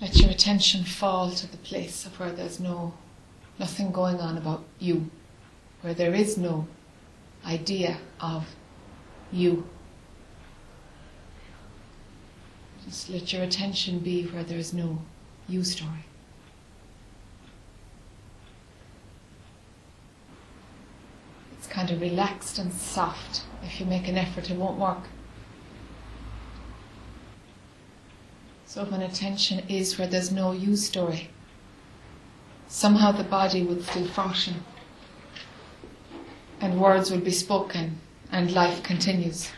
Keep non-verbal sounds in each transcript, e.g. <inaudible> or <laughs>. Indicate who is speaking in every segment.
Speaker 1: Let your attention fall to the place of where there's no nothing going on about you, where there is no idea of you. Just let your attention be where there is no you story. It's kind of relaxed and soft. If you make an effort, it won't work. So when attention is where there's no you story, somehow the body would still function and words will be spoken and life continues.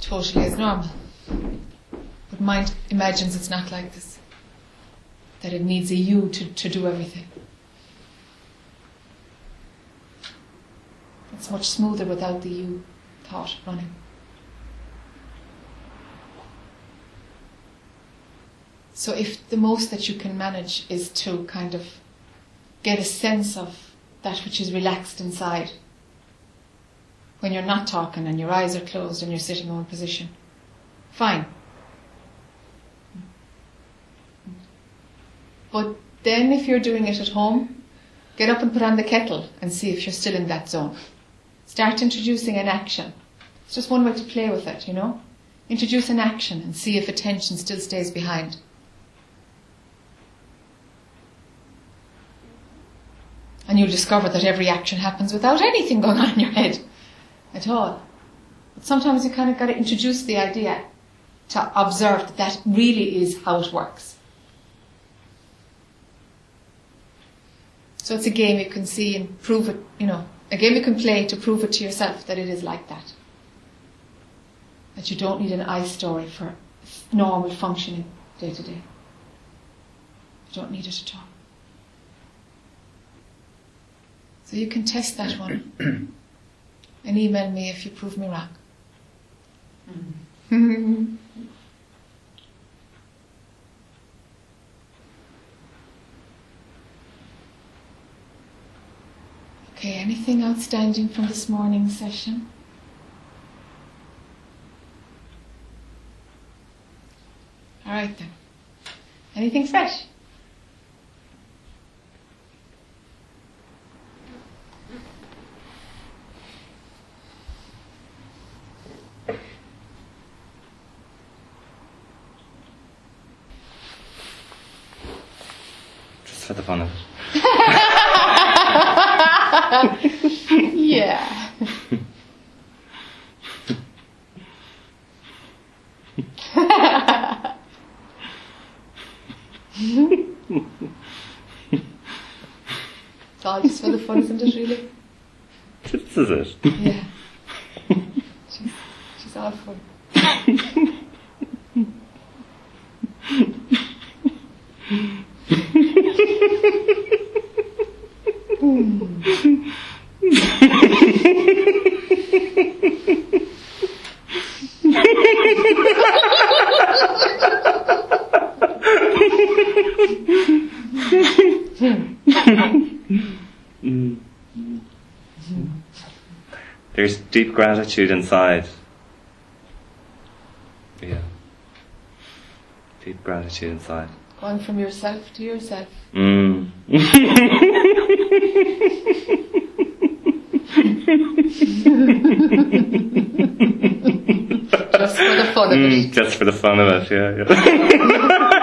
Speaker 1: Totally as normal. But mind imagines it's not like this. That it needs a you to, to do everything. It's much smoother without the you thought running. So if the most that you can manage is to kind of get a sense of that which is relaxed inside. When you're not talking and your eyes are closed and you're sitting in one position, fine. But then if you're doing it at home, get up and put on the kettle and see if you're still in that zone. Start introducing an action. It's just one way to play with it, you know? Introduce an action and see if attention still stays behind. and you'll discover that every action happens without anything going on in your head at all. But sometimes you kind of got to introduce the idea to observe that that really is how it works. So it's a game you can see and prove it, you know, a game you can play to prove it to yourself that it is like that. That you don't need an I story for normal functioning day to day. You don't need it at all. So you can test that one and email me if you prove me wrong. <laughs> Mm. okay, anything outstanding from this morning's session? All right then. Anything fresh?
Speaker 2: Just for the fun of it.
Speaker 1: yeah. it's all just for the fun, isn't it, really?
Speaker 2: This is it.
Speaker 1: Yeah. She's, she's all fun. <laughs>
Speaker 2: There's deep gratitude inside. Yeah. Deep gratitude inside.
Speaker 1: Going from yourself
Speaker 3: <laughs>
Speaker 1: to yourself.
Speaker 2: Mm.
Speaker 1: Just <laughs> for the fun of it.
Speaker 2: Mm, just for the fun of it, yeah. yeah. <laughs>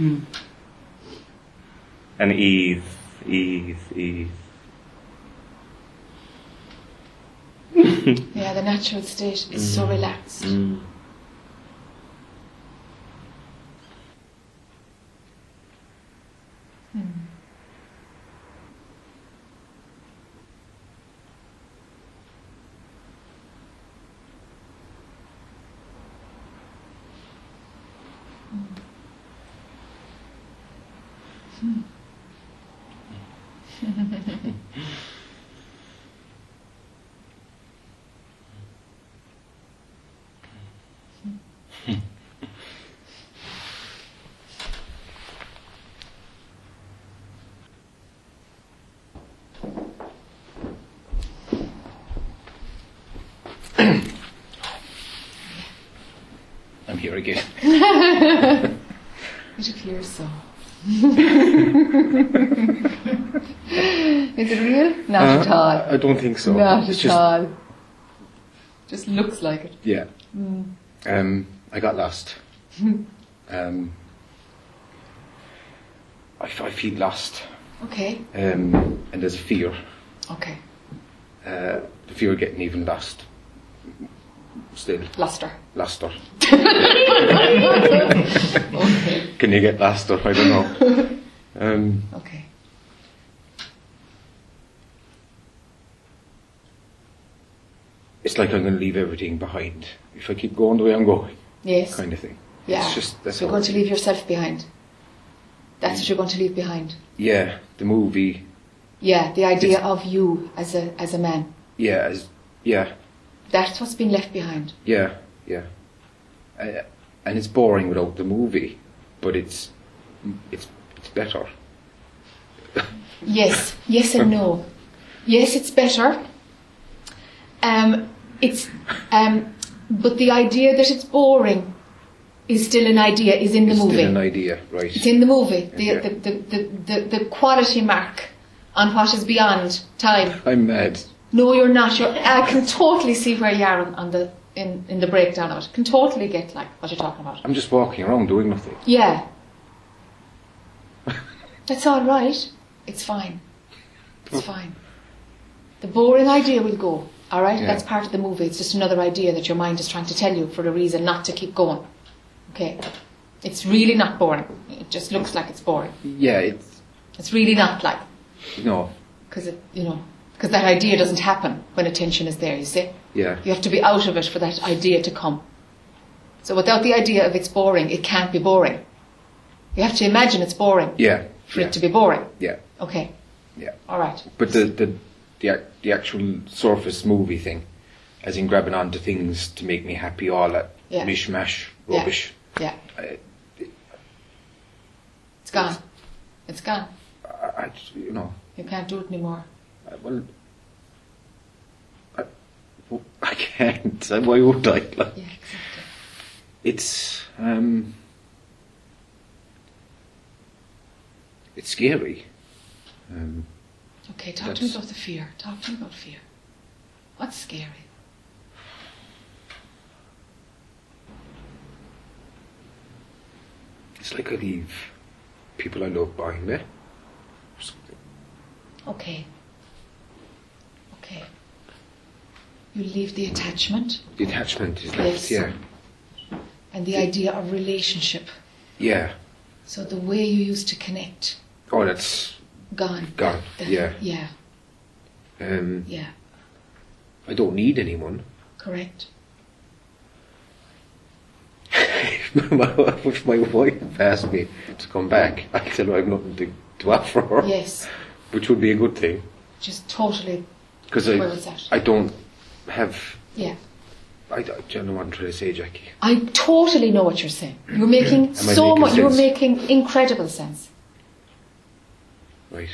Speaker 4: 嗯
Speaker 2: and ease, ease, ease.
Speaker 1: Yeah, the natural state is
Speaker 3: <laughs>
Speaker 1: so relaxed.
Speaker 2: Mm.
Speaker 3: here again.
Speaker 1: It appears
Speaker 3: <laughs>
Speaker 1: so. Is it real? Not
Speaker 3: Uh,
Speaker 1: at all.
Speaker 3: I don't think so.
Speaker 1: Not
Speaker 3: It's
Speaker 1: at
Speaker 3: just,
Speaker 1: all. Just looks like it.
Speaker 3: <laughs>
Speaker 1: <laughs>
Speaker 3: Yeah. Um, I got lost. um, I, f- I feel lost.
Speaker 1: Okay.
Speaker 3: Um, and there's a fear.
Speaker 1: Okay.
Speaker 3: Uh, the fear of getting even lost. Still, <laughs>
Speaker 1: Luster.
Speaker 3: loster.
Speaker 1: Okay.
Speaker 3: Can you get loster? I don't know. um,
Speaker 1: Okay.
Speaker 3: it's like I'm going to leave everything behind. If I keep going the way I'm going,
Speaker 1: Yes.
Speaker 3: kind of thing.
Speaker 1: yeah.
Speaker 3: It's just, that's Mm.
Speaker 1: you're
Speaker 3: all.
Speaker 1: going to leave yourself behind. That's what you're going to leave behind.
Speaker 3: Yeah, the movie.
Speaker 1: Yeah, the idea of you as a as a man.
Speaker 3: Yeah, as, yeah,
Speaker 1: That's what's been left behind.
Speaker 3: yeah, yeah. Uh, and it's boring without the movie, but it's it's it's better. <laughs>
Speaker 1: Yes, yes and no. Yes, it's better. Um, it's, um, but the idea that it's boring is still an idea. Is in the
Speaker 3: it's
Speaker 1: movie.
Speaker 3: still an idea, right?
Speaker 1: It's in the movie. The,
Speaker 3: Okay.
Speaker 1: the, the, the, the, the quality mark on what is beyond time.
Speaker 3: I'm mad.
Speaker 1: No, you're not. You're, I can totally see where you are on, on the in, in the breakdown of it. Can totally get like what you're talking about.
Speaker 3: I'm just walking around doing nothing.
Speaker 1: Yeah. That's all right. It's fine. It's fine. The boring idea will go. All right?
Speaker 3: Yeah.
Speaker 1: That's part of the movie. It's just another idea that your mind is trying to tell you for a reason not to keep going. Okay? It's really not boring. It just looks like it's boring.
Speaker 3: Yeah, it's
Speaker 1: It's really not like
Speaker 3: no.
Speaker 1: because it, you know, because that idea doesn't happen when attention is there. You see,
Speaker 3: Yeah,
Speaker 1: you have to be out of it for that idea to come. So without the idea of it's boring, it can't be boring. You have to imagine it's boring
Speaker 3: yeah,
Speaker 1: for
Speaker 3: yeah,
Speaker 1: it to be boring.
Speaker 3: yeah,
Speaker 1: Okay,
Speaker 3: yeah.
Speaker 1: all right.
Speaker 3: But the the the, ac- the actual surface movie thing, as in grabbing onto things to make me happy, all that
Speaker 1: Yeah.
Speaker 3: mishmash
Speaker 1: Yeah.
Speaker 3: rubbish.
Speaker 1: Yeah,
Speaker 3: I,
Speaker 1: it's gone. It's gone.
Speaker 3: I, I, you know,
Speaker 1: You can't do it anymore.
Speaker 3: I, Uh, well, I, well, <laughs> I can't. Why would I? Like,
Speaker 1: Yeah, exactly.
Speaker 3: it's um, it's scary. Um,
Speaker 1: Okay, talk to me
Speaker 3: That's-
Speaker 1: about the fear. Talk to me about fear. What's scary?
Speaker 3: it's like I leave people I love behind me.
Speaker 1: Okay. Okay. You leave the attachment
Speaker 3: The attachment is left.
Speaker 1: Yes.
Speaker 3: Yeah,
Speaker 1: and the idea of relationship.
Speaker 3: yeah.
Speaker 1: So the way you used to connect,
Speaker 3: Oh, that's
Speaker 1: gone.
Speaker 3: gone.
Speaker 1: That-
Speaker 3: Yeah.
Speaker 1: Yeah,
Speaker 3: Um,
Speaker 1: yeah,
Speaker 3: I don't need anyone.
Speaker 1: correct.
Speaker 3: <laughs> if my wife asked me to come back, I tell her I've nothing to, to offer her,
Speaker 1: Yes,
Speaker 3: which would be a good thing.
Speaker 1: just totally,
Speaker 3: Because
Speaker 1: Where was
Speaker 3: I,
Speaker 1: that?
Speaker 3: I don't have.
Speaker 1: yeah.
Speaker 3: I, don't- I don't know what I'm trying to say, Jackie.
Speaker 1: I totally know what you're saying. You're making
Speaker 3: Am I
Speaker 1: so
Speaker 3: making
Speaker 1: much, you're
Speaker 3: sense?
Speaker 1: making incredible sense.
Speaker 3: Right.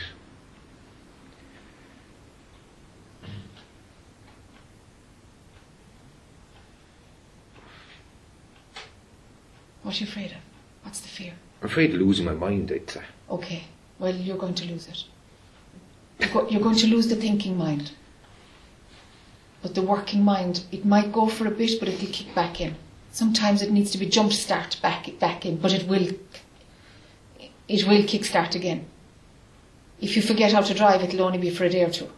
Speaker 1: What are you afraid of? What's the fear?
Speaker 3: I'm afraid of losing my mind, I'd say.
Speaker 1: Okay, well, you're going to lose it. You're go- You're going to lose the thinking mind. But the working mind, it might go for a bit, but it'll kick back in. Sometimes it needs to be jump start back back in, but it will it will kick start again. If you forget how to drive, it'll only be for a day or two.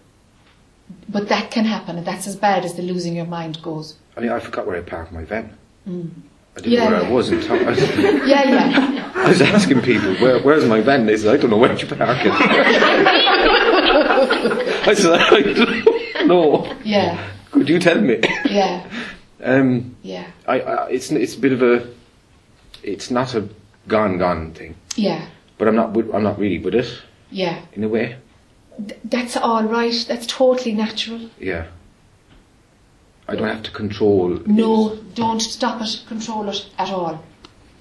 Speaker 1: But that can happen, and that's as bad as the losing your mind goes. Mm.
Speaker 3: I mean, I forgot where I parked my van. I didn't
Speaker 1: Yeah.
Speaker 3: know where I was. In town. I, was
Speaker 1: Yeah, <coughs> yeah.
Speaker 3: <laughs> I was asking people, Where, where's my van? They said, I don't know where you park it. I said, I don't know.
Speaker 1: Yeah,
Speaker 3: Could you tell me?
Speaker 1: yeah,
Speaker 3: Um,
Speaker 1: yeah,
Speaker 3: I, I it's it's a bit of a it's not a gone gone thing,
Speaker 1: yeah,
Speaker 3: but I'm not with, I'm not really with it
Speaker 1: yeah.
Speaker 3: in a way.
Speaker 1: Th- that's all right. That's totally natural.
Speaker 3: Yeah, I don't have to control.
Speaker 1: No, don't stop it, control it at all.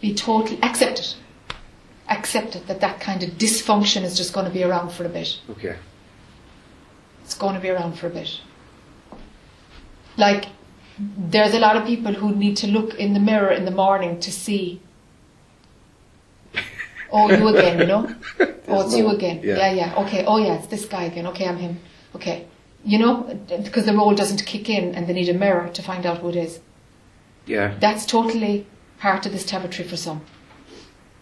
Speaker 1: Be totally accept it. Accept it that that kind of dysfunction is just going to be around for a bit.
Speaker 3: Okay.
Speaker 1: It's going to be around for a bit. Like there's a lot of people who need to look in the mirror in the morning to see. Oh, you again, you know? oh, it's you
Speaker 3: no-
Speaker 1: again.
Speaker 3: yeah.
Speaker 1: yeah, yeah. Okay. Oh, yeah, it's this guy again. Okay, I'm him. Okay. You know, because the role doesn't kick in and they need a mirror to find out who it is.
Speaker 3: Yeah,
Speaker 1: That's totally part of this territory for some.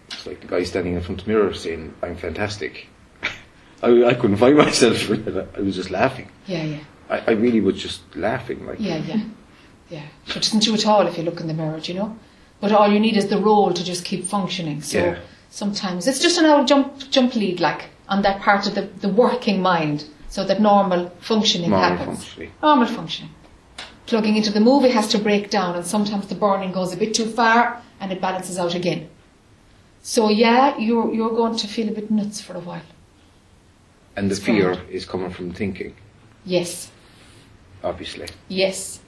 Speaker 3: it's like the guy standing in front of the mirror saying, "I'm fantastic." <laughs> I, I couldn't find <laughs> myself. for that. I was just laughing.
Speaker 1: Yeah, yeah.
Speaker 3: I, I really was just laughing. Like,
Speaker 1: Yeah, yeah, yeah. But it isn't you at all if you look in the mirror, do you know? But all you need is the role to just keep functioning. So
Speaker 3: Yeah.
Speaker 1: sometimes it's just an old jump jump lead, like on that part of the, the working mind, so that normal functioning
Speaker 3: Normal
Speaker 1: happens.
Speaker 3: functioning.
Speaker 1: Normal functioning. Plugging into the movie has to break down, and sometimes the burning goes a bit too far, and it balances out again. So yeah, you're you're going to feel a bit nuts for a while.
Speaker 3: and the
Speaker 1: It's
Speaker 3: fear
Speaker 1: bad.
Speaker 3: is coming from thinking,
Speaker 1: Yes,
Speaker 3: obviously.
Speaker 1: yes.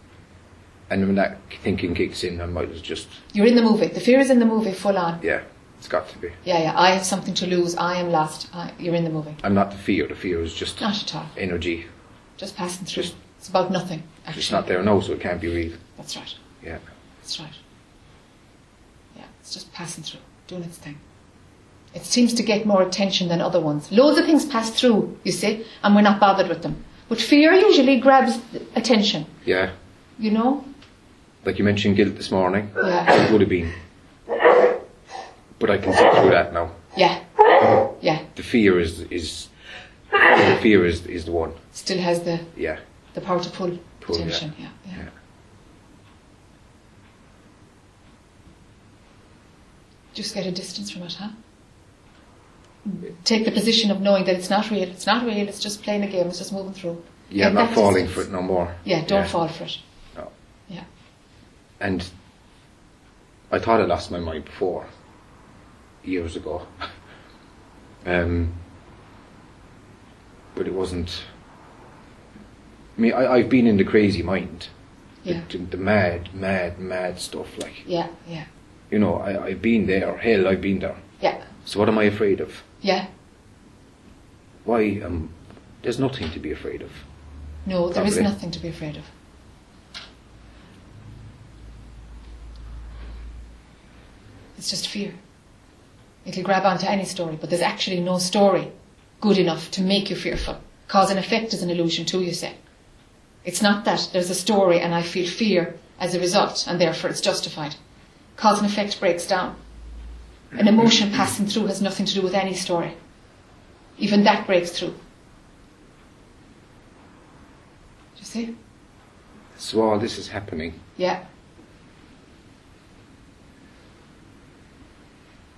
Speaker 3: And when that thinking kicks in, I might as just
Speaker 1: You're in the movie. The fear is in the movie, full on.
Speaker 3: yeah, it's got to be.
Speaker 1: Yeah, yeah. I have something to lose. I am lost. I, you're in the movie.
Speaker 3: I'm not the fear. The fear is just
Speaker 1: Not at all.
Speaker 3: energy.
Speaker 1: Just passing through. it's about nothing. Actually,
Speaker 3: It's not there now, so it can't be real.
Speaker 1: That's right.
Speaker 3: Yeah.
Speaker 1: That's right. Yeah, it's just passing through, doing its thing. It seems to get more attention than other ones. Loads of things pass through, you see, and we're not bothered with them. But fear usually grabs attention.
Speaker 3: Yeah.
Speaker 1: You know?
Speaker 3: Like you mentioned guilt this morning.
Speaker 1: Yeah.
Speaker 3: It would have been. But I can see through that now.
Speaker 1: Yeah. Yeah.
Speaker 3: The fear is is the fear is is the one.
Speaker 1: Still has the
Speaker 3: Yeah.
Speaker 1: the power to pull,
Speaker 3: Pull, yeah.
Speaker 1: attention. Yeah. Yeah.
Speaker 3: Yeah.
Speaker 1: Just get a distance from it, huh? Take the position of knowing that it's not real. It's not real. It's just playing a game. It's just moving through.
Speaker 3: Yeah,
Speaker 1: Get
Speaker 3: I'm not
Speaker 1: that
Speaker 3: falling for
Speaker 1: distance.
Speaker 3: it no more.
Speaker 1: Yeah, don't fall for it.
Speaker 3: No.
Speaker 1: Yeah.
Speaker 3: And I thought I lost my mind before, years ago. <laughs> um, but it wasn't. I mean, I, I've been in the crazy mind,
Speaker 1: Yeah.
Speaker 3: the, the mad, mad, mad stuff. Like
Speaker 1: Yeah. Yeah.
Speaker 3: you know, I, I've been there. Hell, I've been there.
Speaker 1: Yeah.
Speaker 3: So what am I afraid of?
Speaker 1: Yeah.
Speaker 3: Why? Um, there's nothing to be afraid of.
Speaker 1: No, there is
Speaker 3: Probably.
Speaker 1: nothing to be afraid of. It's just fear. It'll grab onto any story, but there's actually no story good enough to make you fearful. Cause and effect is an illusion too, you say. It's not that there's a story and I feel fear as a result, and therefore it's justified. Cause and effect breaks down. An emotion passing through has nothing to do with any story. Even that breaks through. Do you see?
Speaker 3: So all this is happening.
Speaker 1: Yeah,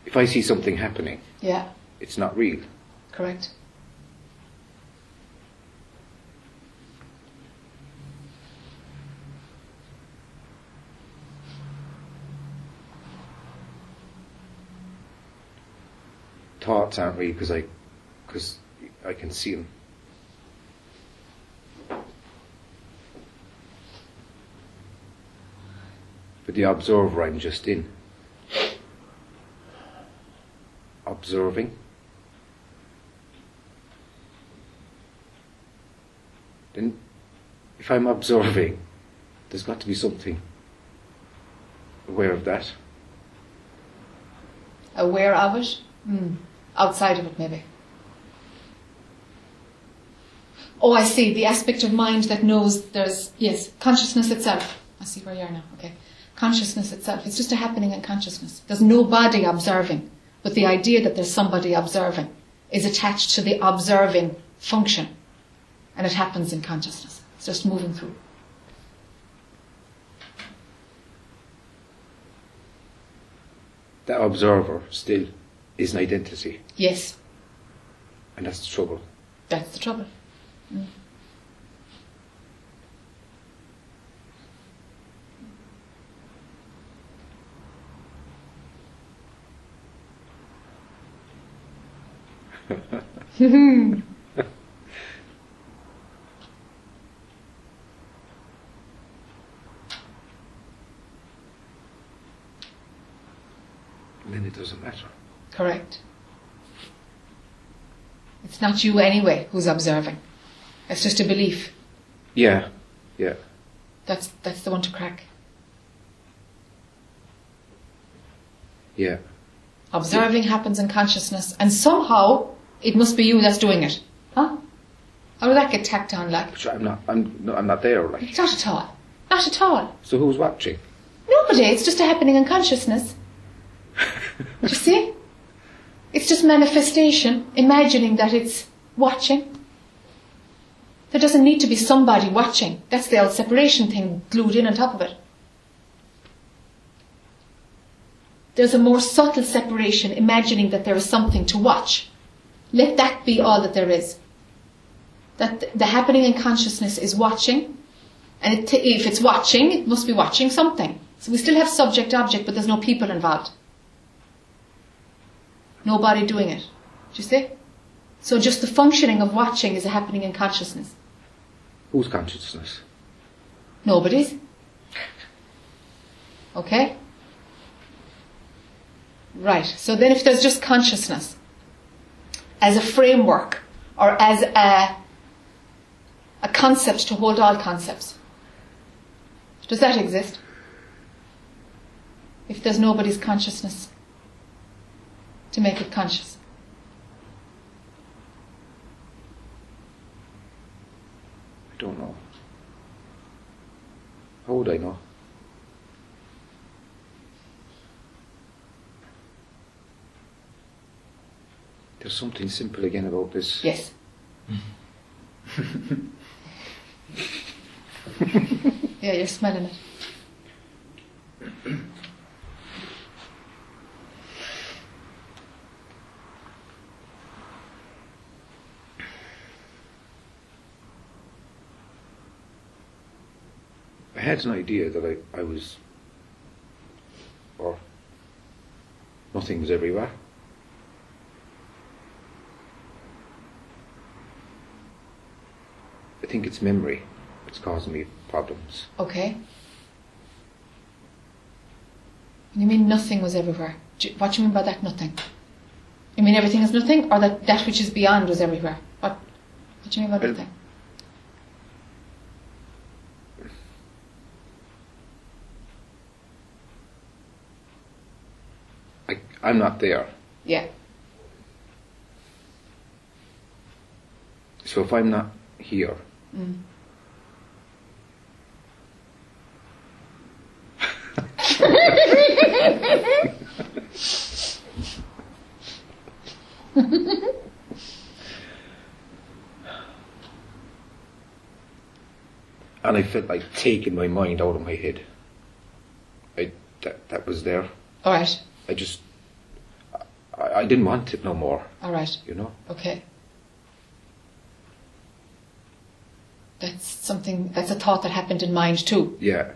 Speaker 3: If I see something happening,
Speaker 1: yeah,
Speaker 3: it's not real.
Speaker 1: correct.
Speaker 3: Thoughts aren't real because I, because I can see them. But the observer I'm just in, observing, then if I'm observing, there's got to be something aware of that.
Speaker 1: Aware of it, mm. outside of it, maybe. Oh, I see. The aspect of mind that knows there's, yes, consciousness itself. I see where you are now. Okay. Consciousness itself. It's just a happening in consciousness. There's no body observing, but the idea that there's somebody observing is attached to the observing function, and it happens in consciousness. It's just moving through.
Speaker 3: That observer still is an identity,
Speaker 1: Yes,
Speaker 3: and that's the trouble.
Speaker 1: that's the trouble.
Speaker 3: And then it doesn't matter.
Speaker 1: Correct. It's not you anyway who's observing. It's just a belief.
Speaker 3: Yeah, yeah.
Speaker 1: That's that's the one to crack.
Speaker 3: Yeah.
Speaker 1: Observing happens in consciousness, and somehow it must be you that's doing it, huh? How did that get tacked on? Like
Speaker 3: Which I'm not. I'm. No, I'm not there. Like.
Speaker 1: not at all, not at all.
Speaker 3: So who's watching?
Speaker 1: Nobody. It's just a happening in consciousness. Do you see? It's just manifestation, imagining that it's watching. There doesn't need to be somebody watching. That's the old separation thing glued in on top of it. There's a more subtle separation, imagining that there is something to watch. Let that be all that there is. That th- the happening in consciousness is watching, and it t- if it's watching, it must be watching something. So we still have subject object, but there's no people involved. Nobody doing it. Do you see? So just the functioning of watching is a happening in consciousness.
Speaker 3: Whose consciousness?
Speaker 1: Nobody's. Okay? Right. So then if there's just consciousness as a framework or as a, a concept to hold all concepts, does that exist? If there's nobody's consciousness to make it conscious.
Speaker 3: I don't know. How would I know? There's something simple again about this. <laughs>
Speaker 1: Yes. yeah, you're smelling it.
Speaker 3: I had an idea that I, I was, or nothing was everywhere. I think it's memory that's causing me problems.
Speaker 1: Okay. You mean nothing was everywhere? Do you- What do you mean by that nothing? You mean everything is nothing, or that that which is beyond was everywhere? What? What do you mean by
Speaker 3: Well-
Speaker 1: nothing?
Speaker 3: I, I'm not there.
Speaker 1: Yeah.
Speaker 3: So if I'm not here,
Speaker 1: Mm.
Speaker 3: and I felt like taking my mind out of my head. I that that was there.
Speaker 1: All right.
Speaker 3: I just I, I didn't want it no more.
Speaker 1: All right.
Speaker 3: You know.
Speaker 1: Okay. That's something. That's a thought that happened in mind too.
Speaker 3: Yeah.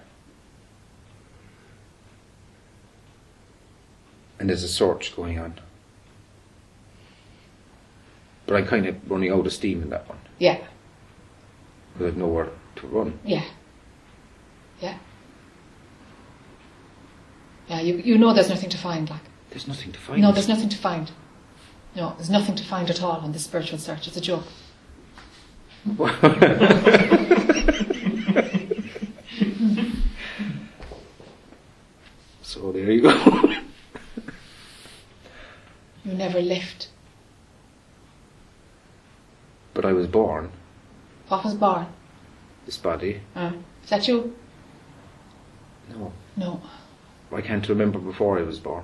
Speaker 3: And there's a search going on. But I'm kind of running out of steam in that one.
Speaker 1: Yeah.
Speaker 3: Because I've nowhere to run.
Speaker 1: Yeah. Yeah. Yeah. You you know there's nothing to find like.
Speaker 3: There's nothing to find.
Speaker 1: No, there's nothing to find. No, there's nothing to find at all on the spiritual search. It's a joke.
Speaker 3: So there you go. <laughs>
Speaker 1: You never left.
Speaker 3: but I was born,
Speaker 1: What was born?
Speaker 3: this eh? body.
Speaker 1: Uh, is that you?
Speaker 3: No.
Speaker 1: No.
Speaker 3: I can't remember before I was born.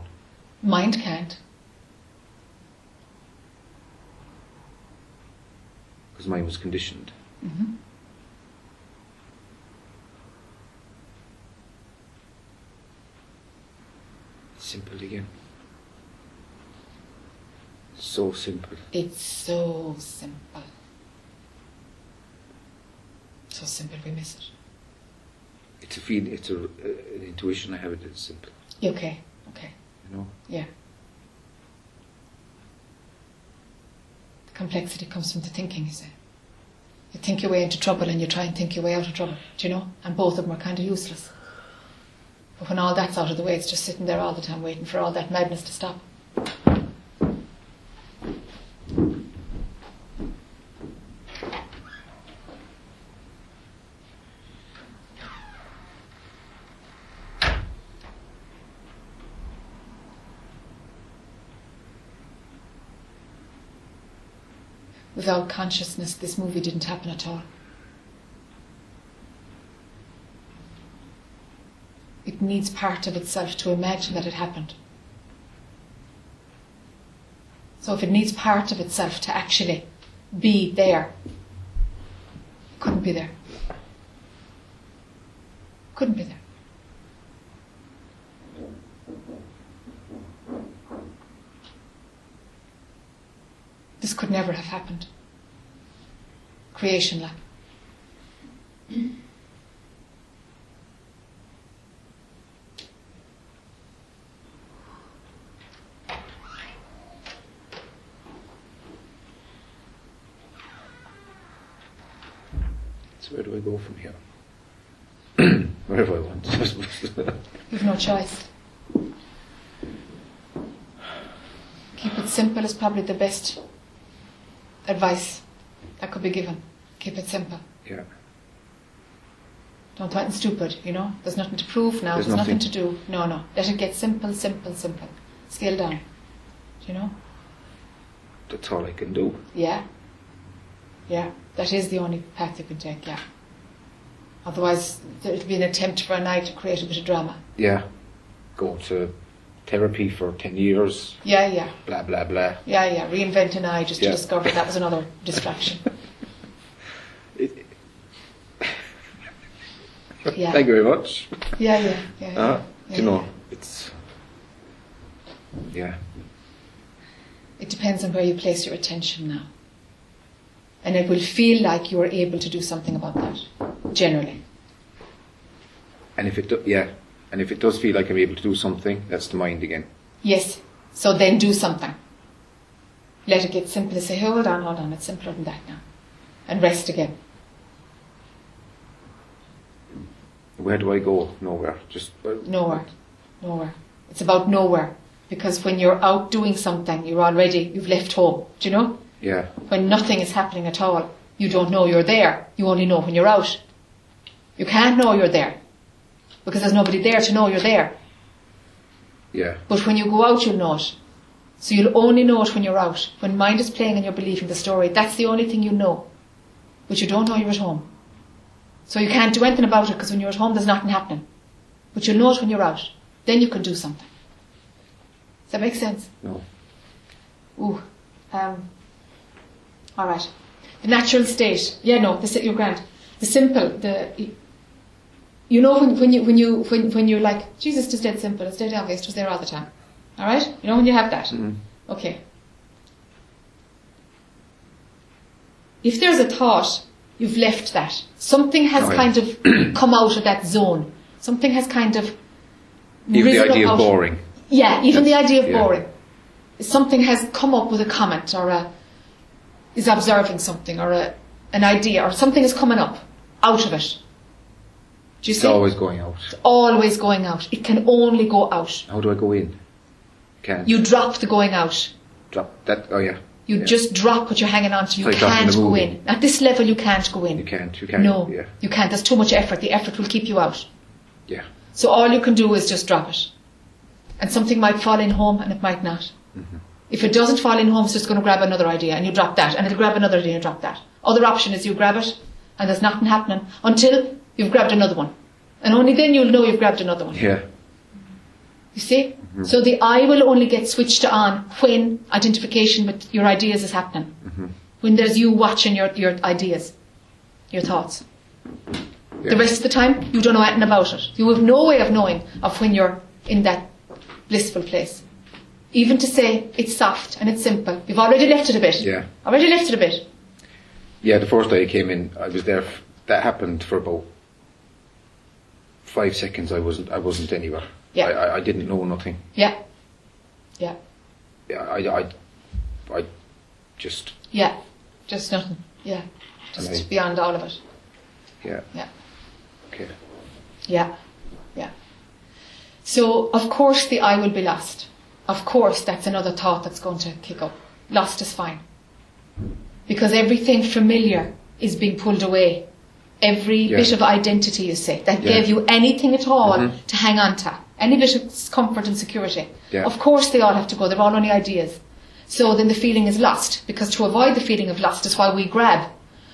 Speaker 1: Mind can't.
Speaker 3: Because mine was conditioned.
Speaker 1: Mm-hmm.
Speaker 3: Simple again. So simple.
Speaker 1: It's so simple. So simple we miss it.
Speaker 3: It's a feel. It's a, uh, an intuition I have. It is simple.
Speaker 1: You okay? Okay.
Speaker 3: You know.
Speaker 1: Yeah. The complexity comes from the thinking, you say. You think your way into trouble and you try and think your way out of trouble, do you know? And both of them are kind of useless. But when all that's out of the way, it's just sitting there all the time waiting for all that madness to stop. without consciousness, this movie didn't happen at all. It needs part of itself to imagine that it happened. So if it needs part of itself to actually be there, it couldn't be there. Couldn't be there. This could never have happened. Creation lab.
Speaker 3: So where do I go from here? <clears throat> Wherever I want. I suppose.
Speaker 1: You've no choice. Keep it simple is probably the best advice that could be given. Keep it simple.
Speaker 3: yeah.
Speaker 1: Don't threaten stupid, you know? There's nothing to prove now,
Speaker 3: There's
Speaker 1: there's, nothing. to do. No, no. Let it get simple, simple, simple. Scale down. Do you know?
Speaker 3: <laughs> That's all I can do.
Speaker 1: Yeah. Yeah. That is the only path you can take, yeah. Otherwise, there would be an attempt for an eye to create a bit of drama.
Speaker 3: Yeah. Go to therapy for 10 years,
Speaker 1: Yeah, yeah.
Speaker 3: blah, blah, blah.
Speaker 1: Yeah, yeah. Reinvent an eye just
Speaker 3: Yeah.
Speaker 1: to discover that was another distraction.
Speaker 3: It-
Speaker 1: Yeah.
Speaker 3: Thank you very much.
Speaker 1: Yeah, yeah, yeah. yeah,
Speaker 3: Uh,
Speaker 1: yeah.
Speaker 3: You know, it's. Yeah.
Speaker 1: It depends on where you place your attention now. And it will feel like you are able to do something about that, generally.
Speaker 3: And if it do, yeah, and if it does feel like I'm able to do something, that's the mind again.
Speaker 1: Yes, so then do something. Let it get simple. Say, hold on, hold on, it's simpler than that now. And rest again.
Speaker 3: Where do I go? Nowhere. Just well,
Speaker 1: Nowhere. Nowhere. It's about nowhere. Because when you're out doing something, you're already, you've left home. Do you know?
Speaker 3: Yeah,
Speaker 1: When nothing is happening at all, you don't know you're there. You only know when you're out. You can't know you're there. Because there's nobody there to know you're there.
Speaker 3: yeah,
Speaker 1: But when you go out, you'll know it. So you'll only know it when you're out. When mind is playing and you're believing the story, that's the only thing you know. But you don't know you're at home. So you can't do anything about it because when you're at home, there's nothing happening. But you'll know it when you're out. Then you can do something. Does that make sense?
Speaker 3: no.
Speaker 1: Ooh. Um, all right. The natural state. Yeah, no, the, si- you're grand. The simple, the. You know when, when you when you when, when you're like Jesus, it's dead simple, it's dead obvious, it was there all the time. <laughs> All right, you know when you have that. Okay. If there's a thought, you've left that. Something has
Speaker 3: Oh, yeah.
Speaker 1: kind of come out of that zone. Something has kind of
Speaker 3: Even the
Speaker 1: risen up
Speaker 3: idea of
Speaker 1: out-
Speaker 3: boring.
Speaker 1: yeah, even the idea of
Speaker 3: Yeah.
Speaker 1: boring. Something has come up with a comment or a, is observing something or a, an idea or something is coming up out of it. Do you
Speaker 3: It's
Speaker 1: see?
Speaker 3: always going out.
Speaker 1: Always going out. It can only go out.
Speaker 3: How do I go in? Can't
Speaker 1: You drop the going out.
Speaker 3: drop that. Oh yeah.
Speaker 1: You
Speaker 3: Yeah.
Speaker 1: just drop what you're hanging on to. You
Speaker 3: It's like dropping
Speaker 1: can't
Speaker 3: the
Speaker 1: go
Speaker 3: movie.
Speaker 1: in. At this level, you can't go in.
Speaker 3: You can't. You can't.
Speaker 1: No,
Speaker 3: Yeah.
Speaker 1: you can't. There's too much effort. The effort will keep you out.
Speaker 3: Yeah.
Speaker 1: So all you can do is just drop it. And something might fall in home and it might not.
Speaker 3: Mm-hmm.
Speaker 1: If it doesn't fall in home, it's just going to grab another idea and you drop that and it'll grab another idea and drop that. Other option is you grab it and there's nothing happening until you've grabbed another one. And only then you'll know you've grabbed another one.
Speaker 3: Yeah.
Speaker 1: You see?
Speaker 3: Mm-hmm.
Speaker 1: So the eye will only get switched on when identification with your ideas is happening.
Speaker 3: Mm-hmm.
Speaker 1: When there's you watching your, your ideas, your thoughts.
Speaker 3: Yeah.
Speaker 1: The rest of the time, you don't know anything about it. You have no way of knowing of when you're in that blissful place. Even to say it's soft and it's simple, you've already left it a bit.
Speaker 3: Yeah.
Speaker 1: Already left it a bit.
Speaker 3: Yeah, the first day I came in, I was there. f- That happened for about five seconds. I wasn't. I wasn't anywhere.
Speaker 1: Yeah.
Speaker 3: I, I, I didn't know nothing.
Speaker 1: Yeah. Yeah.
Speaker 3: Yeah, I, I, I just
Speaker 1: Yeah. Just nothing. Yeah. Just
Speaker 3: Amazing.
Speaker 1: beyond all of it.
Speaker 3: yeah.
Speaker 1: Yeah.
Speaker 3: Okay.
Speaker 1: Yeah, yeah. So, of course, the eye will be lost. Of course, that's another thought that's going to kick up. Lost is fine. Because everything familiar is being pulled away. Every
Speaker 3: Yeah.
Speaker 1: bit of identity, you say, that
Speaker 3: Yeah. Mm-hmm.
Speaker 1: gave you anything at all to hang on to, any bit of comfort and security.
Speaker 3: Yeah.
Speaker 1: Of course, they all have to go. They're all only ideas. So then the feeling is lost because to avoid the feeling of lost is why we grab.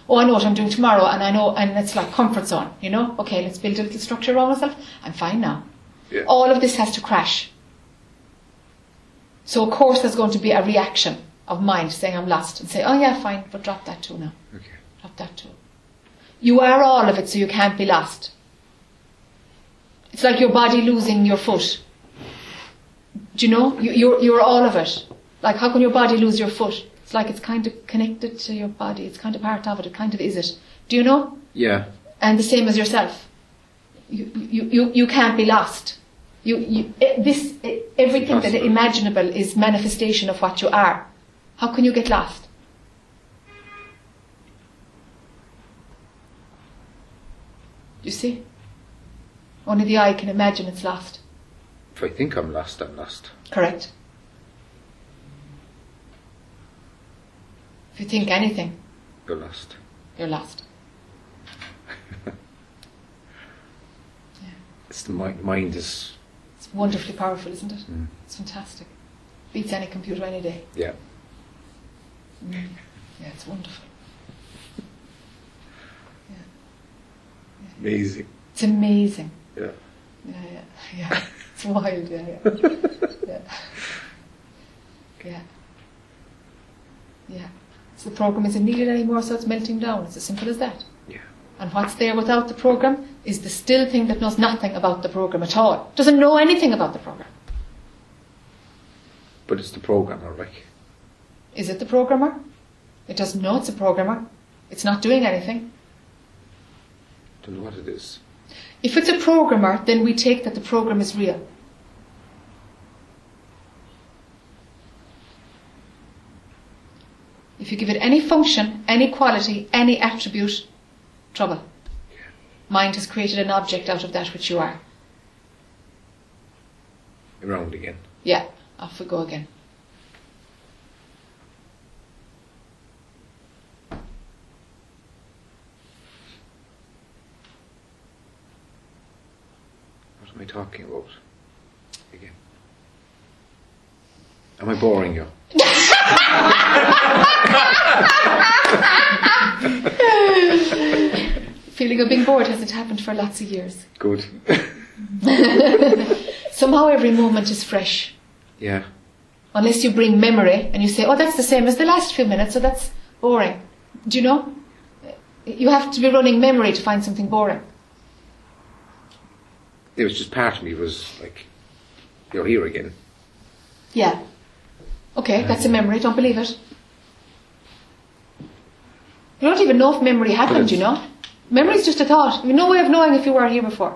Speaker 1: Oh, I know what I'm doing tomorrow, and I know, and it's like comfort zone, you know. Okay, let's build a little structure around myself. I'm fine now.
Speaker 3: Yeah.
Speaker 1: All of this has to crash. So of course there's going to be a reaction of mind saying I'm lost and say, oh yeah, fine, but drop that too now.
Speaker 3: Okay.
Speaker 1: Drop that too. You are all of it, so you can't be lost. It's like your body losing your foot. Do you know? You, you're, you're all of it. Like, how can your body lose your foot? It's like it's kind of connected to your body. It's kind of part of it. It kind of is it. Do you know?
Speaker 3: Yeah.
Speaker 1: and the same as yourself. You, you, you, you can't be lost. You, you, eh, this, eh, everything that is
Speaker 3: Impossible.
Speaker 1: imaginable is manifestation of what you are. How can you get lost? You see? Only the eye can imagine it's lost.
Speaker 3: If I think I'm lost, I'm lost.
Speaker 1: Correct. If you think anything,
Speaker 3: You're lost.
Speaker 1: you're lost.
Speaker 3: It's the mind, mind is.
Speaker 1: It's wonderfully powerful, isn't it? It's fantastic. Beats any computer any day.
Speaker 3: Yeah.
Speaker 1: Yeah, it's wonderful.
Speaker 3: Amazing.
Speaker 1: It's amazing.
Speaker 3: Yeah.
Speaker 1: Yeah, yeah, yeah. It's wild. Yeah, yeah. yeah. yeah. Yeah. So the program isn't needed anymore, so it's melting down. It's as simple as that.
Speaker 3: Yeah.
Speaker 1: And what's there without the program is the still thing that knows nothing about the program at all. Doesn't know anything about the program.
Speaker 3: But it's the programmer, like.
Speaker 1: Is it the programmer? It doesn't know it's a programmer. It's not doing anything.
Speaker 3: Don't know what it is.
Speaker 1: If it's a programmer, then we take that the program is real. If you give it any function, any quality, any attribute, trouble. Mind has created an object out of that which you are.
Speaker 3: Around again.
Speaker 1: Yeah, off we go again.
Speaker 3: What am I talking about? Again. Am I boring you? <laughs>
Speaker 1: Feeling of being bored hasn't happened for lots of
Speaker 3: <laughs>
Speaker 1: years.
Speaker 3: Good.
Speaker 1: Somehow every moment is fresh.
Speaker 3: yeah.
Speaker 1: unless you bring memory and you say, oh, that's the same as the last few minutes, so that's boring. Do you know? You have to be running memory to find something boring.
Speaker 3: It was just part of me was like, you're here again. <laughs>
Speaker 1: Yeah. Okay, that's a memory, don't believe it. You don't even know if memory happened, you know? Memory is just a thought. You've no way of knowing if you were here before,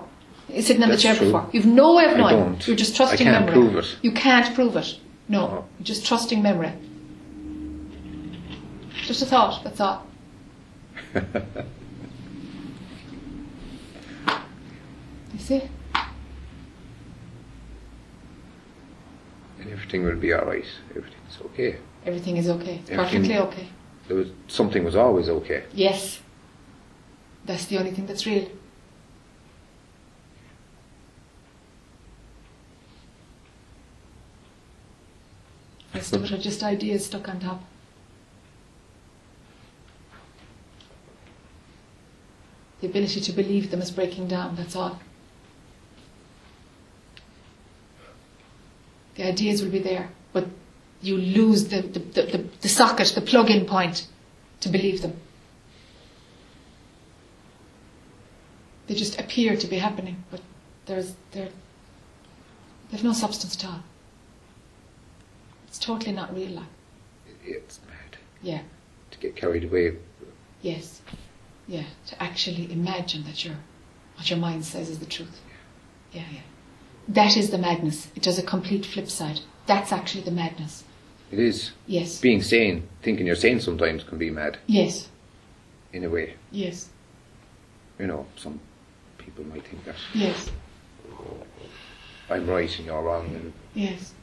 Speaker 1: sitting in the
Speaker 3: That's
Speaker 1: chair
Speaker 3: true.
Speaker 1: before. You've no way of
Speaker 3: I
Speaker 1: knowing.
Speaker 3: don't.
Speaker 1: You're just trusting
Speaker 3: I can't
Speaker 1: memory.
Speaker 3: prove it. Uh-huh.
Speaker 1: You can't prove it. No,
Speaker 3: No.
Speaker 1: you're just trusting memory. Just a thought, that's all. you see?
Speaker 3: And everything will be alright. Everything's okay.
Speaker 1: Everything is okay. It's
Speaker 3: Everything-
Speaker 1: perfectly okay.
Speaker 3: There was, something was always okay.
Speaker 1: Yes. That's the only thing that's real. The rest of it are just ideas stuck on top. The ability to believe them is breaking down, that's all. The ideas will be there, but you lose the, the, the, the, the socket, the plug in point to believe them. They just appear to be happening, but there's they're they've no substance at all. It's totally not real life.
Speaker 3: It's mad
Speaker 1: Yeah.
Speaker 3: to get carried away.
Speaker 1: Yes. Yeah. To actually imagine that you're what your mind says is the truth. Yeah, yeah. That is the madness. It does a complete flip side. That's actually the madness.
Speaker 3: It is.
Speaker 1: Yes.
Speaker 3: Being sane, thinking you're sane sometimes can be mad,
Speaker 1: Yes.
Speaker 3: in a way.
Speaker 1: Yes.
Speaker 3: You know, some people might think that
Speaker 1: Yes.
Speaker 3: I'm right and you're wrong. And
Speaker 1: Yes.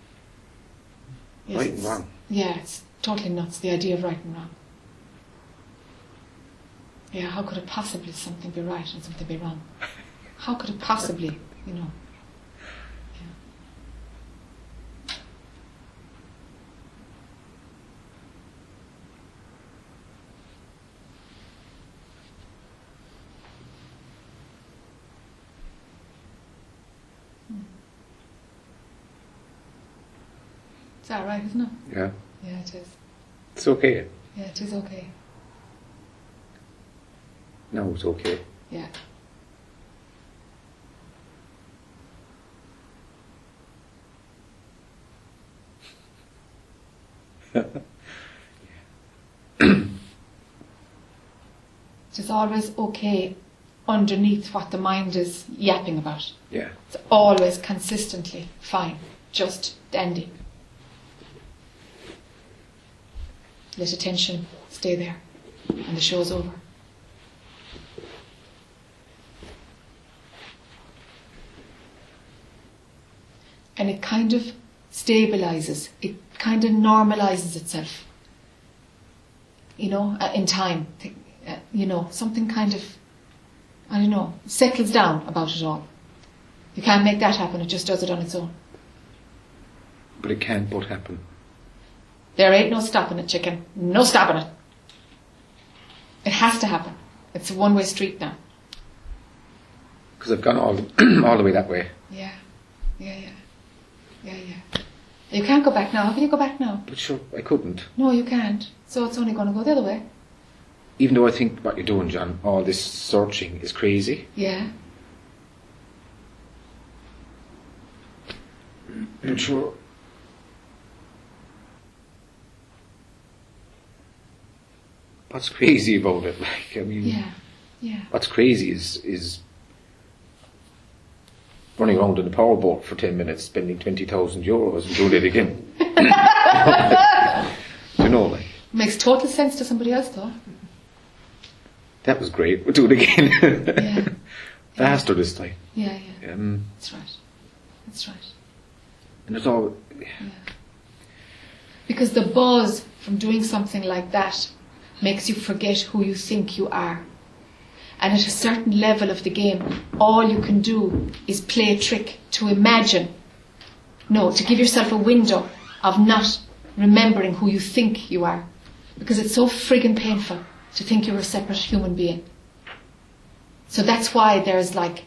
Speaker 1: Yes.
Speaker 3: right and
Speaker 1: it's-
Speaker 3: wrong.
Speaker 1: Yeah, it's totally nuts, the idea of right and wrong. Yeah, how could it possibly something be right and something be wrong? How could it possibly, you know? Yeah. Hmm. It's all right, isn't it?
Speaker 3: Yeah.
Speaker 1: Yeah, it is.
Speaker 3: It's okay.
Speaker 1: Yeah, it is okay.
Speaker 3: No, it's okay.
Speaker 1: Yeah. it is always okay underneath what the mind is yapping about.
Speaker 3: Yeah.
Speaker 1: It's always consistently fine, just dandy. Let attention stay there, and the show's over. And it kind of stabilizes, it kind of normalizes itself. You know, uh, in time, Th- uh, you know, something kind of, I don't know, settles down about it all. You can't make that happen, it just does it on its own.
Speaker 3: But it can but happen.
Speaker 1: There ain't no stopping it, chicken. No stopping it. It has to happen. It's a one way street now.
Speaker 3: Because I've gone all, <clears throat> all the way that way.
Speaker 1: Yeah. Yeah, yeah. Yeah, yeah. You can't go back now. How can you go back now?
Speaker 3: But sure, I couldn't.
Speaker 1: No, you can't. So it's only going to go the other way.
Speaker 3: Even though I think what you're doing, John, all this searching is crazy.
Speaker 1: Yeah.
Speaker 3: But sure. What's crazy about it? <laughs> Like, I mean,
Speaker 1: Yeah. Yeah.
Speaker 3: what's crazy is is running around in a powerboat for ten minutes, spending twenty thousand euros, and doing it
Speaker 1: <laughs>
Speaker 3: again. <laughs> you know, like
Speaker 1: Makes total sense to somebody else, though.
Speaker 3: that was great. We'll do it again,
Speaker 1: Yeah.
Speaker 3: <laughs> faster this time.
Speaker 1: Yeah, yeah.
Speaker 3: Um,
Speaker 1: That's right. That's right.
Speaker 3: and it's all
Speaker 1: Because the buzz from doing something like that makes you forget who you think you are. And at a certain level of the game, all you can do is play a trick to imagine. No, to give yourself a window of not remembering who you think you are. Because it's so friggin' painful to think you're a separate human being. So that's why there's like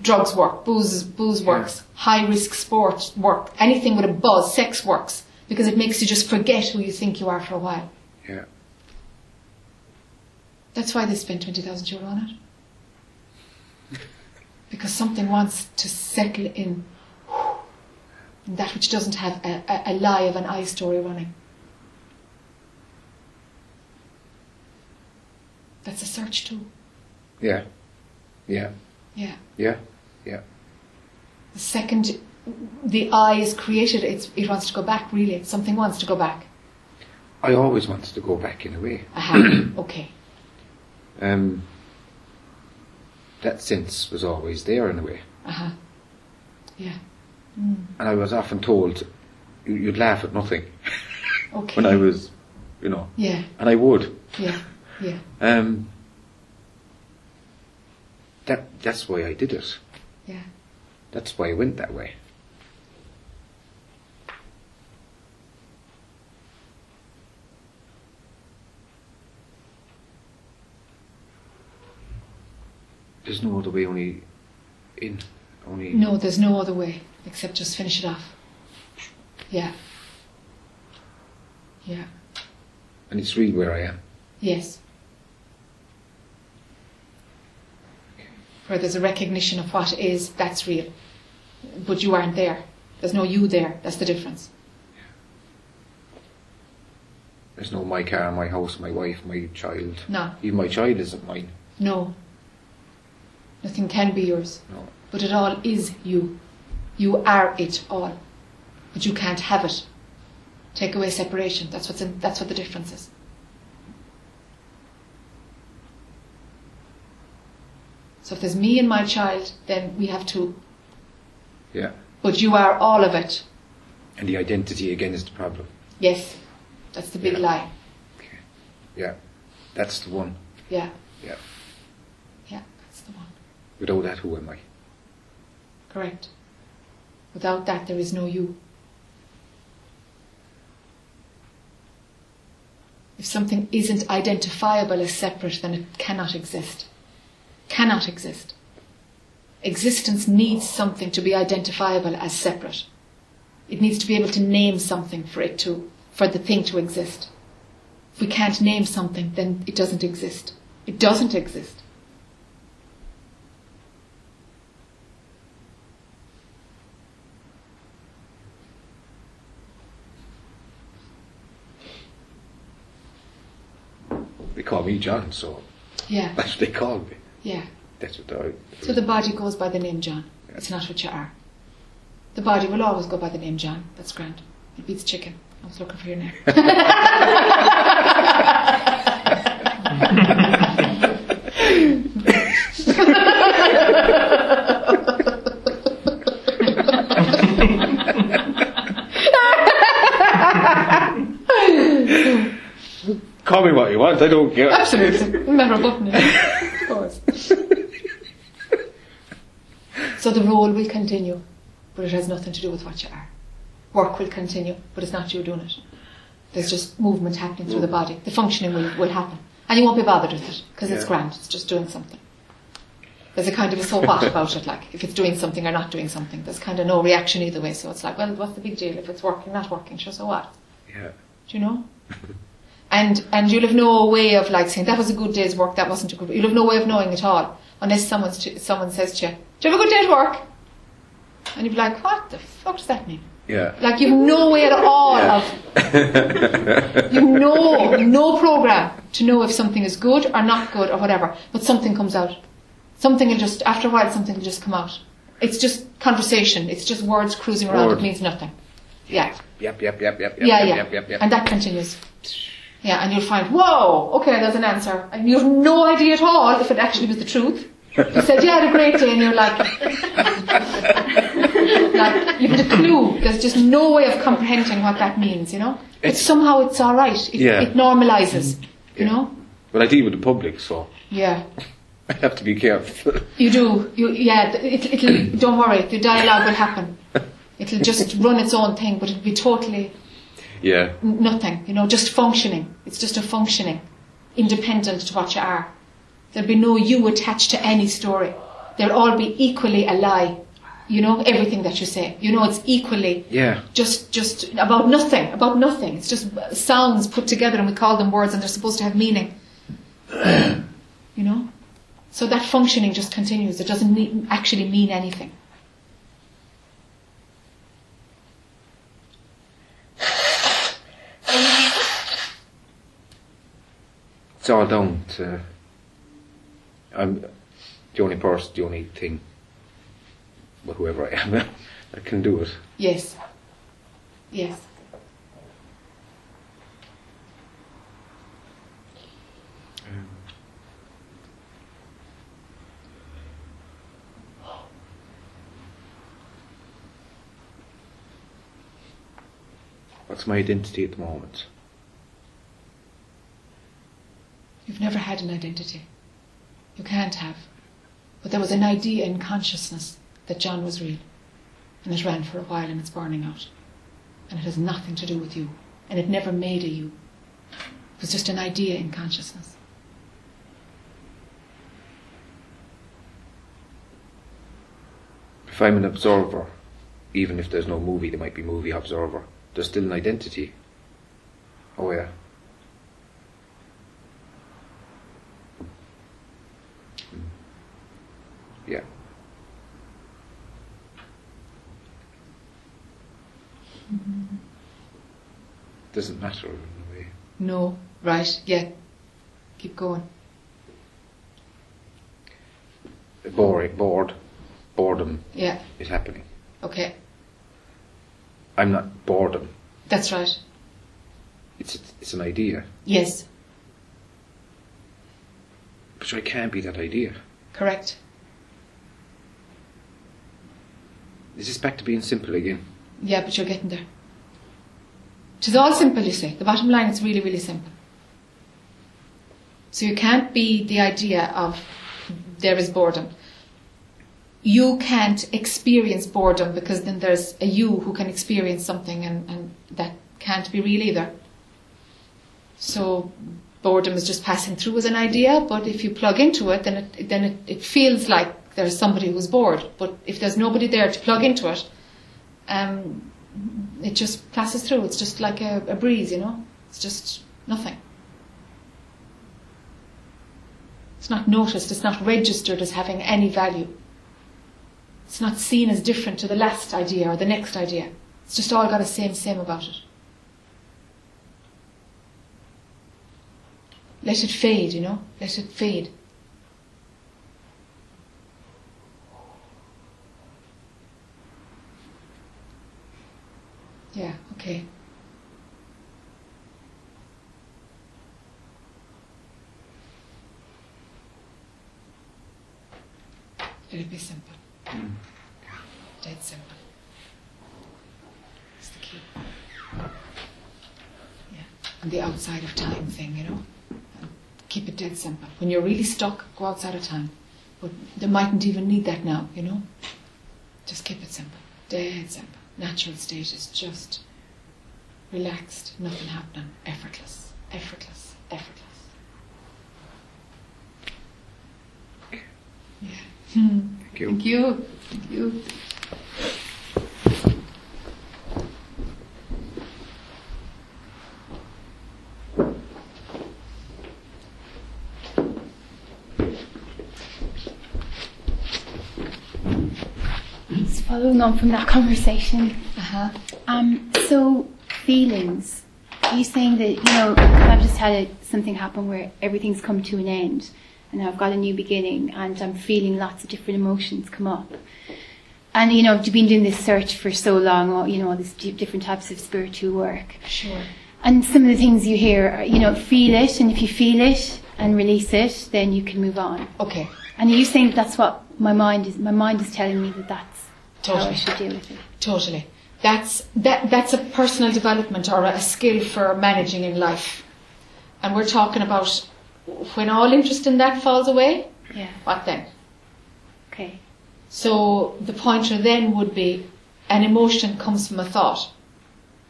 Speaker 1: drugs work, booze booze works, high risk sport work, anything with a buzz, sex works, because it makes you just forget who you think you are for a while.
Speaker 3: yeah.
Speaker 1: That's why they spend twenty thousand euro on it. Because something wants to settle in <sighs> that which doesn't have a, a, a lie of an eye story running. That's a search too.
Speaker 3: Yeah. Yeah.
Speaker 1: Yeah.
Speaker 3: Yeah. Yeah.
Speaker 1: The second the eye is created, it's, it wants to go back, really. Something wants to go back.
Speaker 3: I always wanted to go back in a way.
Speaker 1: Aha, okay.
Speaker 3: <clears throat> Um, that sense was always there in a way.
Speaker 1: Aha. uh-huh. Yeah,
Speaker 3: And I was often told, "You- you'd laugh at nothing
Speaker 1: okay.
Speaker 3: when I was, you know,
Speaker 1: yeah,
Speaker 3: and I would.
Speaker 1: yeah, yeah,
Speaker 3: Um, that, that's why I did it.
Speaker 1: yeah.
Speaker 3: That's why I went that way. There's no other way, only in, only.
Speaker 1: No, there's no other way except just finish it off. Yeah. Yeah,
Speaker 3: And it's really where I am.
Speaker 1: yes. Where there's a recognition of what is, that's real. But you aren't there. There's no you there. That's the difference.
Speaker 3: There's no my car, my house, my wife, my child.
Speaker 1: No,
Speaker 3: Even my child isn't mine.
Speaker 1: no. Nothing can be yours.
Speaker 3: No.
Speaker 1: But it all is you. You are it all. But you can't have it. Take away separation. That's what's in, that's what the difference is. So if there's me and my child, then we have two.
Speaker 3: Yeah.
Speaker 1: But you are all of it.
Speaker 3: And the identity again is the problem.
Speaker 1: Yes. That's the big
Speaker 3: Yeah.
Speaker 1: lie.
Speaker 3: Yeah. That's the one.
Speaker 1: Yeah.
Speaker 3: Yeah.
Speaker 1: Yeah, that's the one.
Speaker 3: Without that, who am I?
Speaker 1: Correct. Without that, there is no you. If something isn't identifiable as separate, then it cannot exist. Cannot exist. Existence needs something to be identifiable as separate. It needs to be able to name something for it to, for the thing to exist. If we can't name something, then it doesn't exist. It doesn't exist.
Speaker 3: They call me John, so
Speaker 1: Yeah,
Speaker 3: that's what <laughs> they call me.
Speaker 1: yeah.
Speaker 3: That's what I.
Speaker 1: So the body goes by the name John. It's not what you are. The body will always go by the name John. That's grand. It beats chicken. I was looking for your name. <laughs>
Speaker 3: Call me what you want. I don't care.
Speaker 1: Absolutely.
Speaker 3: <laughs>
Speaker 1: No matter what button it is. Of course. So the role will continue, but it has nothing to do with what you are. Work will continue, but it's not you doing it. There's just movement happening through the
Speaker 3: Mm.
Speaker 1: body. The functioning will, will happen. And you won't be bothered with it, because it's
Speaker 3: Yeah.
Speaker 1: grand. It's just doing something. There's a kind of a so what about it, like if it's doing something or not doing something. There's kind of no reaction either way, so it's like, well, what's the big deal if it's working, not working, sure, so what?
Speaker 3: Yeah.
Speaker 1: Do you know? and and you'll have no way of like saying that was a good day's work, that wasn't a good. You'll have no way of knowing at all unless someone's to, someone says to you, "Do you have a good day at work?" And you'll be like, "What the fuck does that mean?"
Speaker 3: Yeah.
Speaker 1: Like you've no way at all
Speaker 5: <laughs>
Speaker 1: of
Speaker 5: Mm-hmm.
Speaker 1: you've no no program to know if something is good or not good or whatever. But something comes out. Something will just after a while something will just come out. It's just conversation. It's just words cruising around.
Speaker 3: Word.
Speaker 1: It means nothing. Yeah
Speaker 3: Yep, yep, yep, yep, yep,
Speaker 1: yeah,
Speaker 3: yep,
Speaker 1: yeah.
Speaker 3: yep, yep, yep.
Speaker 1: And
Speaker 3: <laughs>
Speaker 1: that continues. Yeah, and you'll find, whoa, okay, there's an answer. And you have no idea at all if it actually was the truth. You said, yeah, I had a great day, and you're like, <laughs> like, you've a clue. There's just no way of comprehending what that means, you know? But somehow it's all right. It,
Speaker 3: Yeah.
Speaker 1: it normalizes, you
Speaker 3: Yeah.
Speaker 1: know?
Speaker 3: But I deal with the public, so <laughs>
Speaker 1: Yeah.
Speaker 3: I have to be careful. <laughs>
Speaker 1: You do. You, yeah, th- it, it'll, <clears throat> don't worry, the dialogue will <laughs> happen. It'll just run its own thing, but it'll be totally
Speaker 3: yeah.
Speaker 1: n- nothing, you know, just functioning. It's just a functioning, independent to what you are. There'll be no you attached to any story. They'll all be equally a lie, you know, everything that you say. You know, it's equally
Speaker 3: Yeah.
Speaker 1: just, just about nothing, about nothing. It's just uh, sounds put together and we call them words and they're supposed to have meaning, you know. So that functioning just continues. It doesn't need, actually mean anything.
Speaker 3: It's all down to. uh, I'm the only person, the only thing, well, whoever I am, <laughs> that can do it.
Speaker 1: Yes. Yes.
Speaker 3: What's my identity at the moment?
Speaker 1: You've never had an identity. You can't have. But there was an idea in consciousness that John was real. And it ran for a while and it's burning out. And it has nothing to do with you. And it never made a you. It was just an idea in consciousness.
Speaker 3: If I'm an observer, even if there's no movie, there might be movie observer, there's still an identity. Oh, yeah. Mm. Yeah. Doesn't matter in a way.
Speaker 1: No, right, yeah. Keep going.
Speaker 3: Boring, bored, boredom
Speaker 1: Yeah,
Speaker 3: is happening.
Speaker 1: okay.
Speaker 3: I'm not boredom.
Speaker 1: That's right.
Speaker 3: It's it's an idea,
Speaker 1: Yes,
Speaker 3: but I can't be that idea.
Speaker 1: correct.
Speaker 3: Is this back to being simple again?
Speaker 1: Yeah, but you're getting there. It is all simple, you see. The bottom line is really, really simple. So you can't be the idea of there is boredom. You can't experience boredom because then there's a you who can experience something and, and that can't be real either. So boredom is just passing through as an idea, but if you plug into it, then it, then it, it feels like there's somebody who's bored. But if there's nobody there to plug into it, um, it just passes through. It's just like a, a breeze, you know? It's just nothing. It's not noticed, it's not registered as having any value. It's not seen as different to the last idea or the next idea. It's just all got a same, same about it. Let it fade, you know? Let it fade. Yeah, okay. It'll be simple. Dead simple. It's the key. Yeah. And the outside of time thing, you know. And keep it dead simple. When you're really stuck, go outside of time. But they mightn't even need that now, you know. Just keep it simple. Dead simple. Natural state is just relaxed, nothing happening, effortless, effortless, effortless. Yeah. Hmm.
Speaker 3: Thank you.
Speaker 1: Thank you. Thank you.
Speaker 6: <laughs> Just following on from that conversation,
Speaker 1: Uh-huh.
Speaker 6: um, so feelings. Are you saying that you know 'cause I've just had a, something happen where everything's come to an end, and I've got a new beginning, and I'm feeling lots of different emotions come up. And you know, I've been doing this search for so long, all, you know, all these di- different types of spiritual work.
Speaker 1: Sure.
Speaker 6: And some of the things you hear, are, you know, feel it, and if you feel it and release it, then you can move on.
Speaker 1: Okay.
Speaker 6: And are you saying that's what my mind is? My mind is telling me that that's how I
Speaker 1: Totally.
Speaker 6: should deal with it.
Speaker 1: Totally. That's that. That's a personal development or a skill for managing in life. And we're talking about when all interest in that falls away.
Speaker 6: Yeah.
Speaker 1: What then?
Speaker 6: Okay.
Speaker 1: So the pointer then would be an emotion comes from a thought.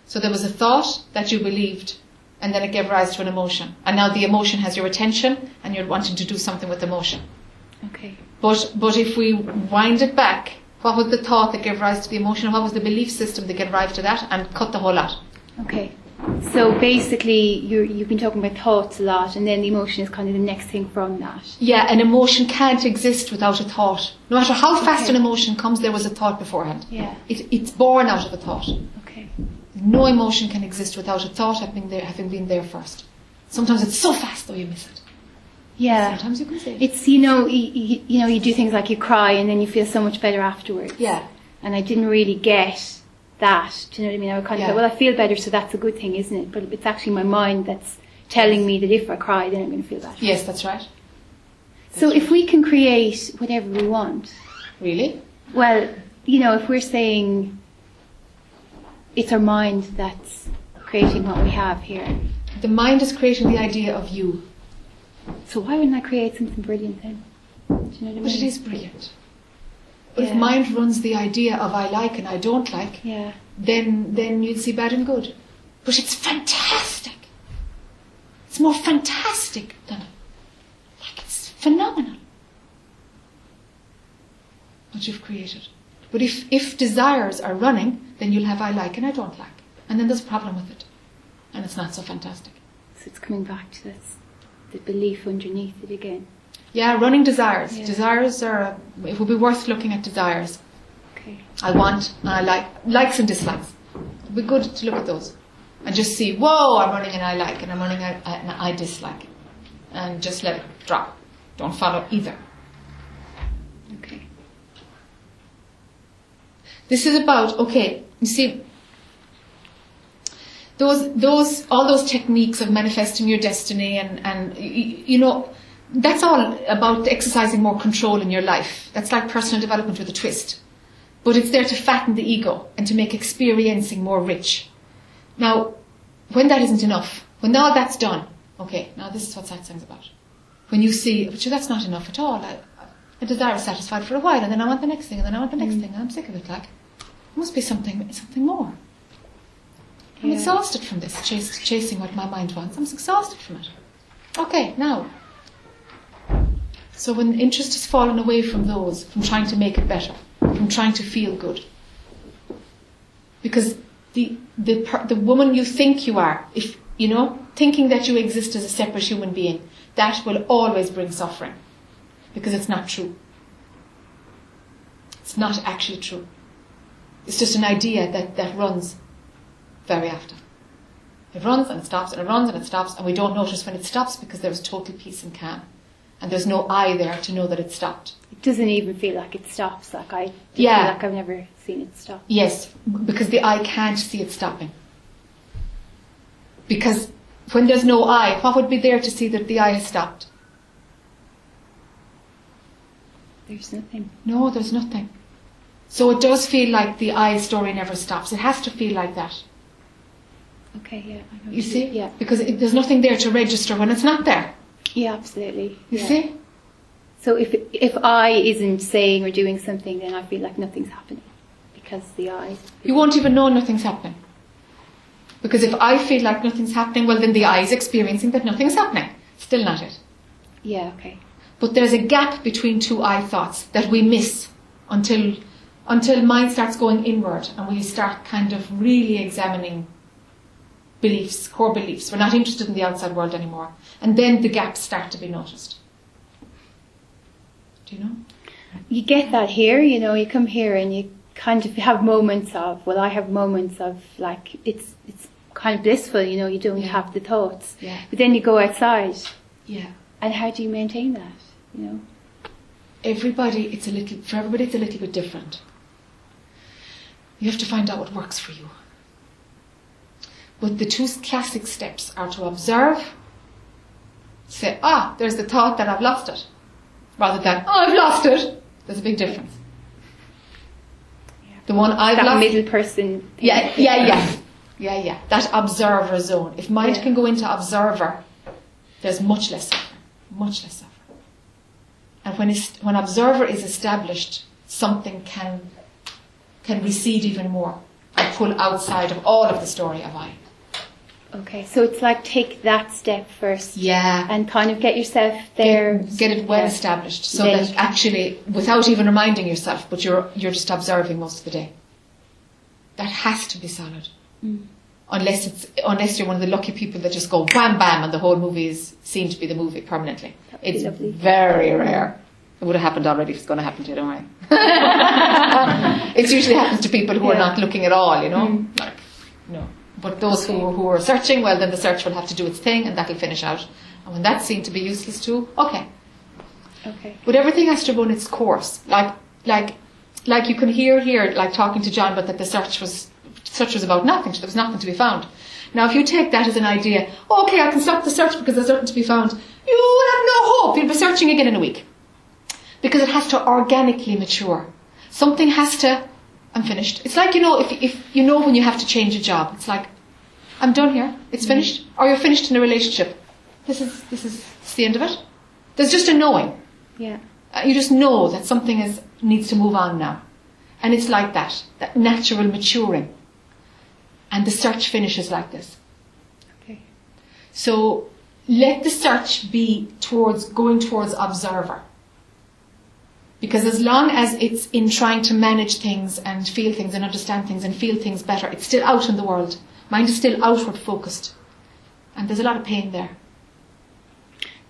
Speaker 1: So there was a thought that you believed and then it gave rise to an emotion. And now the emotion has your attention and you're wanting to do something with the emotion.
Speaker 6: Okay.
Speaker 1: But but if we wind it back, what was the thought that gave rise to the emotion? What was the belief system that gave rise to that? And cut the whole lot.
Speaker 6: Okay. So basically, you you've been talking about thoughts a lot, and then the emotion is kind of the next thing from that.
Speaker 1: Yeah, an emotion can't exist without a thought. No matter how fast
Speaker 6: Okay.
Speaker 1: an emotion comes, there was a thought beforehand.
Speaker 6: Yeah.
Speaker 1: It, it's born out of a thought.
Speaker 6: Okay.
Speaker 1: No emotion can exist without a thought having, there, having been there first. Sometimes it's so fast though you miss it.
Speaker 6: Yeah.
Speaker 1: Sometimes you can see it.
Speaker 6: It's you know you, you, you know you do things like you cry, and then you feel so much better afterwards.
Speaker 1: Yeah.
Speaker 6: And I didn't really get that. Do you know what I mean? I would kind of
Speaker 1: Yeah.
Speaker 6: thought, well, I feel better, so that's a good thing, isn't it? But it's actually my mind that's telling me that if I cry, then I'm going to feel better.
Speaker 1: Yes, that's right.
Speaker 6: So if we can create whatever we want,
Speaker 1: Really?
Speaker 6: Well, you know, if we're saying it's our mind that's creating what we have here,
Speaker 1: The mind is creating the idea of you,
Speaker 6: so why wouldn't I create something brilliant then? Do you know what I mean?
Speaker 1: but it is brilliant. But If
Speaker 6: Yeah.
Speaker 1: mind runs the idea of I like and I don't like,
Speaker 6: Yeah.
Speaker 1: then then you'd see bad and good. But it's fantastic. It's more fantastic than like it's phenomenal. What you've created. But if if desires are running, then you'll have I like and I don't like, and then there's a problem with it, and it's not so fantastic.
Speaker 6: So it's coming back to this, the belief underneath it again.
Speaker 1: Yeah, running desires.
Speaker 6: Yeah.
Speaker 1: Desires are. It would be worth looking at desires.
Speaker 6: Okay.
Speaker 1: I want and I like likes and dislikes. It'd be good to look at those and just see. Whoa, I'm running and I like, and I'm running and I- and I dislike, and just let it drop. Don't follow either.
Speaker 6: Okay.
Speaker 1: This is about okay. You see, those those all those techniques of manifesting your destiny and and you, you know that's all about exercising more control in your life. That's like personal development with a twist, but it's there to fatten the ego and to make experiencing more rich. Now, when that isn't enough, when all that's done, okay, now this is what satsang's about. When you see, but sure, that's not enough at all. I, a desire is satisfied for a while, and then I want the next thing, and then I want the next thing, and I'm sick of it. Like, there must be something, something more. I'm
Speaker 6: Yeah.
Speaker 1: exhausted from this, chas- chasing what my mind wants. I'm exhausted from it. Okay, now. So when interest has fallen away from those, from trying to make it better, from trying to feel good, because the the per, the woman you think you are, if you know, thinking that you exist as a separate human being, that will always bring suffering, because it's not true. It's not actually true. It's just an idea that that runs very often. It runs and it stops and it runs and it stops, and we don't notice when it stops because there is total peace and calm, and there's no I there to know that it stopped.
Speaker 6: It doesn't even feel like it stops. Like I
Speaker 1: Yeah.
Speaker 6: feel like I've never seen it stop.
Speaker 1: Yes, because the eye can't see it stopping. Because when there's no eye, what would be there to see that the eye has stopped?
Speaker 6: There's nothing.
Speaker 1: No, there's nothing. So it does feel like the eye story never stops. It has to feel like that.
Speaker 6: Okay, yeah. I know what
Speaker 1: You see?
Speaker 6: Yeah.
Speaker 1: Because it, there's nothing there to register when it's not there.
Speaker 6: Yeah, absolutely.
Speaker 1: You
Speaker 6: yeah.
Speaker 1: see?
Speaker 6: So if if I isn't saying or doing something, then I feel like nothing's happening because the eye.
Speaker 1: You won't even know nothing's happening. Because if I feel like nothing's happening, well, then the eye is experiencing that nothing's happening. Still not it.
Speaker 6: Yeah. Okay.
Speaker 1: But there's a gap between two I thoughts that we miss until until mind starts going inward and we start kind of really examining beliefs, core beliefs. We're not interested in the outside world anymore. And then the gaps start to be noticed. Do you know?
Speaker 6: You get that here. You know, you come here and you kind of have moments of. Well, I have moments of like it's it's kind of blissful. You know, you don't
Speaker 1: Yeah.
Speaker 6: have the thoughts.
Speaker 1: Yeah.
Speaker 6: But then you go outside,
Speaker 1: Yeah.
Speaker 6: and how do you maintain that? You know.
Speaker 1: Everybody it's a little for everybody it's a little bit different. You have to find out what works for you. But the two classic steps are to observe, say, ah, there's the thought that I've lost it, rather than, <laughs> oh, I've lost it. There's a big difference. The one I've
Speaker 6: that
Speaker 1: lost.
Speaker 6: middle person. thing.
Speaker 1: Yeah, yeah, yeah. Yeah, yeah. That observer zone. If mind
Speaker 6: Yeah.
Speaker 1: can go into observer, there's much less suffering. Much less suffering. And when, it's, when observer is established, something can, can recede even more and pull outside of all of the story of I.
Speaker 6: Okay, so it's like take that step first
Speaker 1: Yeah.
Speaker 6: and kind of get yourself there.
Speaker 1: Get, get it well
Speaker 6: Yeah.
Speaker 1: established so
Speaker 6: Then you
Speaker 1: that
Speaker 6: can-
Speaker 1: actually, without even reminding yourself, but you're, you're just observing most of the day. That has to be solid. Unless, it's, unless you're one of the lucky people that just go bam bam and the whole movie is seen to be the movie permanently.
Speaker 6: That would be
Speaker 1: It's
Speaker 6: lovely.
Speaker 1: very rare. It would have happened already if it's going to happen to you,
Speaker 6: <laughs>
Speaker 1: don't worry. <laughs> it usually happens to people who are
Speaker 6: Yeah. Mm.
Speaker 1: not looking at all, you know? Like, no. But those who, who are searching, well, then the search will have to do its thing and that'll finish out. And when that seemed to be useless too, okay.
Speaker 6: <laughs> Okay.
Speaker 1: But everything has to run its course. Like, like, like you can hear here, like talking to John, but that the search was, search was about nothing. There was nothing to be found. Now, if you take that as an idea, okay, I can stop the search because there's nothing to be found. You have no hope. You'll be searching again in a week because it has to organically mature. Something has to. I'm finished. It's like you know if if you know when you have to change a job. It's like I'm done here. It's finished. Or you're finished in a relationship. This is this is it's the end of it. There's just a knowing.
Speaker 6: Yeah.
Speaker 1: Uh, you just know that something is needs to move on now, and it's like that. That natural maturing. And the search finishes like this.
Speaker 6: Okay.
Speaker 1: So let the search be towards going towards observer. Because as long as it's in trying to manage things and feel things and understand things and feel things better, it's still out in the world. Mind is still outward focused. And there's a lot of pain there.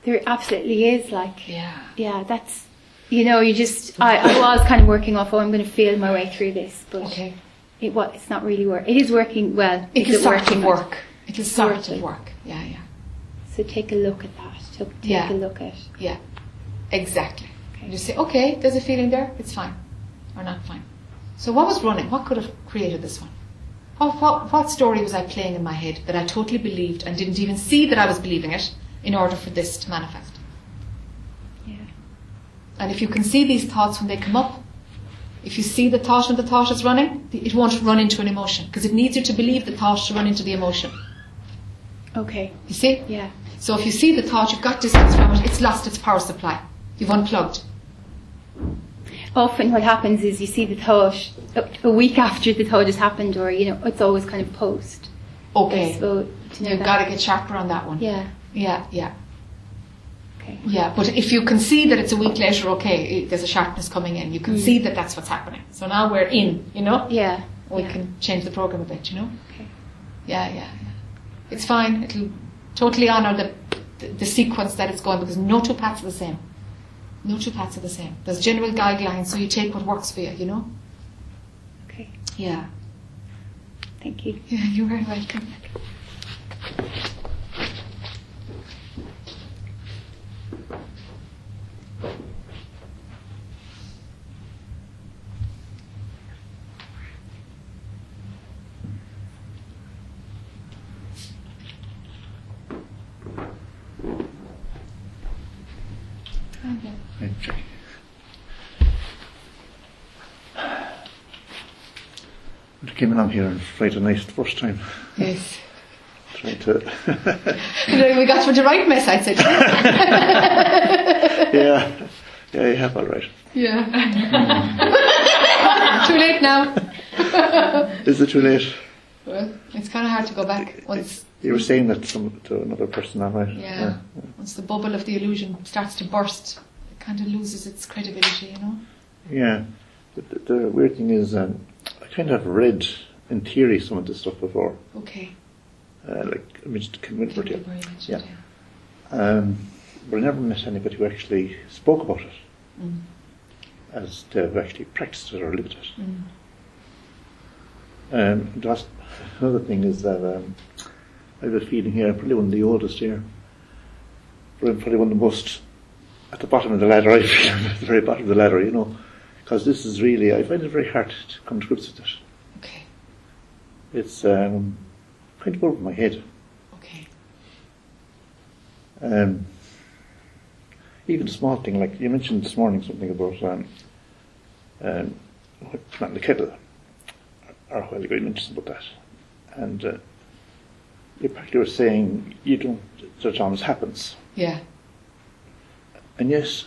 Speaker 6: There absolutely is like
Speaker 1: Yeah.
Speaker 6: yeah, that's you know, you just I, I was kind of working off, oh I'm gonna feel my way through this but
Speaker 1: Okay.
Speaker 6: it was it's not really work it is working well.
Speaker 1: It'll
Speaker 6: is it
Speaker 1: start to
Speaker 6: working?
Speaker 1: work. It'll start to
Speaker 6: Working.
Speaker 1: work. Yeah, yeah.
Speaker 6: So take a look at that. So take
Speaker 1: Yeah.
Speaker 6: a look at
Speaker 1: Yeah. Exactly.
Speaker 6: Okay.
Speaker 1: And you say, okay, there's a feeling there, it's fine. Or not fine. So what was running? What could have created this one? What, what, what story was I playing in my head that I totally believed and didn't even see that I was believing it in order for this to manifest?
Speaker 6: yeah.
Speaker 1: And if you can see these thoughts when they come up, if you see the thought and the thought is running, it won't run into an emotion because it needs you to believe the thought to run into the emotion.
Speaker 6: Okay.
Speaker 1: You see?
Speaker 6: Yeah.
Speaker 1: So if you see the thought, you've got distance from it, it's lost its power supply. You've unplugged.
Speaker 6: Often what happens is you see the thought a- a week after the thought has happened or you know, it's always kind of post.
Speaker 1: Okay.
Speaker 6: So to know
Speaker 1: You've
Speaker 6: that-
Speaker 1: got to get sharper on that one.
Speaker 6: Yeah.
Speaker 1: Yeah, yeah,
Speaker 6: Okay.
Speaker 1: yeah. But if you can see that it's a week later, okay, it- there's a sharpness coming in. You can see that that's what's happening. So now we're in, you know?
Speaker 6: Mm. Yeah.
Speaker 1: or
Speaker 6: Yeah.
Speaker 1: we can change the program a bit, you know?
Speaker 6: Okay.
Speaker 1: Yeah, yeah, yeah. It's fine. It'll totally honour the, the, the sequence that it's going because no two paths are the same. No two paths are the same. There's general guidelines, so you take what works for you, you know?
Speaker 6: Okay.
Speaker 1: Yeah.
Speaker 6: Thank you.
Speaker 1: Yeah, you're very welcome. Okay.
Speaker 7: I came in on here on Friday night the first time,
Speaker 1: Yes.
Speaker 7: trying to, <laughs>
Speaker 1: <laughs> You know, we got for the right mess, I
Speaker 6: <laughs>
Speaker 1: said.
Speaker 7: yeah, yeah, you have all right.
Speaker 1: Yeah. <laughs> Too late now.
Speaker 7: Is it too late?
Speaker 1: Well, it's kind of hard to go back once
Speaker 7: You were saying that some, to another person, all right?
Speaker 1: Yeah. Once the bubble of the illusion starts to burst, it kind of loses its credibility, you know?
Speaker 7: Yeah. The, the- the weird thing is, um, I kind of read in theory some of this stuff before,
Speaker 1: Okay.
Speaker 7: uh, like I mean, just Kim Wilbert,
Speaker 1: Thank you
Speaker 7: yeah.
Speaker 1: very much.
Speaker 7: Yeah. Um, but I never met anybody who actually spoke about it
Speaker 5: Mm-hmm.
Speaker 1: Mm.
Speaker 7: as they've actually practiced it or lived it.
Speaker 5: Mm-hmm.
Speaker 1: Mm.
Speaker 7: Um, that's another thing is that um, I have a feeling here, I'm probably one of the oldest here, but I'm probably one of the most at the bottom of the ladder, <laughs> I feel, at the very bottom of the ladder, you know, because this is really, I find it very hard to come to grips with it.
Speaker 1: Okay.
Speaker 7: It's um, kind of over my head.
Speaker 1: Okay.
Speaker 7: Um, even a small thing, like you mentioned this morning something about um, um, planting the kettle, or a while ago you mentioned about that. And uh, you practically were saying you don't, that always happens.
Speaker 1: Yeah.
Speaker 7: And yes,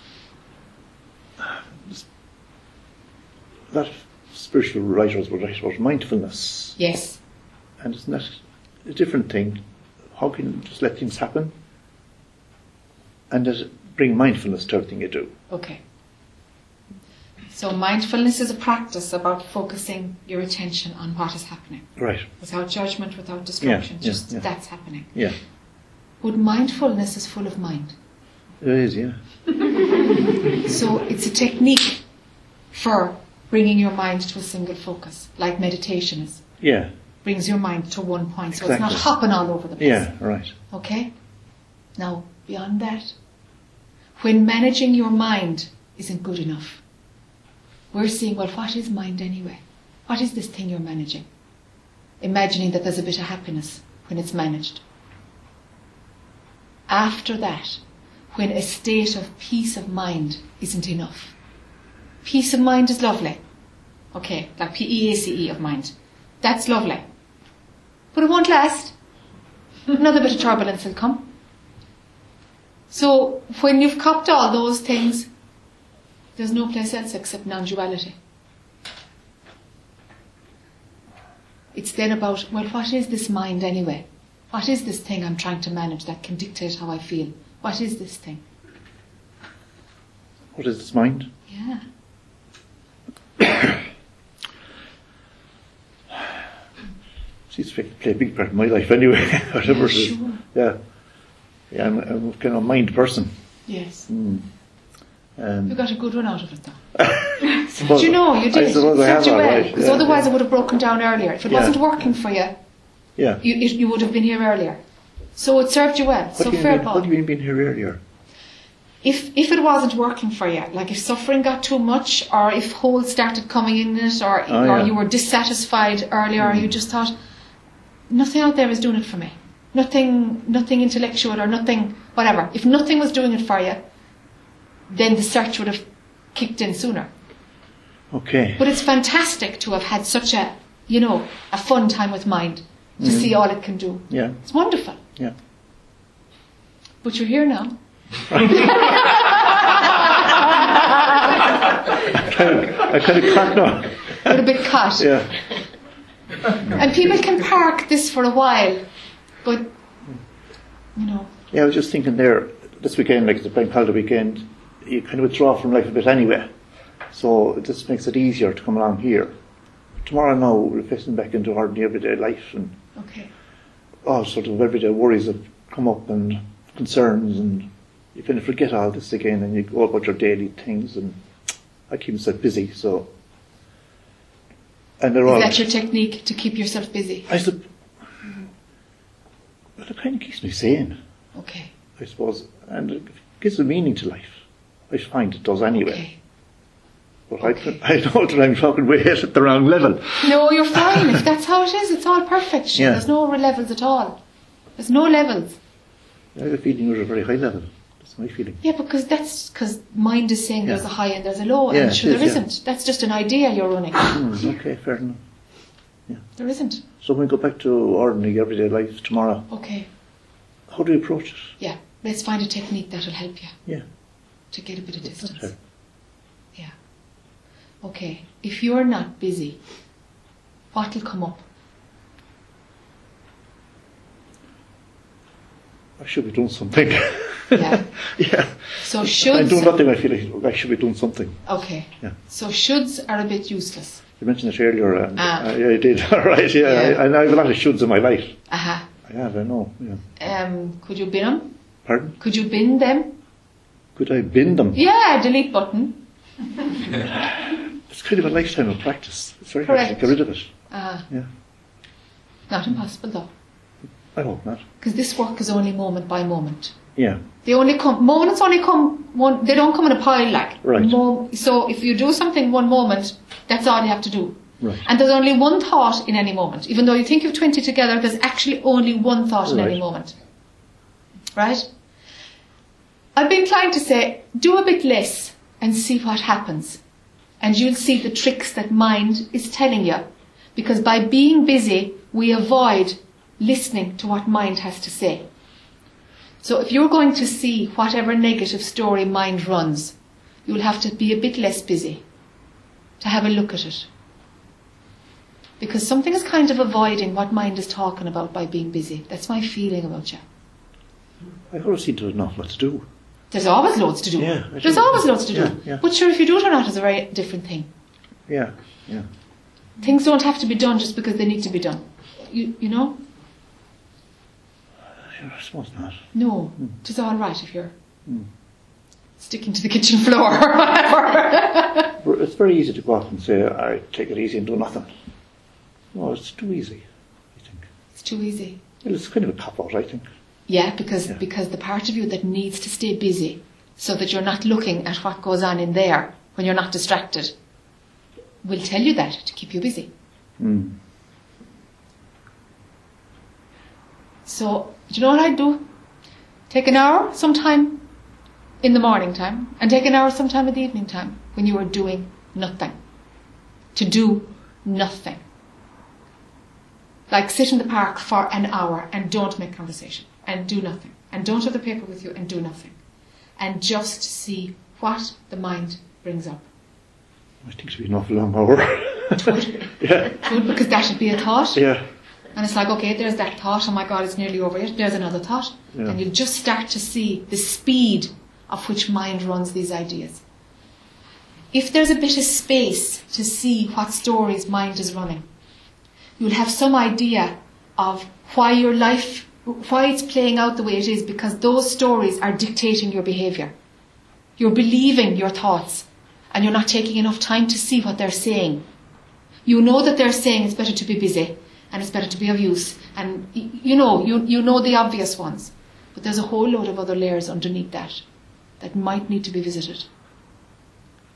Speaker 7: a lot of spiritual writers would write about mindfulness.
Speaker 1: Yes.
Speaker 7: And isn't that a different thing? How can you just let things happen? And does it bring mindfulness to everything you do?
Speaker 1: Okay. So mindfulness is a practice about focusing your attention on what is happening,
Speaker 7: Right.
Speaker 1: without judgment, without distraction.
Speaker 7: yeah,
Speaker 1: just
Speaker 7: yeah.
Speaker 1: that's happening.
Speaker 7: Yeah.
Speaker 1: But mindfulness is full of mind.
Speaker 7: It is, yeah.
Speaker 1: So it's a technique for bringing your mind to a single focus, like meditation is.
Speaker 7: Yeah.
Speaker 1: brings your mind to one point, so it's not
Speaker 7: Exactly.
Speaker 1: hopping all over the place.
Speaker 7: Yeah, right.
Speaker 1: Okay? Now, beyond that, when managing your mind isn't good enough, we're seeing, well, what is mind anyway? What is this thing you're managing? Imagining that there's a bit of happiness when it's managed. After that, when a state of peace of mind isn't enough, peace of mind is lovely. Okay, like P E A C E of mind. That's lovely. But it won't last another bit of turbulence will come. So when you've copped all those things, there's no place else except non-duality. It's then about, well, what is this mind anyway? What is this thing I'm trying to manage that can dictate how I feel? What is this thing?
Speaker 7: What is this mind?
Speaker 1: Yeah.
Speaker 7: Seems to play a big part in my life anyway, <laughs> whatever it is.
Speaker 1: sure.
Speaker 7: Yeah. Yeah, I'm, I'm kind of a mind person.
Speaker 1: Yes.
Speaker 7: Hmm.
Speaker 1: You
Speaker 7: Um,
Speaker 1: got a good one out of it, though.
Speaker 7: suppose- <laughs>
Speaker 1: Do you know you did?
Speaker 7: I suppose I have
Speaker 1: you
Speaker 7: all
Speaker 1: well,
Speaker 7: right,
Speaker 1: because
Speaker 7: yeah,
Speaker 1: otherwise I would have broken down earlier. If it
Speaker 7: Yeah.
Speaker 1: wasn't working for you,
Speaker 7: Yeah.
Speaker 1: you, it, you would have been here earlier. So it served you well.
Speaker 7: What,
Speaker 1: so
Speaker 7: do you
Speaker 1: fair
Speaker 7: mean,
Speaker 1: ball.
Speaker 7: what do you mean being here earlier?
Speaker 1: if if it wasn't working for you, like if suffering got too much, or if holes started coming in it, or
Speaker 7: Oh, yeah.
Speaker 1: or
Speaker 7: Mm-hmm.
Speaker 1: you were dissatisfied earlier, or you just thought nothing out there is doing it for me, nothing nothing intellectual or nothing whatever. If nothing was doing it for you, then the search would have kicked in sooner.
Speaker 7: Okay.
Speaker 1: But it's fantastic to have had such a you know a fun time with mind to
Speaker 7: Mm-hmm.
Speaker 1: see all it can do.
Speaker 7: Yeah,
Speaker 1: It's wonderful.
Speaker 7: yeah. <laughs>
Speaker 1: But you're here now.
Speaker 7: I kind of cracked up.
Speaker 1: <laughs> You're a bit caught.
Speaker 7: Yeah.
Speaker 1: And people can park this for a while, but you know,
Speaker 7: Yeah, I was just thinking there, this weekend, like the bank holiday weekend, you kind of withdraw from life a bit anyway. So it just makes it easier to come along here tomorrow now we're facing back into ordinary everyday life and
Speaker 1: <laughs> Okay.
Speaker 7: all Oh, sort of everyday worries that come up and concerns and you kind of forget all this again and you go about your daily things and I keep myself busy so and they're all
Speaker 1: Is that your technique to keep yourself busy?
Speaker 7: I sup- well, it kind of keeps me sane
Speaker 1: Okay.
Speaker 7: I suppose and it gives a meaning to life I find it does anyway
Speaker 1: Okay.
Speaker 7: but I, can, <laughs> I know that I'm talking way at the wrong level
Speaker 1: No, you're fine. if that's how it is, it's all perfect. Sure,
Speaker 7: Yeah.
Speaker 1: There's no levels at all. There's no levels.
Speaker 7: I have a feeling you're at a very high level that's my
Speaker 1: <laughs>
Speaker 7: feeling
Speaker 1: Yeah, because that's because mind is saying there's a
Speaker 7: Yeah.
Speaker 1: high and there's a low,
Speaker 7: Yeah,
Speaker 1: and sure
Speaker 7: it
Speaker 1: there
Speaker 7: is, yeah.
Speaker 1: not That's just an idea you're running.
Speaker 7: Hmm, okay fair enough
Speaker 1: there isn't.
Speaker 7: So when we go back to ordinary everyday life tomorrow,
Speaker 1: Okay.
Speaker 7: how do we approach it?
Speaker 1: Yeah. Let's find a technique that'll help you.
Speaker 7: Yeah.
Speaker 1: To get a bit of distance.
Speaker 7: Okay.
Speaker 1: Yeah. Okay. If you're not busy, what'll come up?
Speaker 7: I should be doing
Speaker 1: <laughs>
Speaker 7: something.
Speaker 1: Yeah.
Speaker 7: yeah.
Speaker 1: So
Speaker 7: I
Speaker 1: shoulds.
Speaker 7: do nothing, I feel like I should be doing something.
Speaker 1: Okay.
Speaker 7: Yeah.
Speaker 1: So shoulds are a bit useless.
Speaker 7: You mentioned it earlier. And
Speaker 1: Ah.
Speaker 7: I, I did, <laughs> all right, yeah.
Speaker 1: Yeah.
Speaker 7: I, and I have a lot of shoulds in my life.
Speaker 1: Aha.
Speaker 7: I have, I know, yeah.
Speaker 1: Um, could you bin them?
Speaker 7: Pardon?
Speaker 1: Could you bin them?
Speaker 7: Could I bin them?
Speaker 1: Yeah, delete button.
Speaker 7: <laughs> It's kind of a lifetime of practice. It's very hard
Speaker 1: Correct.
Speaker 7: to get rid of it.
Speaker 1: Ah.
Speaker 7: Yeah.
Speaker 1: Not impossible though,
Speaker 7: I hope not.
Speaker 1: because this work is only moment by moment.
Speaker 7: Yeah.
Speaker 1: They only come moments only come one. They don't come in a pile like.
Speaker 7: Right.
Speaker 1: Mo- so if you do something one moment, that's all you have to do.
Speaker 7: Right.
Speaker 1: And there's only one thought in any moment. Even though you think you've 20 together, there's actually only one thought in any
Speaker 7: Right.
Speaker 1: moment. Right? I'd be inclined to say, do a bit less and see what happens. And you'll see the tricks that mind is telling you. Because by being busy, we avoid listening to what mind has to say. So if you're going to see whatever negative story mind runs, you'll have to be a bit less busy to have a look at it. Because something is kind of avoiding what mind is talking about by being busy. That's my feeling about you.
Speaker 7: I always seem to have an awful lot to do.
Speaker 1: There's always loads to do.
Speaker 7: Yeah, I
Speaker 1: There's
Speaker 7: do.
Speaker 1: always loads to do.
Speaker 7: Yeah, yeah.
Speaker 1: But sure, if you do it or not is a very different thing.
Speaker 7: Yeah, yeah.
Speaker 1: Things don't have to be done just because they need to be done. You, you know?
Speaker 7: I suppose not. Hmm.
Speaker 1: No. It's all right if you're sticking to the kitchen floor <laughs> or whatever.
Speaker 7: Well, It's very easy to go off and say, I take it easy and do nothing. No, it's too easy, I think.
Speaker 1: it's too easy.
Speaker 7: Well, it's kind of a cop out, I think.
Speaker 1: Yeah, because
Speaker 7: Yeah.
Speaker 1: because the part of you that needs to stay busy so that you're not looking at what goes on in there when you're not distracted will tell you that to keep you busy.
Speaker 4: 嗯
Speaker 1: So do you know what I'd do? Take an hour sometime in the morning time and take an hour sometime in the evening time when you are doing nothing. To do nothing. Like sit in the park for an hour and don't make conversation and do nothing and don't have the paper with you and do nothing and just see what the mind brings up.
Speaker 7: I think it'd be an awful long hour. <laughs> yeah,
Speaker 1: Good, because that would be a thought.
Speaker 7: yeah,
Speaker 1: And it's like, okay, there's that thought. Oh my God, it's nearly over yet. There's another thought.
Speaker 7: Yeah.
Speaker 1: And you'll just start to see the speed of which mind runs these ideas. If there's a bit of space to see what stories mind is running, you'll have some idea of why your life, why it's playing out the way it is, because those stories are dictating your behavior. You're believing your thoughts, and you're not taking enough time to see what they're saying you know that they're saying it's better to be busy and it's better to be of use and y- you know you, you know the obvious ones but there's a whole load of other layers underneath that that might need to be visited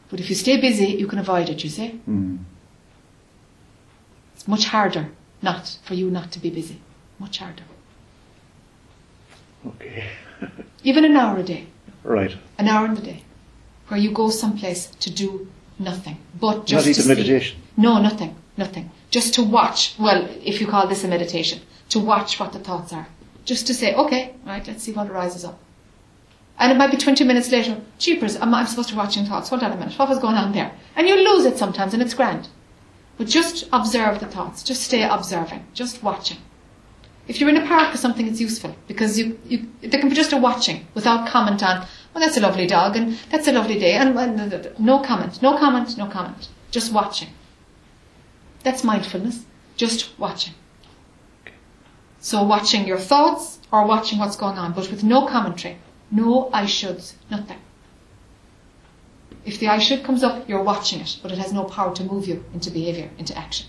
Speaker 1: but if you stay busy you can avoid it you see
Speaker 3: Mm.
Speaker 1: it's much harder not for you not to be busy much harder
Speaker 7: okay. <laughs>
Speaker 1: even an hour a day
Speaker 7: Right.
Speaker 1: an hour in the day where you go someplace to do nothing but just
Speaker 7: Not even
Speaker 1: to see.
Speaker 7: meditation.
Speaker 1: No, nothing, nothing. Just to watch. Well, if you call this a meditation, to watch what the thoughts are. Just to say, okay, right, let's see what rises up. And it might be 20 minutes later, cheapers, I'm, I'm supposed to be watching thoughts. Hold on a minute, what was going on there? And you lose it sometimes, and it's grand. But just observe the thoughts. Just stay observing. Just watching. If you're in a park or something, it's useful because you, you there can be just a watching without comment on. Well, that's a lovely dog, and that's a lovely day, and, and- and- and- no comment, no comment, no comment. Just watching. That's mindfulness. Just watching. So watching your thoughts or watching what's going on, but with no commentary. No I shoulds, nothing. If the I should comes up, you're watching it, but it has no power to move you into behaviour, into action.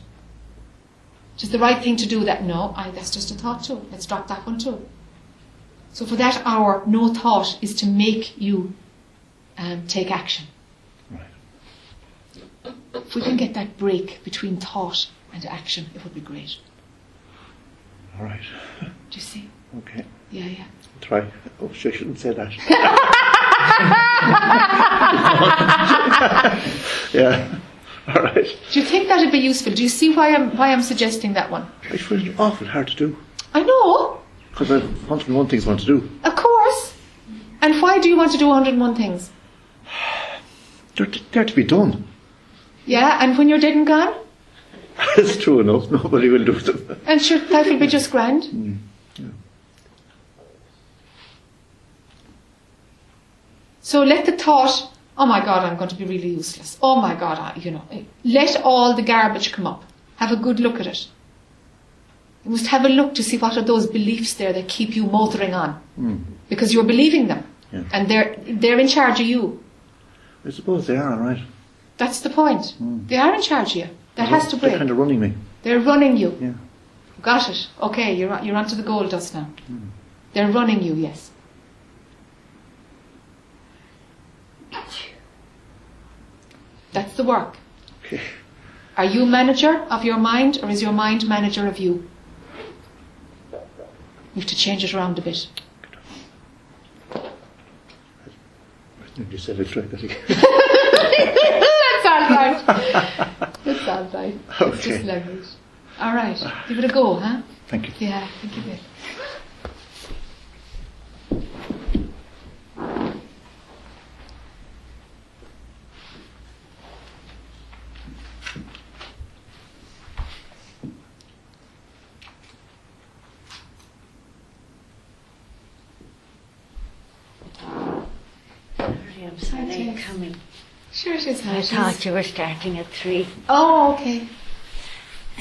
Speaker 1: It is the right thing to do that. No, I, that's just a thought too. Let's drop that one too. So for that hour, no thought is to make you um, take action. If we can get that break between thought and action, it would be great.
Speaker 7: All right.
Speaker 1: Do you see?
Speaker 7: Okay.
Speaker 1: Yeah, yeah.
Speaker 7: Try. Oh, I shouldn't say
Speaker 1: <laughs>
Speaker 7: that. yeah. All right.
Speaker 1: Do you think that'd be useful? Do you see why I'm why I'm suggesting that one?
Speaker 7: I find it awful hard to do
Speaker 1: I know,
Speaker 7: because I 101 things I want to do.
Speaker 1: of course. And why do you want to do 101 things?
Speaker 7: They're, they're to be done.
Speaker 1: Yeah, and when you're dead and gone,
Speaker 7: That's true enough. <laughs> Nobody will do them.
Speaker 1: and sure, life will be just grand. So let the thought, oh my God, I'm going to be really useless. Oh my God, I, you know, eh, let all the garbage come up. Have a good look at it. You must have a look to see what are those beliefs there that keep you motoring on, because you're believing them,
Speaker 7: Hmm, Yeah.
Speaker 1: and they're they're in charge of you.
Speaker 7: I suppose they are, all right.
Speaker 1: That's the point. They are in charge of you. That has to break.
Speaker 7: Hmm. They're kind of running me.
Speaker 1: They're running you.
Speaker 7: Yeah.
Speaker 1: Got it. Okay, you're on, you're onto the gold dust now.
Speaker 7: Hmm.
Speaker 1: They're running you. Yes. That's the work.
Speaker 7: Okay. <laughs>
Speaker 1: Are you manager of your mind, or is your mind manager of you? You have to change it around a bit.
Speaker 7: You said it right. that again.
Speaker 1: <laughs> That's all right. That's all right. It's just
Speaker 7: Okay.
Speaker 1: language. All right. Give it a go, huh?
Speaker 7: Thank you.
Speaker 1: Yeah, I think you
Speaker 4: <laughs>
Speaker 1: did.
Speaker 4: Sorry, I'm so late coming.
Speaker 1: Sure it is.
Speaker 4: I thought you were starting at three.
Speaker 1: Oh, okay.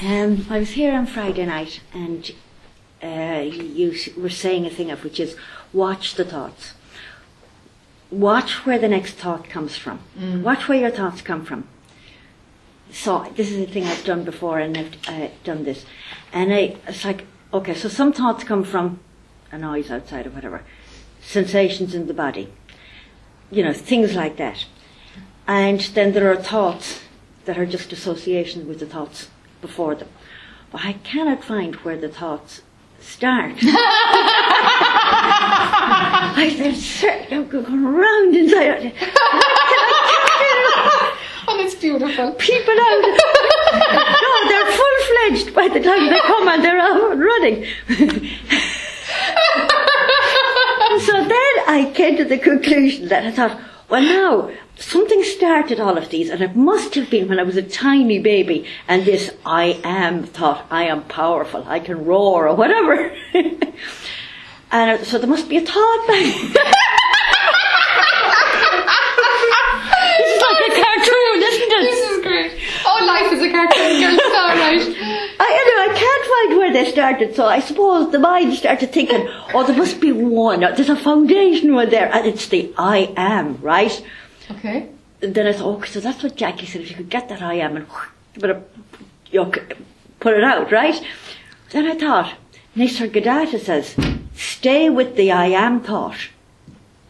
Speaker 4: Um, I was here on Friday night, and uh, you s- were saying a thing of which is watch the thoughts. Watch where the next thought comes from.
Speaker 1: Mm.
Speaker 4: Watch where your thoughts come from. So this is a thing I've done before, and I've uh, done this, and I it's like okay, so some thoughts come from a noise outside or whatever, sensations in the body, you know, things like that, and then there are thoughts that are just associations with the thoughts before them. But I cannot find where the thoughts start. I said, "Sir, I'm going round inside. out."
Speaker 1: Oh, that's beautiful.
Speaker 4: people
Speaker 1: <laughs>
Speaker 4: out. no, they're full fledged by the time they come and they're out
Speaker 1: <laughs>
Speaker 4: running. so then I came to the conclusion that I thought, well, now something started all of these, and it must have been when I was a tiny baby, and this I am thought, I am powerful, I can roar, or whatever. <laughs> and so there must be a thought back. This is like a cartoon, isn't it?
Speaker 1: This is great. Oh, life is a cartoon, girl. It's all right.
Speaker 4: I, anyway, I can't find where they started, so I suppose the mind started thinking, oh, there must be one, or there's a foundation one there, and it's the I am, right?
Speaker 1: Okay.
Speaker 4: And then I thought, okay, so that's what Jackie said, if you could get that I am and but, uh, you know, put it out, right? Then I thought, Nisar Gadata says, stay with the I am thought.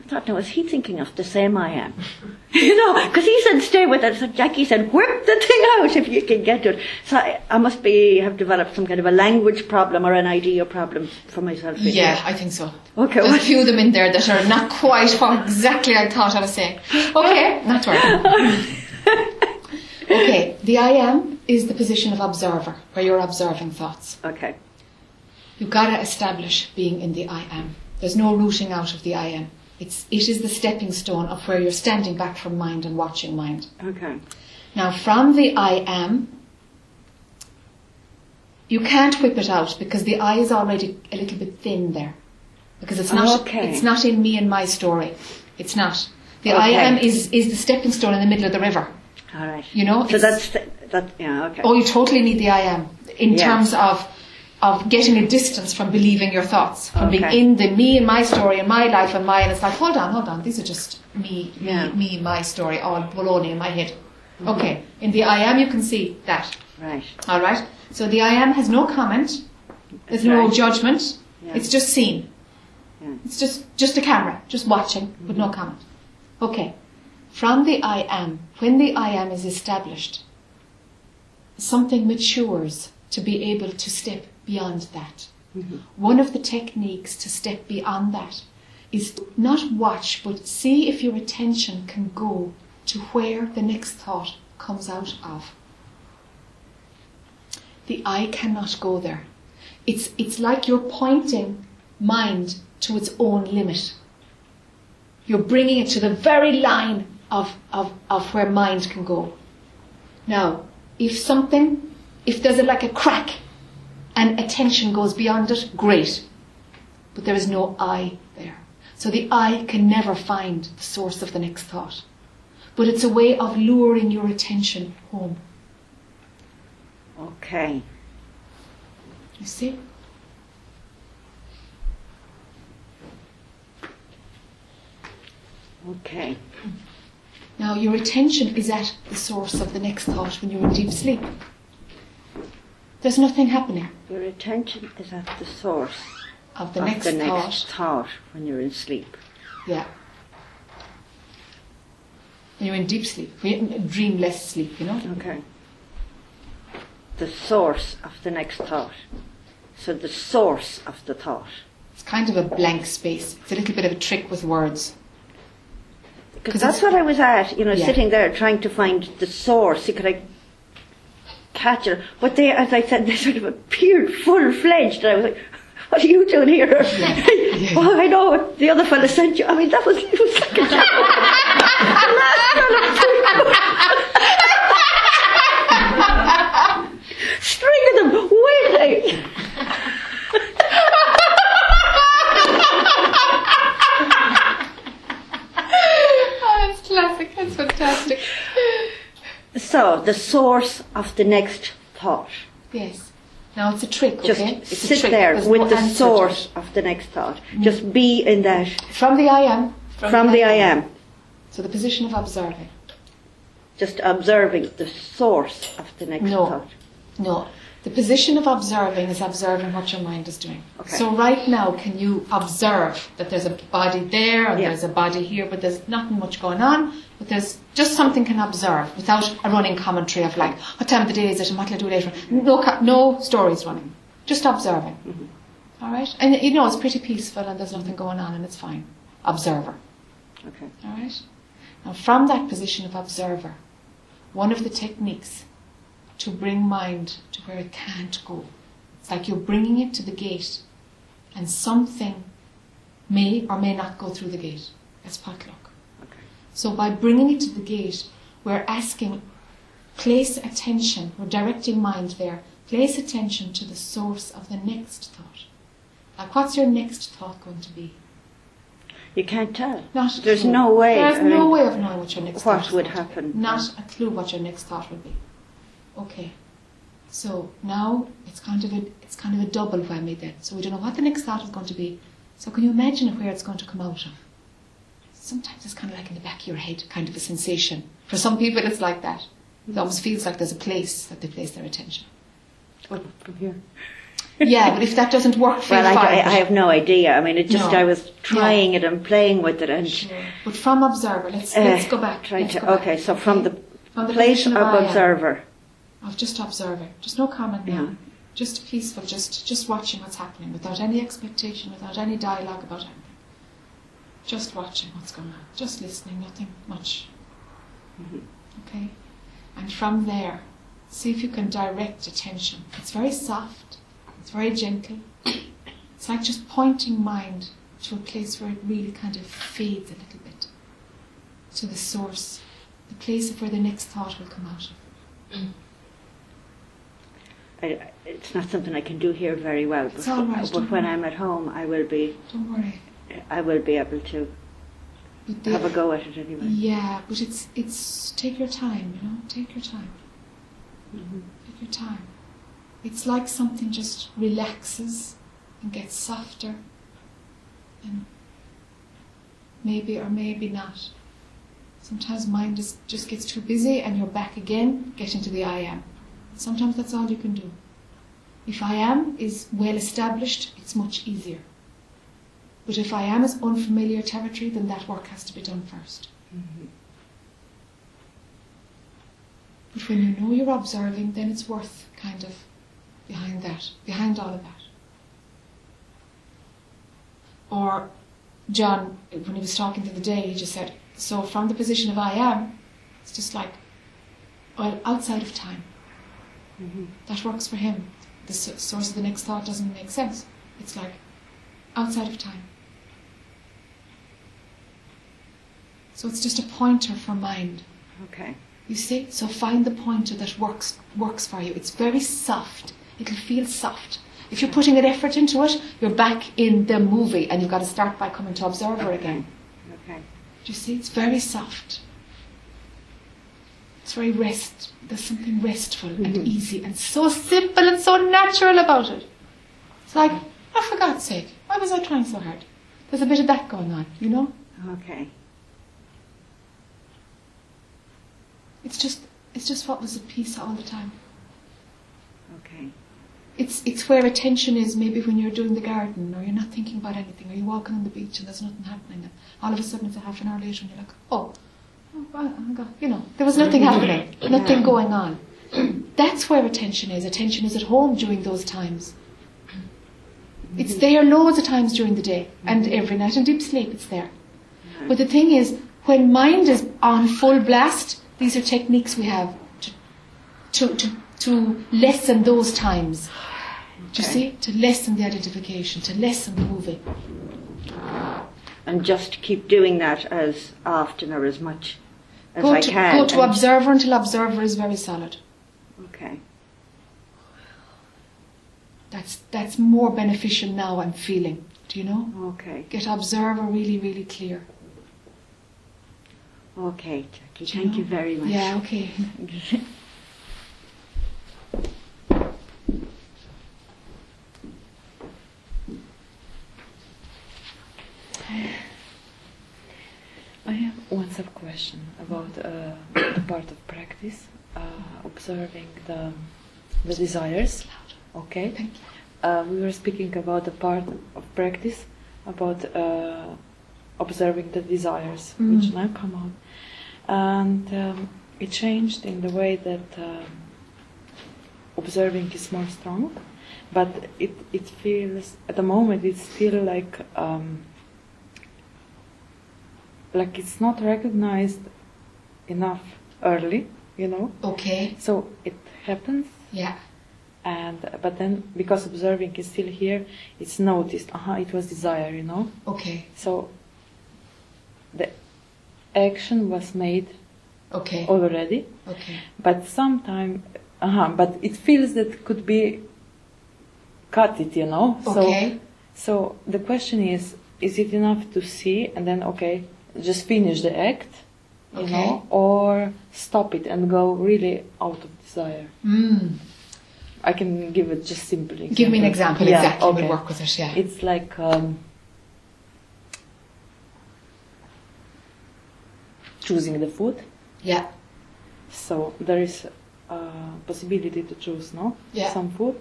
Speaker 4: I thought, now, is he thinking of the same I am? <laughs> you know, because he said stay with it. So Jackie said, whip the thing out if you can get to it. So I, I must be, have developed some kind of a language problem or an idea problem for myself. really.
Speaker 1: Yeah, I think so.
Speaker 4: Okay,
Speaker 1: There's a
Speaker 4: well-
Speaker 1: few of them in there that are not quite what exactly I thought I was saying. Okay, not to
Speaker 4: <laughs>
Speaker 1: worry. okay, the I am is the position of observer, where you're observing thoughts.
Speaker 4: Okay.
Speaker 1: You've got to establish being in the I am. There's no rooting out of the I am. It's, it is the stepping stone of where you're standing back from mind and watching mind.
Speaker 4: Okay.
Speaker 1: Now, from the I am, you can't whip it out because the I is already a little bit thin there. Because it's not,
Speaker 4: Okay.
Speaker 1: it's not in me and my story. It's not. The I
Speaker 4: Okay.
Speaker 1: am is, is the stepping stone in the middle of the river.
Speaker 4: All right.
Speaker 1: You know,
Speaker 4: so
Speaker 1: it's-
Speaker 4: that's the, That, yeah, okay.
Speaker 1: Oh, you totally need the I am in
Speaker 4: Yeah.
Speaker 1: terms of of getting a distance from believing your thoughts, from
Speaker 4: Okay.
Speaker 1: being in the me and my story and my life and my and it's like, hold on, hold on, these are just me, me,
Speaker 4: Yeah.
Speaker 1: me, my story, all baloney in my head. Okay, in the I am you can see that.
Speaker 4: Right.
Speaker 1: All right. So the I am has no comment. There's no
Speaker 4: Right.
Speaker 1: judgment.
Speaker 4: Yeah.
Speaker 1: It's just seen.
Speaker 4: Yeah. Mm-hmm.
Speaker 1: It's just just a camera, just watching, with no comment. Okay. From the I am, when the I am is established, something matures to be able to step beyond that. One of the techniques to step beyond that is to not watch, but see if your attention can go to where the next thought comes out of the eye cannot go there. It's, it's like you're pointing mind to its own limit. You're bringing it to the very line of, of, of where mind can go. Now, if something, if there's a, like a crack and attention goes beyond it, great. But there is no I there. So the I can never find the source of the next thought. But it's a way of luring your attention home.
Speaker 4: Okay.
Speaker 1: You see?
Speaker 4: Okay.
Speaker 1: Now, your attention is at the source of the next thought when you're in deep sleep. There's nothing happening
Speaker 4: Your attention is at the source
Speaker 1: of the
Speaker 4: of
Speaker 1: next
Speaker 4: the
Speaker 1: thought.
Speaker 4: next thought when you're in sleep.
Speaker 1: Yeah. When you're in deep sleep, when you're in dreamless sleep, you know?
Speaker 4: Okay. The source of the next thought. So the source of the thought.
Speaker 1: It's kind of a blank space. It's a little bit of a trick with words. <laughs>
Speaker 4: Because that's what I was at, you know,
Speaker 1: Yeah.
Speaker 4: sitting there trying to find the source. Could I catch it? But they, as I said, they sort of appeared full fledged. And I was like, <laughs> what are you doing here? <laughs> oh, I know, what the other fella sent you. I mean, that was, it was like a <laughs> String of them, wait a
Speaker 1: Oh, that's classic. That's fantastic.
Speaker 4: <laughs> So, the source of the next thought.
Speaker 1: yes. Now, it's a trick,
Speaker 4: Just
Speaker 1: okay? It's a
Speaker 4: sit
Speaker 1: trick.
Speaker 4: there
Speaker 1: There's
Speaker 4: with
Speaker 1: no
Speaker 4: the
Speaker 1: answer to
Speaker 4: source of the next thought. Just be in that,
Speaker 1: it. From the I am.
Speaker 4: from the I am.
Speaker 1: So the position of observing.
Speaker 4: Just observing the source of the next
Speaker 1: No.
Speaker 4: thought.
Speaker 1: No. The position of observing is observing what your mind is doing.
Speaker 4: Okay.
Speaker 1: So right now, can you observe that there's a body there and
Speaker 4: Yeah.
Speaker 1: there's a body here, but there's nothing much going on, but there's just something can observe without a running commentary of like, what time of the day is it and what will I do later? No, co- no stories running. Just observing.
Speaker 4: Mm-hmm.
Speaker 1: All right? And you know, it's pretty peaceful and there's nothing going on and it's fine. Observer.
Speaker 4: Okay.
Speaker 1: All right? Now, from that position of observer, one of the techniques to bring mind to where it can't go, it's like you're bringing it to the gate and something may or may not go through the gate. That's potluck.
Speaker 4: Okay.
Speaker 1: So by bringing it to the gate, we're asking, place attention, we're directing mind there, place attention to the source of the next thought. Like, what's your next thought going to be?
Speaker 4: You can't tell.
Speaker 1: Not a
Speaker 4: There's
Speaker 1: clue.
Speaker 4: no way.
Speaker 1: There's
Speaker 4: I mean,
Speaker 1: no way of knowing what your next
Speaker 4: what
Speaker 1: thought
Speaker 4: would
Speaker 1: is going to be.
Speaker 4: happen.
Speaker 1: Not a clue what your next thought would be. Okay. So now it's kind of a it's kind of a double whammy then. So we don't know what the next thought is going to be. So can you imagine where it's going to come out of? Sometimes it's kind of like in the back of your head, kind of a sensation. For some people, it's like that. It almost feels like there's a place that they place their attention.
Speaker 4: From here.
Speaker 1: Yeah, but if that doesn't work for
Speaker 4: Well,
Speaker 1: you,
Speaker 4: I, I,
Speaker 1: fine.
Speaker 4: I have no idea. I mean, it just
Speaker 1: No.
Speaker 4: I was trying it and playing with it and
Speaker 1: But from observer, let's
Speaker 4: uh,
Speaker 1: let's go back.
Speaker 4: Trying
Speaker 1: Let's
Speaker 4: to
Speaker 1: go back.
Speaker 4: okay. So from the
Speaker 1: From the
Speaker 4: place
Speaker 1: position
Speaker 4: of
Speaker 1: of I am.
Speaker 4: observer.
Speaker 1: of just observing, just no comment now, just peaceful, just just watching what's happening without any expectation, without any dialogue about anything. Just watching what's going on, just listening, nothing much. Okay, and from there, see if you can direct attention. It's very soft, it's very gentle. It's like just pointing mind to a place where it really kind of fades a little bit, to the source, the place of where the next thought will come out of.
Speaker 4: I, it's not something I can do here very well. But,
Speaker 1: It's all right,
Speaker 4: but
Speaker 1: don't
Speaker 4: when
Speaker 1: worry.
Speaker 4: I'm at home, I will be.
Speaker 1: Don't worry.
Speaker 4: I will be able to
Speaker 1: But
Speaker 4: have a
Speaker 1: the,
Speaker 4: go at it anyway.
Speaker 1: yeah, but it's it's take your time, you know, take your time. Take your time. It's like something just relaxes and gets softer. And maybe or maybe not. Sometimes mind is, just gets too busy and you're back again getting to the I am. Sometimes that's all you can do. If I am is well established, it's much easier. But if I am is unfamiliar territory, then that work has to be done 1st Mm-hmm. But when you know you're observing, then it's worth kind of behind that, behind all of that. Or John, when he was talking the other day, he just said, So from the position of I am, it's just like, well, outside of time. That works for him. The s- source of the next thought doesn't make sense. It's like outside of time. So it's just a pointer for mind.
Speaker 4: Okay.
Speaker 1: You see? So find the pointer that works works for you. It's very soft. It'll feel soft. If you're putting an effort into it, you're back in the movie and you've got to start by coming to observer again.
Speaker 4: Okay.
Speaker 1: Do you see? It's very soft. It's very rest. There's something restful and
Speaker 4: Mm-hmm.
Speaker 1: easy and so simple and so natural about it. It's like, oh, for God's sake, why was I trying so hard? There's a bit of that going on, you know?
Speaker 4: Okay.
Speaker 1: It's just, it's just what was at peace all the time.
Speaker 4: Okay.
Speaker 1: It's, it's where attention is maybe when you're doing the garden or you're not thinking about anything or you're walking on the beach and there's nothing happening. And all of a sudden it's a half an hour later and you're like, oh, oh, well, oh God. you know, there was nothing happening, nothing going on. That's where attention is. Attention is at home during those times. It's there loads of times during the day and every night in deep sleep it's there. But the thing is, when mind is on full blast, these are techniques we have to to, to, to lessen those times. Do you see? To lessen the identification, to lessen the moving.
Speaker 4: And just keep doing that as often or as much as
Speaker 1: Go
Speaker 4: I
Speaker 1: to,
Speaker 4: can.
Speaker 1: go to
Speaker 4: and-
Speaker 1: observer until observer is very solid.
Speaker 4: Okay.
Speaker 1: That's, that's more beneficial now, I'm feeling. Do you know?
Speaker 4: Okay.
Speaker 1: Get observer really, really clear.
Speaker 4: Okay, Jackie. Thank you very much.
Speaker 1: Yeah, okay. <laughs>
Speaker 5: I have one sub question about uh, the part of practice, uh, observing the, the desires. Okay.
Speaker 1: Thank you.
Speaker 5: Uh, we were speaking about the part of practice, about uh, observing the desires,
Speaker 1: Mm-hmm.
Speaker 5: which now come out. And um, it changed in the way that um, observing is more strong, but it, it feels, at the moment, it's still like. Um, like it's not recognized enough early, you know.
Speaker 1: Okay.
Speaker 5: So it happens,
Speaker 1: Yeah.
Speaker 5: and but then because observing is still here, it's noticed. Uh-huh, it was desire, you know.
Speaker 1: Okay.
Speaker 5: So the action was made
Speaker 1: Okay.
Speaker 5: already,
Speaker 1: Okay.
Speaker 5: but sometime, uh-huh, but it feels that could be cut it, you know.
Speaker 1: Okay.
Speaker 5: So, so the question is, is it enough to see and then okay, just finish the act, you
Speaker 1: Okay.
Speaker 5: know, or stop it and go really out of desire?
Speaker 1: Mm.
Speaker 5: I can give it just simply.
Speaker 1: Give me an example.
Speaker 5: Yeah,
Speaker 1: exactly.
Speaker 5: okay.
Speaker 1: We'll work with it. Yeah.
Speaker 5: It's like um, choosing the food.
Speaker 1: yeah.
Speaker 5: So there is uh, possibility to choose no
Speaker 1: Yeah.
Speaker 5: some food,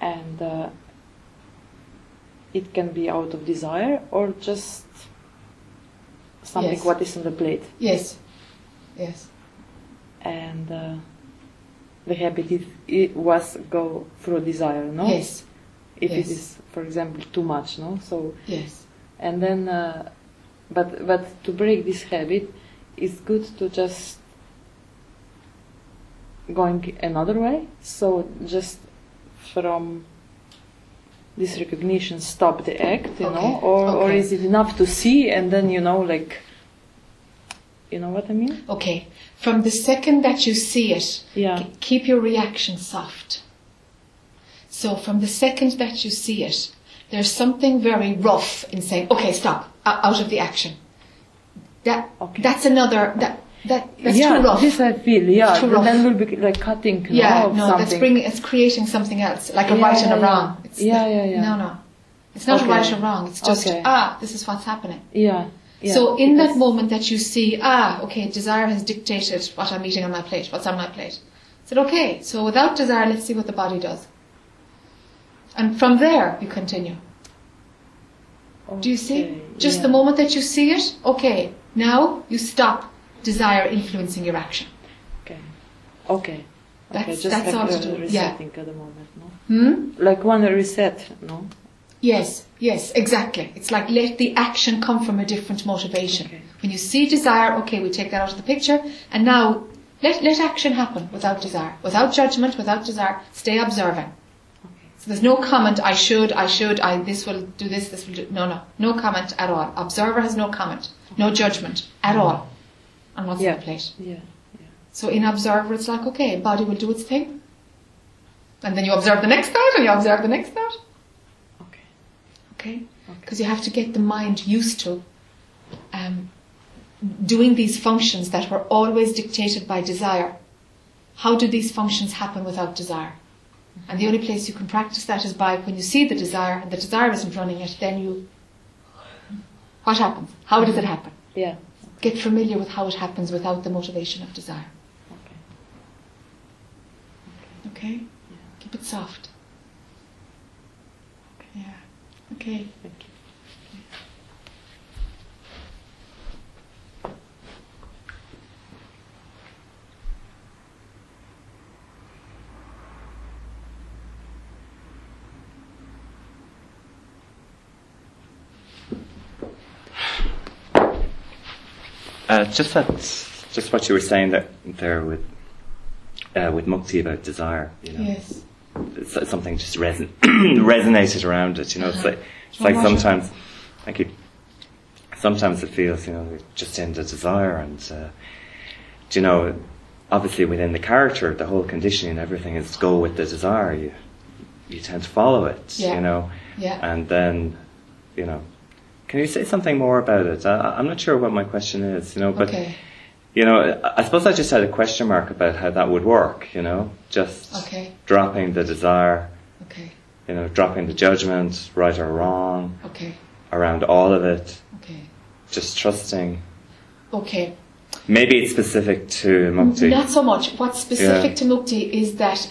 Speaker 5: and uh, it can be out of desire or just something
Speaker 1: Yes.
Speaker 5: what is on the plate,
Speaker 1: Yes. Yes.
Speaker 5: and uh, the habit is, it was go through desire, no.
Speaker 1: Yes.
Speaker 5: If
Speaker 1: yes.
Speaker 5: it is, for example, too much, no. So
Speaker 1: Yes.
Speaker 5: and then, uh, but but to break this habit, it's good to just going another way. So just from this recognition, stop the act, you know,
Speaker 1: Okay,
Speaker 5: or or
Speaker 1: okay.
Speaker 5: is it enough to see and then you know like, you know what I mean?
Speaker 1: Okay. From the second that you see it,
Speaker 5: Yeah.
Speaker 1: K- Keep your reaction soft. So from the second that you see it, there's something very rough in saying, "Okay, stop, o- out of the action." That
Speaker 5: Okay.
Speaker 1: that's another that That, that's
Speaker 5: yeah,
Speaker 1: too rough.
Speaker 5: this I feel. Yeah,
Speaker 1: It's too
Speaker 5: then
Speaker 1: rough.
Speaker 5: we'll be like cutting
Speaker 1: yeah,
Speaker 5: off
Speaker 1: no,
Speaker 5: something.
Speaker 1: that's bringing, it's creating something else, like a
Speaker 5: Yeah,
Speaker 1: right and
Speaker 5: yeah,
Speaker 1: a
Speaker 5: yeah.
Speaker 1: wrong. It's
Speaker 5: Yeah, yeah, yeah.
Speaker 1: No, no. It's not
Speaker 5: Okay.
Speaker 1: a right or wrong, it's just,
Speaker 5: Okay.
Speaker 1: ah, this is what's happening.
Speaker 5: yeah, yeah.
Speaker 1: so in that
Speaker 5: because-
Speaker 1: moment that you see, ah, okay, desire has dictated what I'm eating on my plate, what's on my plate. I said, okay, so without desire, let's see what the body does. And from there, you continue. Do you see?
Speaker 5: Okay,
Speaker 1: Just
Speaker 5: yeah.
Speaker 1: the moment that you see it, okay, now you stop desire influencing your action.
Speaker 5: Okay. Okay. okay,
Speaker 1: That's-
Speaker 5: just
Speaker 1: that's
Speaker 5: like
Speaker 1: all
Speaker 5: the
Speaker 1: to do, yeah.
Speaker 5: resetting at the moment, no?
Speaker 1: Hmm?
Speaker 5: Like one reset, no?
Speaker 1: Yes, yes, exactly. It's like let the action come from a different motivation.
Speaker 5: Okay.
Speaker 1: When you see desire, okay, we take that out of the picture, and now let, let action happen without desire, without judgment, without desire. Stay observing. So there's no comment, I should, I should, I this will do this, this will do. No, no, no comment at all. Observer has no comment, no judgment at all on what's
Speaker 5: Mm-hmm. Yeah.
Speaker 1: on the plate.
Speaker 5: Yeah.
Speaker 1: So in observer, it's like, okay, body will do its thing. And then you observe the next thought, and you observe the next thought.
Speaker 5: Okay.
Speaker 1: Okay? Because you have to get the mind used to um, doing these functions that were always dictated by desire. How do these functions happen without desire? And the only place you can practice that is by when you see the desire and the desire isn't running it, then you. What happens? How does it happen?
Speaker 5: Yeah.
Speaker 1: Get familiar with how it happens without the motivation of desire.
Speaker 5: Okay.
Speaker 1: Okay? Keep it soft. Yeah. Okay.
Speaker 5: Thank you.
Speaker 2: Uh, just that, just what you were saying there, there with uh, with Mukti about desire. You know,
Speaker 1: Yes.
Speaker 2: it's, it's something just reson- <clears throat> resonated around it. You know, it's like it's like
Speaker 1: Sure, sure.
Speaker 2: sometimes, thank you. Sometimes it feels, you know, we're just in the desire, and uh, do you know, obviously within the character, the whole conditioning, everything is to go with the desire. You you tend to follow it.
Speaker 1: Yeah.
Speaker 2: You know,
Speaker 1: Yeah.
Speaker 2: and then, you know, can you say something more about it? I- I, I'm not sure what my question is. You know, but.
Speaker 1: okay.
Speaker 2: You know, I- I suppose I just had a question mark about how that would work, you know? Just
Speaker 1: Okay.
Speaker 2: dropping the desire,
Speaker 1: Okay.
Speaker 2: you know, dropping the judgment, right or wrong,
Speaker 1: Okay.
Speaker 2: around all of it,
Speaker 1: Okay.
Speaker 2: just trusting.
Speaker 1: Okay.
Speaker 2: Maybe it's specific to
Speaker 1: Mm,
Speaker 2: Mukti.
Speaker 1: Not so much. What's specific
Speaker 2: Yeah.
Speaker 1: to Mukti is that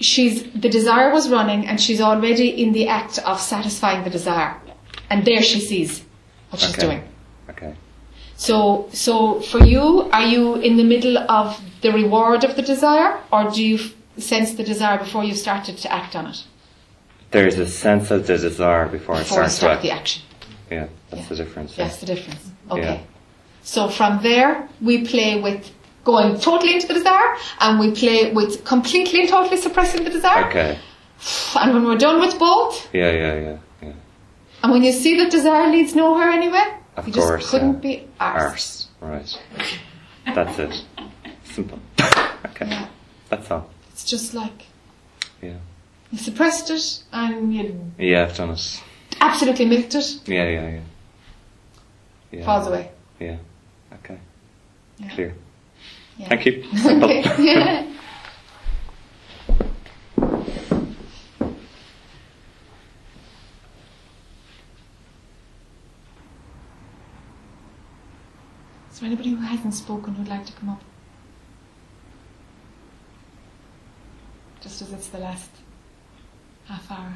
Speaker 1: she's the desire was running and she's already in the act of satisfying the desire. And there she sees what she's
Speaker 2: Okay.
Speaker 1: doing.
Speaker 2: Okay.
Speaker 1: So so for you, are you in the middle of the reward of the desire or do you f- sense the desire before you started to act on it?
Speaker 2: There's a sense of the desire before,
Speaker 1: Before
Speaker 2: I
Speaker 1: you
Speaker 2: start
Speaker 1: start
Speaker 2: to
Speaker 1: the
Speaker 2: act.
Speaker 1: action.
Speaker 2: Yeah, that's
Speaker 1: Yeah.
Speaker 2: the difference.
Speaker 1: That's the difference. Okay.
Speaker 2: Yeah.
Speaker 1: So from there, we play with going totally into the desire, and we play with completely and totally suppressing the desire.
Speaker 2: Okay.
Speaker 1: And when we're done with both,
Speaker 2: Yeah, yeah, yeah. yeah.
Speaker 1: and when you see that desire leads nowhere anyway,
Speaker 2: Of
Speaker 1: you
Speaker 2: course,
Speaker 1: just couldn't
Speaker 2: yeah.
Speaker 1: be arsed.
Speaker 2: Arse. Right. That's it. Simple. <laughs> Okay.
Speaker 1: Yeah.
Speaker 2: That's all.
Speaker 1: It's just like
Speaker 2: Yeah.
Speaker 1: you suppressed it and you
Speaker 2: Yeah, I've done it.
Speaker 1: absolutely milked it.
Speaker 2: Yeah, yeah, yeah. yeah.
Speaker 1: Falls away.
Speaker 2: Yeah. Okay.
Speaker 1: Yeah.
Speaker 2: Clear.
Speaker 1: Yeah.
Speaker 2: Thank you.
Speaker 1: <laughs> okay.
Speaker 2: <laughs>
Speaker 1: Yeah. Is there anybody who hasn't spoken who'd like to come up? Just as it's the last half
Speaker 8: <laughs>
Speaker 1: hour.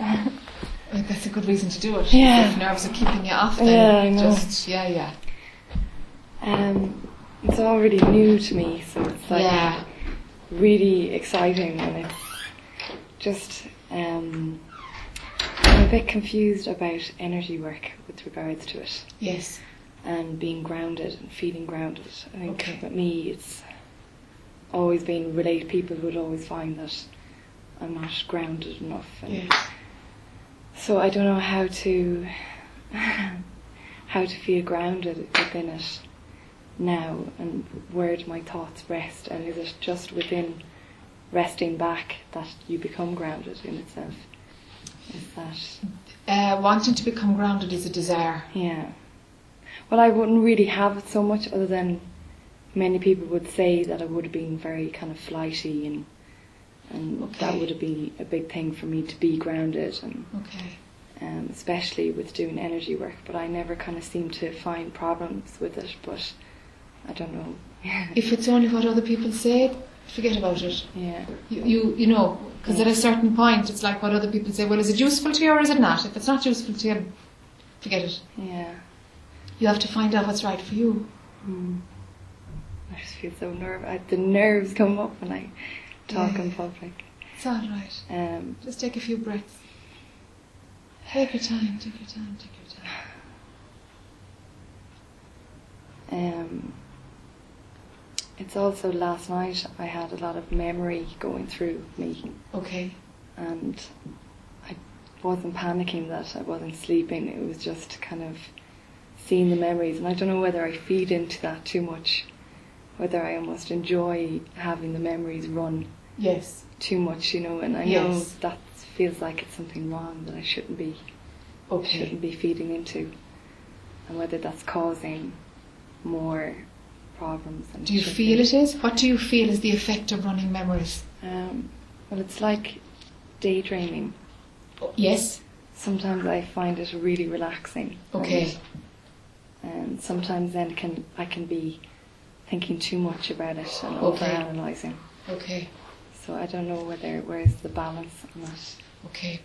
Speaker 1: I think that's a good reason to do it.
Speaker 6: Yeah.
Speaker 1: If nerves are keeping you off, then
Speaker 8: Yeah, I know.
Speaker 1: just yeah, yeah,
Speaker 8: Um, it's all really new to me, so it's like
Speaker 1: yeah,
Speaker 8: really exciting, and it's just um, I'm a bit confused about energy work with regards to it
Speaker 1: yes.
Speaker 8: and being grounded and feeling grounded. I think
Speaker 1: Okay.
Speaker 8: with me, it's always been relate. People would always find that I'm not grounded enough, and
Speaker 1: Yes.
Speaker 8: so I don't know how to <laughs> how to feel grounded within it now and where do my thoughts rest and is it just within resting back that you become grounded in itself Is that
Speaker 1: Uh, wanting to become grounded is a desire.
Speaker 8: yeah? Well, I wouldn't really have it so much, other than many people would say that I would have been very kind of flighty and and that
Speaker 1: Okay.
Speaker 8: would have been a big thing for me to be grounded and
Speaker 1: Okay.
Speaker 8: um, especially with doing energy work. But I never kind of seem to find problems with it. But I don't know.
Speaker 1: If it's only what other people say, forget about it.
Speaker 8: Yeah.
Speaker 1: You, you, you know, because at a certain point, it's like what other people say. Well, is it useful to you or is it not? If it's not useful to you, forget it.
Speaker 8: Yeah.
Speaker 1: You have to find out what's right for you.
Speaker 8: Mm. I just feel so nervous. I, the nerves come up when I talk in public.
Speaker 1: It's all right.
Speaker 8: Um,
Speaker 1: Just take a few breaths. Take your time. Take your time. Take your time.
Speaker 8: um, it's also last night I had a lot of memory going through me,
Speaker 1: Okay.
Speaker 8: and I wasn't panicking that I wasn't sleeping. It was just kind of seeing the memories, and I don't know whether I feed into that too much, whether I almost enjoy having the memories run
Speaker 1: Yes.
Speaker 8: too much, you know. And I know
Speaker 1: Yes.
Speaker 8: that feels like it's something wrong that I shouldn't be.
Speaker 1: Okay.
Speaker 8: shouldn't be feeding into, and whether that's causing more problems. Than
Speaker 1: Do you
Speaker 8: should
Speaker 1: feel
Speaker 8: be.
Speaker 1: it is? What do you feel is the effect of running memories?
Speaker 8: Um, well, it's like daydreaming.
Speaker 1: Yes.
Speaker 8: Sometimes I find it really relaxing.
Speaker 1: Okay.
Speaker 8: And, and um, sometimes then can I can be thinking too much about it and
Speaker 1: Okay.
Speaker 8: overanalyzing.
Speaker 1: Okay.
Speaker 8: So I don't know whether where's the balance on that.
Speaker 1: Okay.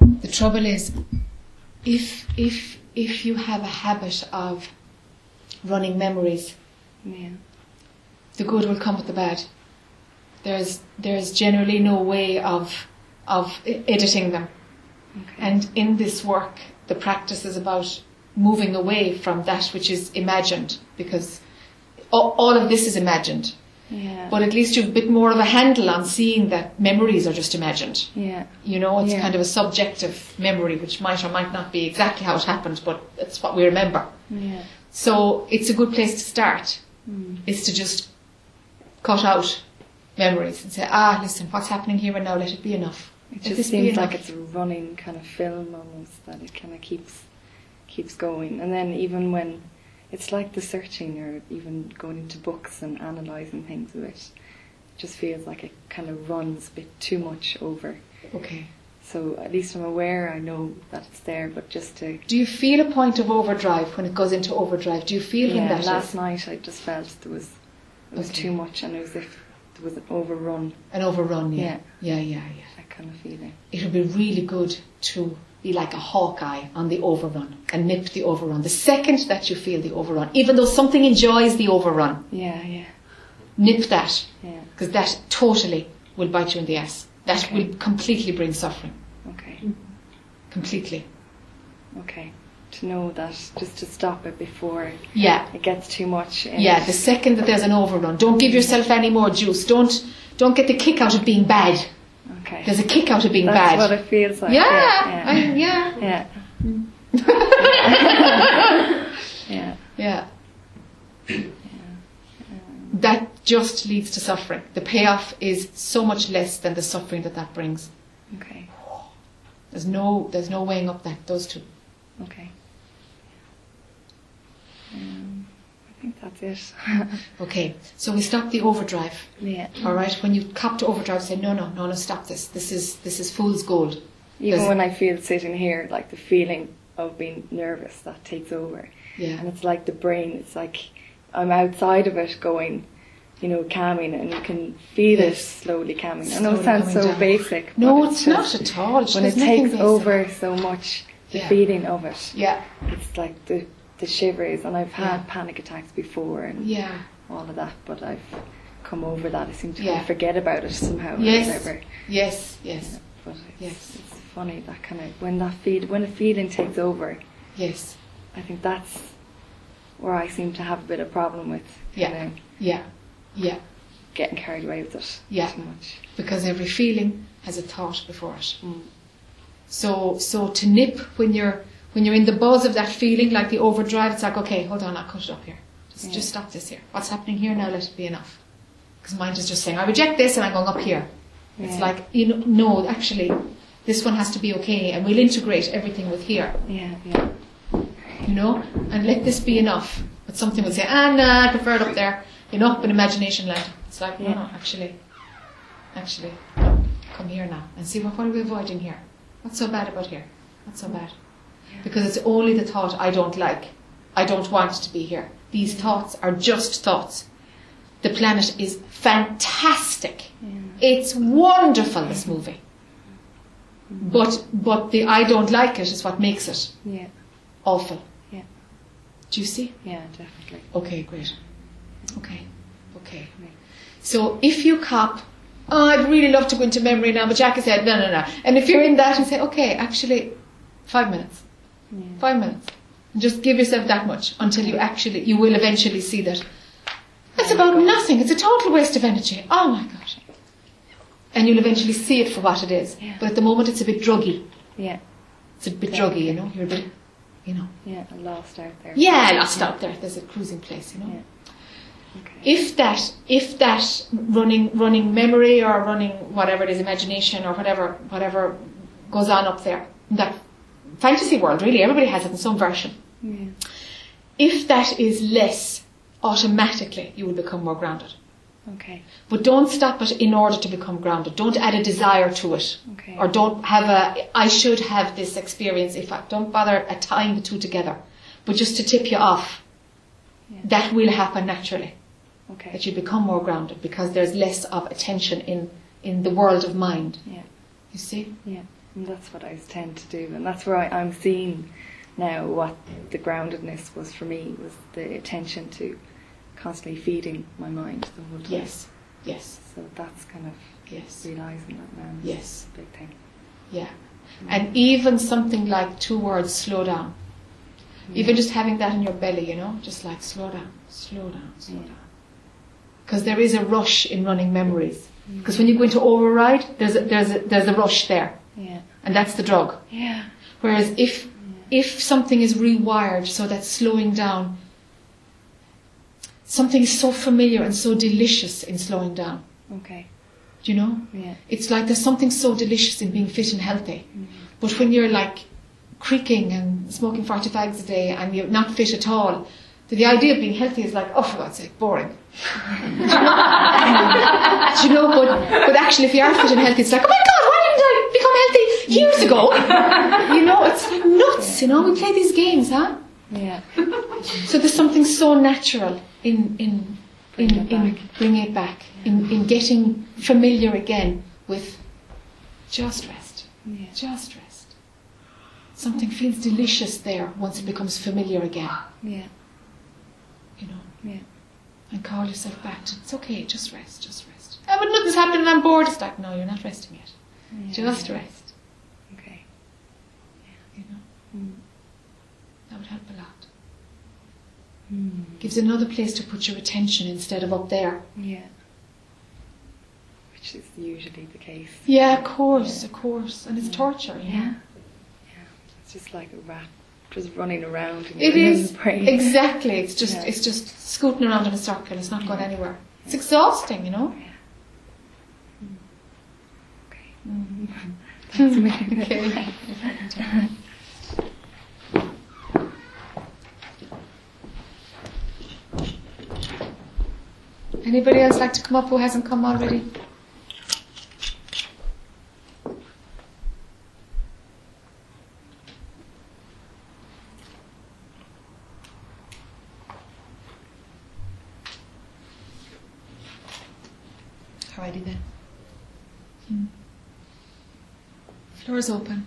Speaker 1: The trouble is, if if if you have a habit of running memories,
Speaker 8: Yeah.
Speaker 1: the good will come with the bad. There's there's generally no way of of e- editing them.
Speaker 8: Okay.
Speaker 1: And in this work, the practice is about moving away from that which is imagined, because all, all of this is imagined.
Speaker 8: yeah.
Speaker 1: But at least you've a bit more of a handle on seeing that memories are just imagined.
Speaker 8: yeah.
Speaker 1: You know, it's
Speaker 8: Yeah.
Speaker 1: kind of a subjective memory, which might or might not be exactly how it happened, but it's what we remember.
Speaker 8: Yeah.
Speaker 1: So it's a good place to start,
Speaker 8: Hmm.
Speaker 1: is to just cut out memories and say, ah, listen, what's happening here and now, let it be enough.
Speaker 8: It
Speaker 1: Let
Speaker 8: just
Speaker 1: this be
Speaker 8: seems like
Speaker 1: enough.
Speaker 8: it's a running kind of film almost that it kind of keeps keeps going, and then even when it's like the searching or even going into books and analysing things with it, it just feels like it kind of runs a bit too much over.
Speaker 1: Okay.
Speaker 8: So at least I'm aware, I know that it's there, but just to
Speaker 1: Do you feel a point of overdrive when it goes into overdrive? Do you feel when that is?
Speaker 8: last night I just felt there was it was
Speaker 1: Okay.
Speaker 8: too much, and it was if there was an overrun,
Speaker 1: An overrun, yeah. Yeah, yeah, yeah.
Speaker 8: that kind of feeling.
Speaker 1: It would be really good to be like a hawkeye on the overrun and nip the overrun. The second that you feel the overrun, even though something enjoys the overrun,
Speaker 8: Yeah, yeah,
Speaker 1: nip that
Speaker 8: yeah.
Speaker 1: because that totally will bite you in the ass. That
Speaker 8: Okay.
Speaker 1: will completely bring suffering.
Speaker 8: Okay.
Speaker 1: Mm. Completely.
Speaker 8: Okay. To know that, just to stop it before
Speaker 1: Yeah.
Speaker 8: it gets too much. And
Speaker 1: Yeah. The second that there's an overrun, don't give yourself any more juice. Don't don't get the kick out of being bad.
Speaker 8: okay.
Speaker 1: There's a kick out of being
Speaker 8: That's
Speaker 1: bad.
Speaker 8: what it feels like.
Speaker 1: yeah.
Speaker 8: Yeah.
Speaker 1: I,
Speaker 8: Yeah. <laughs>
Speaker 1: yeah.
Speaker 8: yeah. yeah.
Speaker 1: Yeah. That just leads to suffering. The payoff is so much less than the suffering that that brings.
Speaker 8: Okay.
Speaker 1: There's no, there's no weighing up that those two.
Speaker 8: Okay. Um, I think that's it.
Speaker 1: <laughs> Okay, so we stop the overdrive.
Speaker 8: yeah.
Speaker 1: All right, when you cop to overdrive, say no, no, no, no, stop this. This is this is fool's gold.
Speaker 8: Even
Speaker 1: There's-
Speaker 8: when I feel sitting here, like the feeling of being nervous that takes over.
Speaker 1: Yeah.
Speaker 8: And it's like the brain, it's like I'm outside of it going, you know, calming, and you can feel it
Speaker 1: Yes.
Speaker 8: slowly calming. I know
Speaker 1: Slowly
Speaker 8: it sounds
Speaker 1: coming
Speaker 8: so
Speaker 1: down.
Speaker 8: basic. but
Speaker 1: No, it's not
Speaker 8: just-
Speaker 1: at all.
Speaker 8: When
Speaker 1: There's
Speaker 8: it
Speaker 1: nothing
Speaker 8: takes
Speaker 1: basic.
Speaker 8: over so much, the
Speaker 1: Yeah.
Speaker 8: feeling of it,
Speaker 1: Yeah,
Speaker 8: it's like the, the shivers. And I've had
Speaker 1: Yeah.
Speaker 8: panic attacks before and
Speaker 1: yeah,
Speaker 8: all of that, but I've come over that. I seem to kind
Speaker 1: Yeah.
Speaker 8: of forget about it somehow
Speaker 1: Yes.
Speaker 8: or whatever.
Speaker 1: yes, yes,
Speaker 8: But it's,
Speaker 1: Yes.
Speaker 8: it's funny that kind of when that feel when a feeling takes over,
Speaker 1: yes,
Speaker 8: I think that's where I seem to have a bit of problem with
Speaker 1: Yeah.
Speaker 8: kind of
Speaker 1: yeah, yeah.
Speaker 8: getting carried away with it
Speaker 1: Yeah.
Speaker 8: too much.
Speaker 1: Because every feeling has a thought before it.
Speaker 8: Mm.
Speaker 1: So, so to nip when you're when you're in the buzz of that feeling, like the overdrive, it's like okay, hold on, I'll cut it up here. Just,
Speaker 8: Yeah.
Speaker 1: just stop this here. What's happening here now? Let it be enough. Because mine is just saying, I reject this, and I'm going up here. It's
Speaker 8: Yeah.
Speaker 1: like you know, no, actually, this one has to be okay, and we'll integrate everything with here,
Speaker 8: Yeah, yeah.
Speaker 1: you know, and let this be enough. But something will say, ah, nah, I prefer it up there, you know, but imagination land. It's like, no, no, actually, actually, no, come here now and see what, what are we avoiding here? What's so bad about here? What's
Speaker 8: Mm.
Speaker 1: so bad? Because it's only the thought I don't like, I don't want to be here. These thoughts are just thoughts. The planet is fantastic. It's wonderful, this movie. But but the I don't like it is what makes it
Speaker 8: Yeah,
Speaker 1: awful.
Speaker 8: Yeah.
Speaker 1: Do you see?
Speaker 8: yeah, definitely.
Speaker 1: Okay, great. Okay, okay. So if you cop, oh, I'd really love to go into memory now, but Jackie said, no, no, no. And if you're in that, you say, okay, actually, five minutes. Five minutes. And just give yourself that much until you actually, you will eventually see that it's
Speaker 8: Oh
Speaker 1: about nothing. It's a total waste of energy. Oh my gosh. And you'll eventually see it for what it is.
Speaker 8: Yeah.
Speaker 1: But at the moment, it's a bit druggy.
Speaker 8: Yeah,
Speaker 1: It's a bit druggy, you know. You're a bit, you know.
Speaker 8: yeah, I'm lost out there.
Speaker 1: Yeah, lost out there. There's a cruising place, you know. If that, if that running, running memory or running whatever it is, imagination or whatever, whatever goes on up there, that <laughs> fantasy world really, everybody has it in some version.
Speaker 8: Yeah.
Speaker 1: If that is less, automatically you will become more grounded.
Speaker 8: Okay.
Speaker 1: But don't stop it in order to become grounded. Don't add a desire to it.
Speaker 8: Okay.
Speaker 1: Or don't have a, I should have this experience if I, don't bother at tying the two together. But just to tip you off, that will happen naturally.
Speaker 8: Okay.
Speaker 1: That you become more grounded because there's less of attention in, in the world of mind.
Speaker 8: Yeah.
Speaker 1: You see?
Speaker 8: Yeah, and that's what I tend to do, and that's where I, I'm seeing now what the groundedness was for me was the attention to constantly feeding my mind the whole time.
Speaker 1: Yes. Yes.
Speaker 8: So that's kind of
Speaker 1: Yes.
Speaker 8: realizing that now. is
Speaker 1: Yes.
Speaker 8: a Big thing.
Speaker 1: Yeah. And even something like two words, slow down. Even just having that in your belly, you know, just like slow down, slow down, slow down. Because there is a rush in running memories. Because when you go into override, there's a, there's a, there's a rush there,
Speaker 8: Yeah.
Speaker 1: and that's the drug.
Speaker 8: Yeah.
Speaker 1: Whereas if if something is rewired so that slowing down, something is so familiar and so delicious in slowing down.
Speaker 8: Okay.
Speaker 1: Do you know? <laughs>
Speaker 8: Yeah.
Speaker 1: It's like there's something so delicious in being fit and healthy. But when you're like creaking and smoking 40 fags a day and you're not fit at all, the, the idea of being healthy is like, oh, for God's sake, boring. Do you know? But, but actually, if you are fit and healthy, it's like, oh my God, why didn't I become healthy years ago? You know, it's like nuts, you know? We play these games, huh?
Speaker 8: Yeah.
Speaker 1: So there's something so natural in in in, in bringing it back, in, in getting familiar again with just rest,
Speaker 8: Yeah.
Speaker 1: just rest. Something feels delicious there once it becomes familiar again,
Speaker 9: <laughs>
Speaker 8: Yeah.
Speaker 1: you know.
Speaker 8: Yeah.
Speaker 1: And call yourself back to it's okay, just rest, just rest. Oh, but nothing's happening and I'm bored. It's like no, you're not resting yet. Just rest.
Speaker 8: Okay.
Speaker 1: you know. That would help a lot. Gives another place to put your attention instead of up there.
Speaker 8: Yeah. Which is usually the case.
Speaker 1: Yeah, of course, of course. And it's torture, you know.
Speaker 8: It's just like a rat just running around. In
Speaker 1: It
Speaker 8: your
Speaker 1: is
Speaker 8: brain. <laughs>
Speaker 1: exactly. It's just
Speaker 8: Yeah.
Speaker 1: it's just scooting around in a circle. It's not going anywhere. It's exhausting, you know. Mm-hmm. <laughs> Okay. Anybody else like to come up who hasn't come already? Alrighty then. Hmm. Floor is open.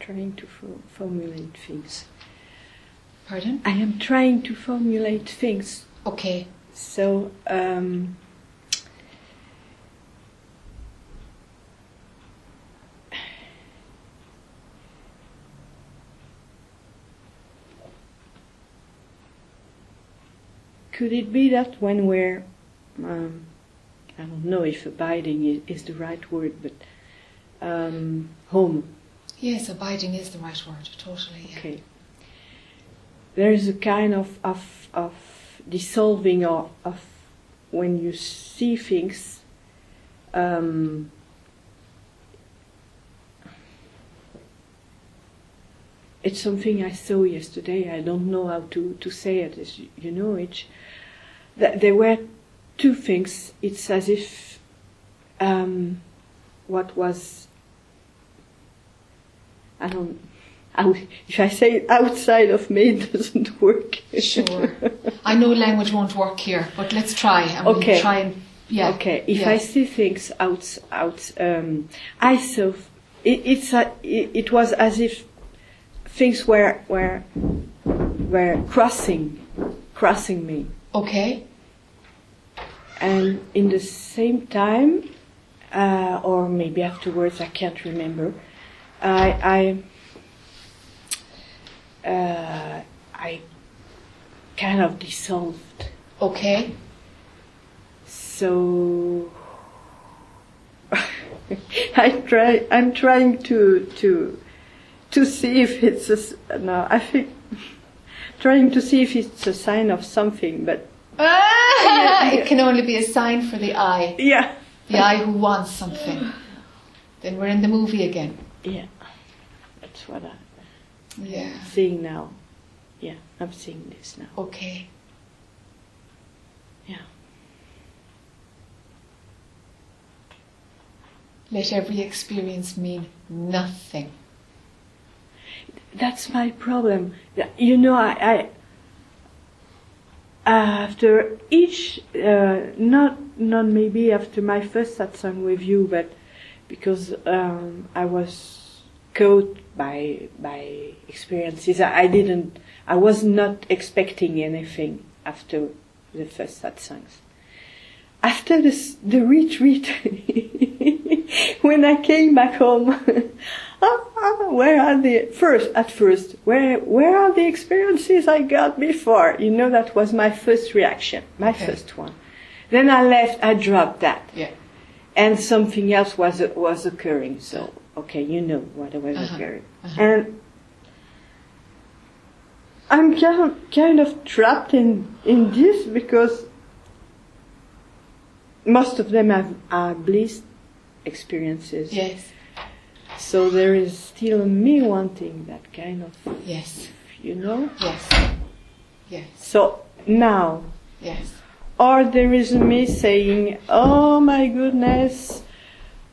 Speaker 10: trying to fo- formulate things.
Speaker 1: Pardon?
Speaker 10: I am trying to formulate things.
Speaker 1: Okay.
Speaker 10: So, um, Could it be that when we're, um, I don't know if abiding is, is the right word, but um, home,
Speaker 1: Yes, abiding is the right word, totally. yeah.
Speaker 10: okay, there is a kind of, of, of dissolving or of when you see things, um, it's something I saw yesterday. I don't know how to, to say it. As you- you know, it. That there were two things. It's as if um, what was I don't. out- If I say it outside of me, it doesn't work.
Speaker 1: Sure. I know language won't work here, but let's try. And
Speaker 10: Okay.
Speaker 1: We'll try and yeah.
Speaker 10: Okay. If
Speaker 1: yeah.
Speaker 10: I see things out, out, um, I saw. It, it's a, it, it was as if things were were were crossing, crossing me.
Speaker 1: okay.
Speaker 10: and in the same time, uh, or maybe afterwards, I can't remember. I I uh, I kind of dissolved.
Speaker 1: Okay.
Speaker 10: So <laughs> I try. I'm trying to to to see if it's a, s- no. I think <laughs> trying to see if it's a sign of something. But
Speaker 1: Ah!
Speaker 10: <laughs>
Speaker 1: It can only be a sign for the eye,
Speaker 10: yeah,
Speaker 1: the eye who wants something. Then we're in the movie again.
Speaker 10: yeah. That's what I.
Speaker 1: Yeah.
Speaker 10: seeing now. Yeah, I'm seeing this now.
Speaker 1: Okay.
Speaker 10: Yeah.
Speaker 1: Let every experience mean nothing.
Speaker 10: That's my problem. Yeah, You know, I, I after each, uh, not not maybe after my first satsang with you, but because um, I was caught by by experiences, I, I didn't, I was not expecting anything after the first satsangs. after the, s- the retreat, <laughs> when I came back home, <laughs> ah, ah, where are the first at first? Where where are the experiences I got before? You know that was my first reaction, my
Speaker 1: Okay.
Speaker 10: first one. Then I left. I dropped that,
Speaker 1: Yeah.
Speaker 10: and something else was was occurring. So okay, you know what was
Speaker 1: Uh-huh,
Speaker 10: occurring,
Speaker 1: uh-huh.
Speaker 10: and. I'm kind of, kind of trapped in, in this because most of them have are bliss experiences.
Speaker 1: Yes.
Speaker 10: So there is still me wanting that kind of,
Speaker 1: Yes.
Speaker 10: you know.
Speaker 1: Yes. Yes.
Speaker 10: So now,
Speaker 1: Yes.
Speaker 10: or there is me saying, "Oh my goodness,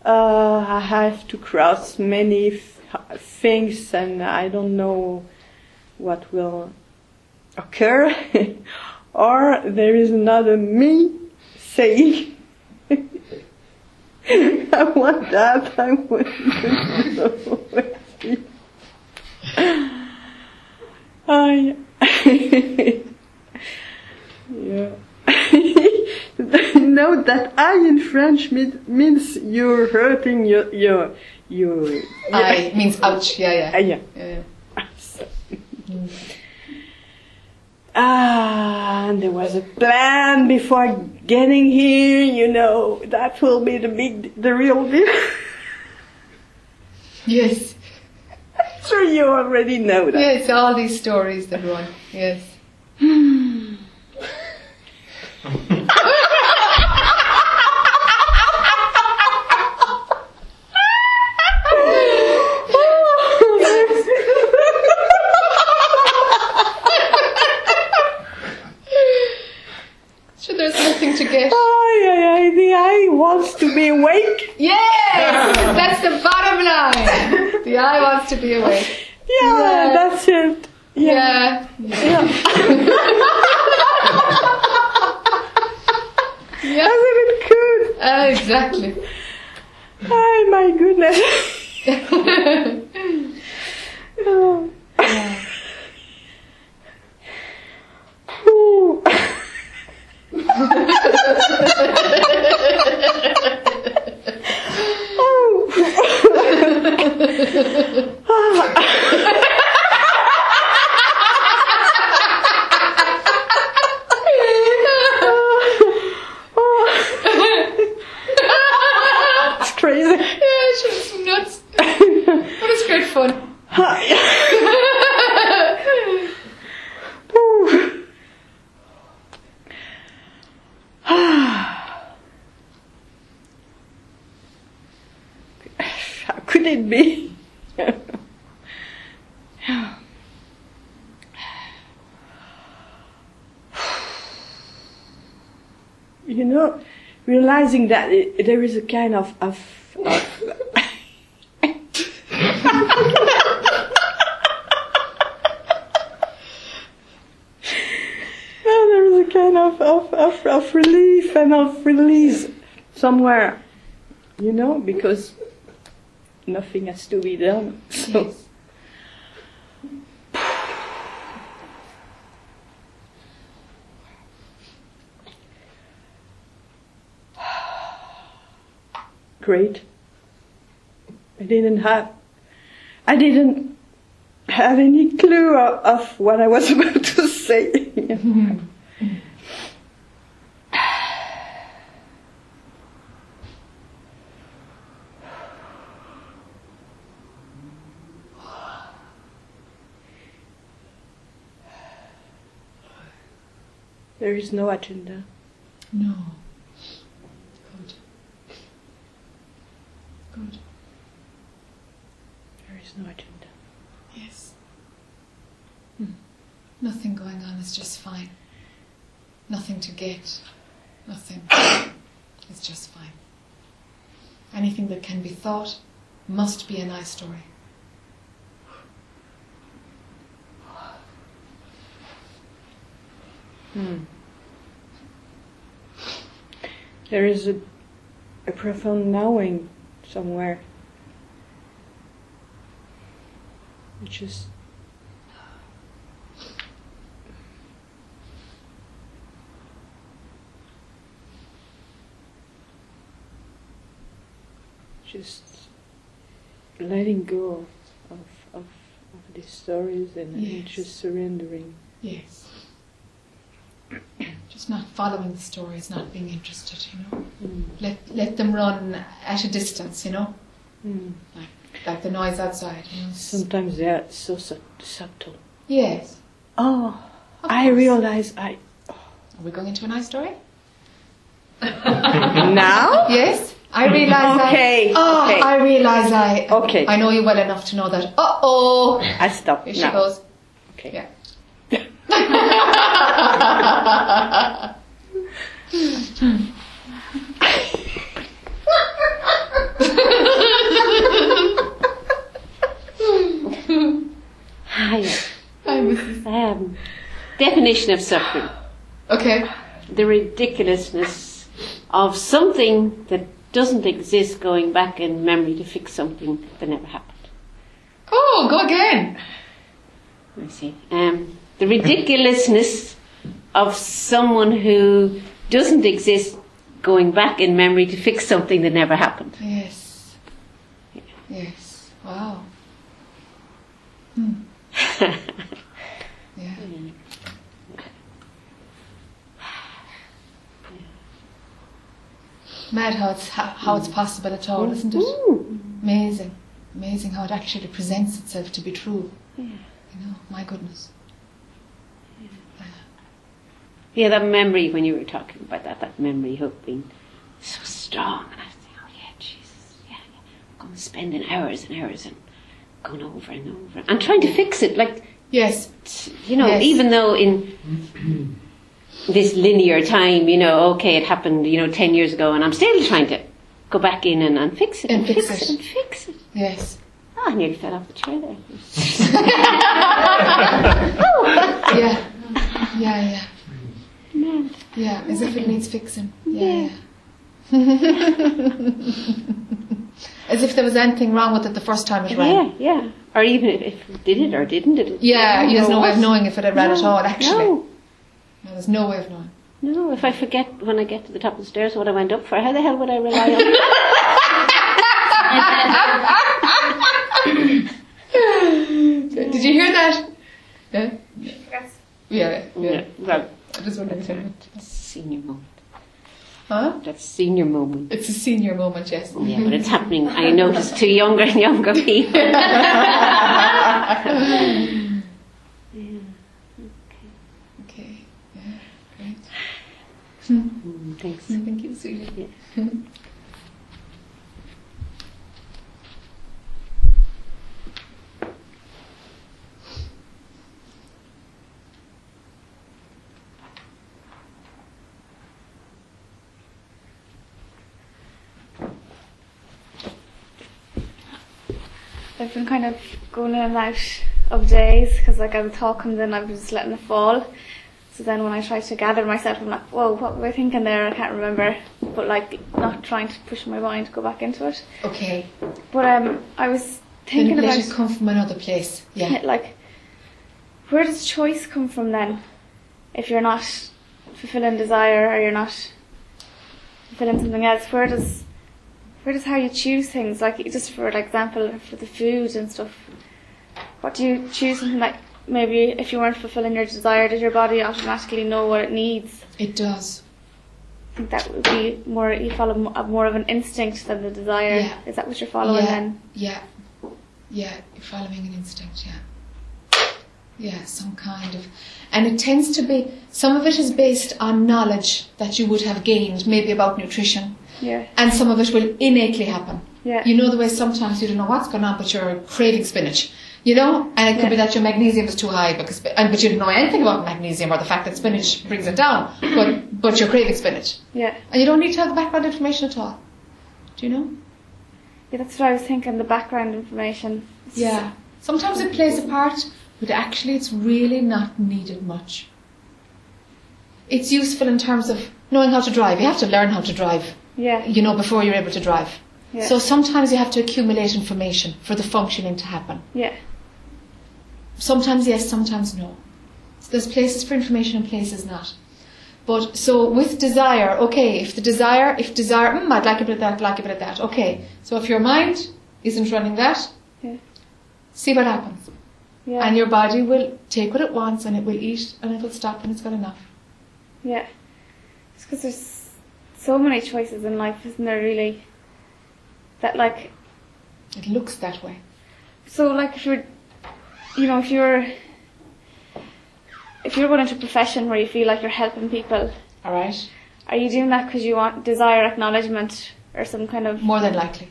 Speaker 10: uh, I have to cross many f- things, and I don't know what will occur," <laughs> or there is another me saying. <laughs> I want that. I want this. I. yeah. <laughs> Note that I in French mean, means you're hurting your your your.
Speaker 1: I means ouch. Yeah,
Speaker 10: Ah,
Speaker 1: yeah.
Speaker 10: yeah.
Speaker 1: Yeah.
Speaker 10: Ah, and there was a plan before getting here. You know that will be the big, the real deal.
Speaker 1: Yes.
Speaker 10: <laughs> sure you already know that.
Speaker 1: Yes. All these stories that run. Yes. Sure, there's nothing to get.
Speaker 10: Ay, ay, ay, the eye wants to be awake.
Speaker 1: Yes, that's the bottom line. The eye wants to be awake.
Speaker 10: Yeah,
Speaker 1: Yeah.
Speaker 10: that's it. Yeah.
Speaker 1: Yeah.
Speaker 10: As
Speaker 1: Yeah.
Speaker 10: if it could.
Speaker 1: Uh, exactly.
Speaker 10: Ay, my goodness. <laughs> Oh. Ooh. <laughs>
Speaker 4: Oh. <laughs>
Speaker 10: <sighs> could it be? you know, realizing that it, there is a kind of of, of <laughs> Oh, Yeah, there is a kind of, of, of, of relief and of release somewhere, you know, because nothing has to be done. So. <sighs> Great. I didn't have, I didn't have any clue of, of what I was <laughs> about to say. There is no agenda.
Speaker 1: No. Good. Good.
Speaker 10: There is no agenda.
Speaker 1: Yes. Hmm. Nothing going on is just fine. Nothing to get. Nothing is just fine. Anything that can be thought must be an I story.
Speaker 10: Hmm. There is a, a profound knowing somewhere. Which is. Just letting go of, of, of these stories and, and
Speaker 1: Yes.
Speaker 10: just surrendering.
Speaker 1: Yes. Just not following the stories, not being interested, you know.
Speaker 10: Mm.
Speaker 1: Let let them run at a distance, you know,
Speaker 10: Mm.
Speaker 1: like the noise outside. You know.
Speaker 10: Sometimes they are so sub- subtle.
Speaker 1: Yes.
Speaker 10: Oh,
Speaker 1: of
Speaker 10: I
Speaker 1: course.
Speaker 10: realize I.
Speaker 1: Are we going into an I story?
Speaker 10: Now?
Speaker 1: Yes. I realize
Speaker 10: Okay,
Speaker 1: I. Oh,
Speaker 10: okay.
Speaker 1: I realize I.
Speaker 10: Okay.
Speaker 1: I know you well enough to know that. Uh oh.
Speaker 10: I stop
Speaker 1: Here she
Speaker 10: now.
Speaker 1: goes.
Speaker 10: Okay.
Speaker 1: Yeah.
Speaker 11: Hi.
Speaker 1: Hi, Mrs.
Speaker 11: Um, definition of suffering.
Speaker 1: Okay.
Speaker 11: the ridiculousness of something that doesn't exist going back in memory to fix something that never happened.
Speaker 1: Oh, go again.
Speaker 11: I see. Um, the ridiculousness of someone who doesn't exist going back in memory to fix something that never happened.
Speaker 1: Yes. Yes. Wow. Hmm. yeah. Mad how it's how, how it's possible at all, isn't it? Amazing, amazing how it actually presents itself to be true. You know, my goodness.
Speaker 11: Yeah, that memory when you were talking about that, that memory of being so strong. And I was thinking, oh yeah, Jesus, yeah, yeah. I'm going to spend an hours and hours and going over and over. and trying to fix it, like,
Speaker 1: Yes.
Speaker 11: you know,
Speaker 1: Yes.
Speaker 11: even though in this linear time, you know, okay, it happened, you know, 10 years ago, and I'm still trying to go back in and, and fix it
Speaker 1: And
Speaker 11: and,
Speaker 1: fix
Speaker 11: fix, it.
Speaker 1: it.
Speaker 11: and fix it.
Speaker 1: Yes.
Speaker 11: Oh, I nearly fell off the chair there.
Speaker 1: Yeah. Yeah. Yeah. Yeah. As if it needs fixing. Yeah. yeah. <laughs> As if there was anything wrong with it the first time it ran.
Speaker 11: Yeah, yeah. Or even if, if it did it or didn't did it.
Speaker 1: Yeah,
Speaker 11: You
Speaker 1: there's
Speaker 11: know
Speaker 1: no way of
Speaker 11: what?
Speaker 1: knowing if it had ran at all, actually.
Speaker 11: No,
Speaker 1: No, there's no way of knowing.
Speaker 11: no. If I forget when I get to the top of the stairs what I went up for, how the hell would I rely
Speaker 1: <laughs>
Speaker 11: on it?
Speaker 1: Did you hear that? Yeah? Yes. Yeah, yeah.
Speaker 11: Yeah, well,
Speaker 1: I just wanted to
Speaker 11: that's a senior moment.
Speaker 1: Huh?
Speaker 11: That's a senior moment.
Speaker 1: It's a senior moment, yes.
Speaker 11: Yeah, but it's
Speaker 1: <laughs>
Speaker 11: happening. I notice to younger and younger people.
Speaker 1: <laughs> Okay. Yeah, great.
Speaker 11: Mm,
Speaker 1: Mm,
Speaker 11: Thanks.
Speaker 1: Thank you, sweetie.
Speaker 9: I've been kind of going in and out of days because like I would talk and then I was just letting it fall. So then when I try to gather myself, I'm like, whoa, what were I thinking there? I can't remember. But like not trying to push my mind to go back into it.
Speaker 1: <laughs> Okay.
Speaker 9: But um, I was thinking
Speaker 1: Oh. then
Speaker 9: about
Speaker 1: let it come from another place. Yeah.
Speaker 9: yeah, <laughs> like where does choice come from then? If you're not fulfilling desire or you're not fulfilling something else, where does where does how you choose things? Like just for example, for the food and stuff. What do you choose something like maybe if you weren't fulfilling your desire, does your body automatically know what it needs?
Speaker 1: It does.
Speaker 9: I think that would be more you follow mo- uh, more of an instinct than the desire.
Speaker 1: Yeah.
Speaker 9: Is that what you're following
Speaker 1: yeah,
Speaker 9: then?
Speaker 1: Yeah. Yeah, you're following an instinct, yeah. Yeah, some kind of. And it tends to be, some of it is based on knowledge that you would have gained, maybe about nutrition,
Speaker 9: Yeah.
Speaker 1: and some of it will innately happen.
Speaker 9: Yeah.
Speaker 1: You know the way sometimes you don't know what's going on, but you're craving spinach. You know, and it could be that your magnesium is too high because, spi- and but you don't know anything about magnesium or the fact that spinach brings it down, but but you're craving spinach,
Speaker 9: yeah.
Speaker 1: and you don't need to have the background information at all. Do you know?
Speaker 9: Yeah, that's what I was thinking, the background information. It's
Speaker 1: Yeah. Sometimes it plays a part, but actually it's really not needed much. It's useful in terms of knowing how to drive. You have to learn how to drive,
Speaker 9: just- Yeah.
Speaker 1: you know, before you're able to drive.
Speaker 9: Yeah.
Speaker 1: So sometimes you have to accumulate information for the functioning to happen.
Speaker 9: yeah.
Speaker 1: Sometimes yes, sometimes no. So there's places for information and places not. But so with desire, okay, if the desire, if desire, mm, I'd like a bit of that, I'd like a bit of that, okay. So if your mind isn't running that,
Speaker 9: Yeah.
Speaker 1: see what happens.
Speaker 9: Yeah.
Speaker 1: And your body will take what it wants and it will eat and it will stop when it's got enough.
Speaker 9: yeah. It's because there's so many choices in life, isn't there, really? That, like,
Speaker 1: It looks that way.
Speaker 9: so, like, if you're, you know, if you're, if you're going into a profession where you feel like you're helping people,
Speaker 1: All right?
Speaker 9: are you doing that because you want desire acknowledgement or some kind of
Speaker 1: More than likely.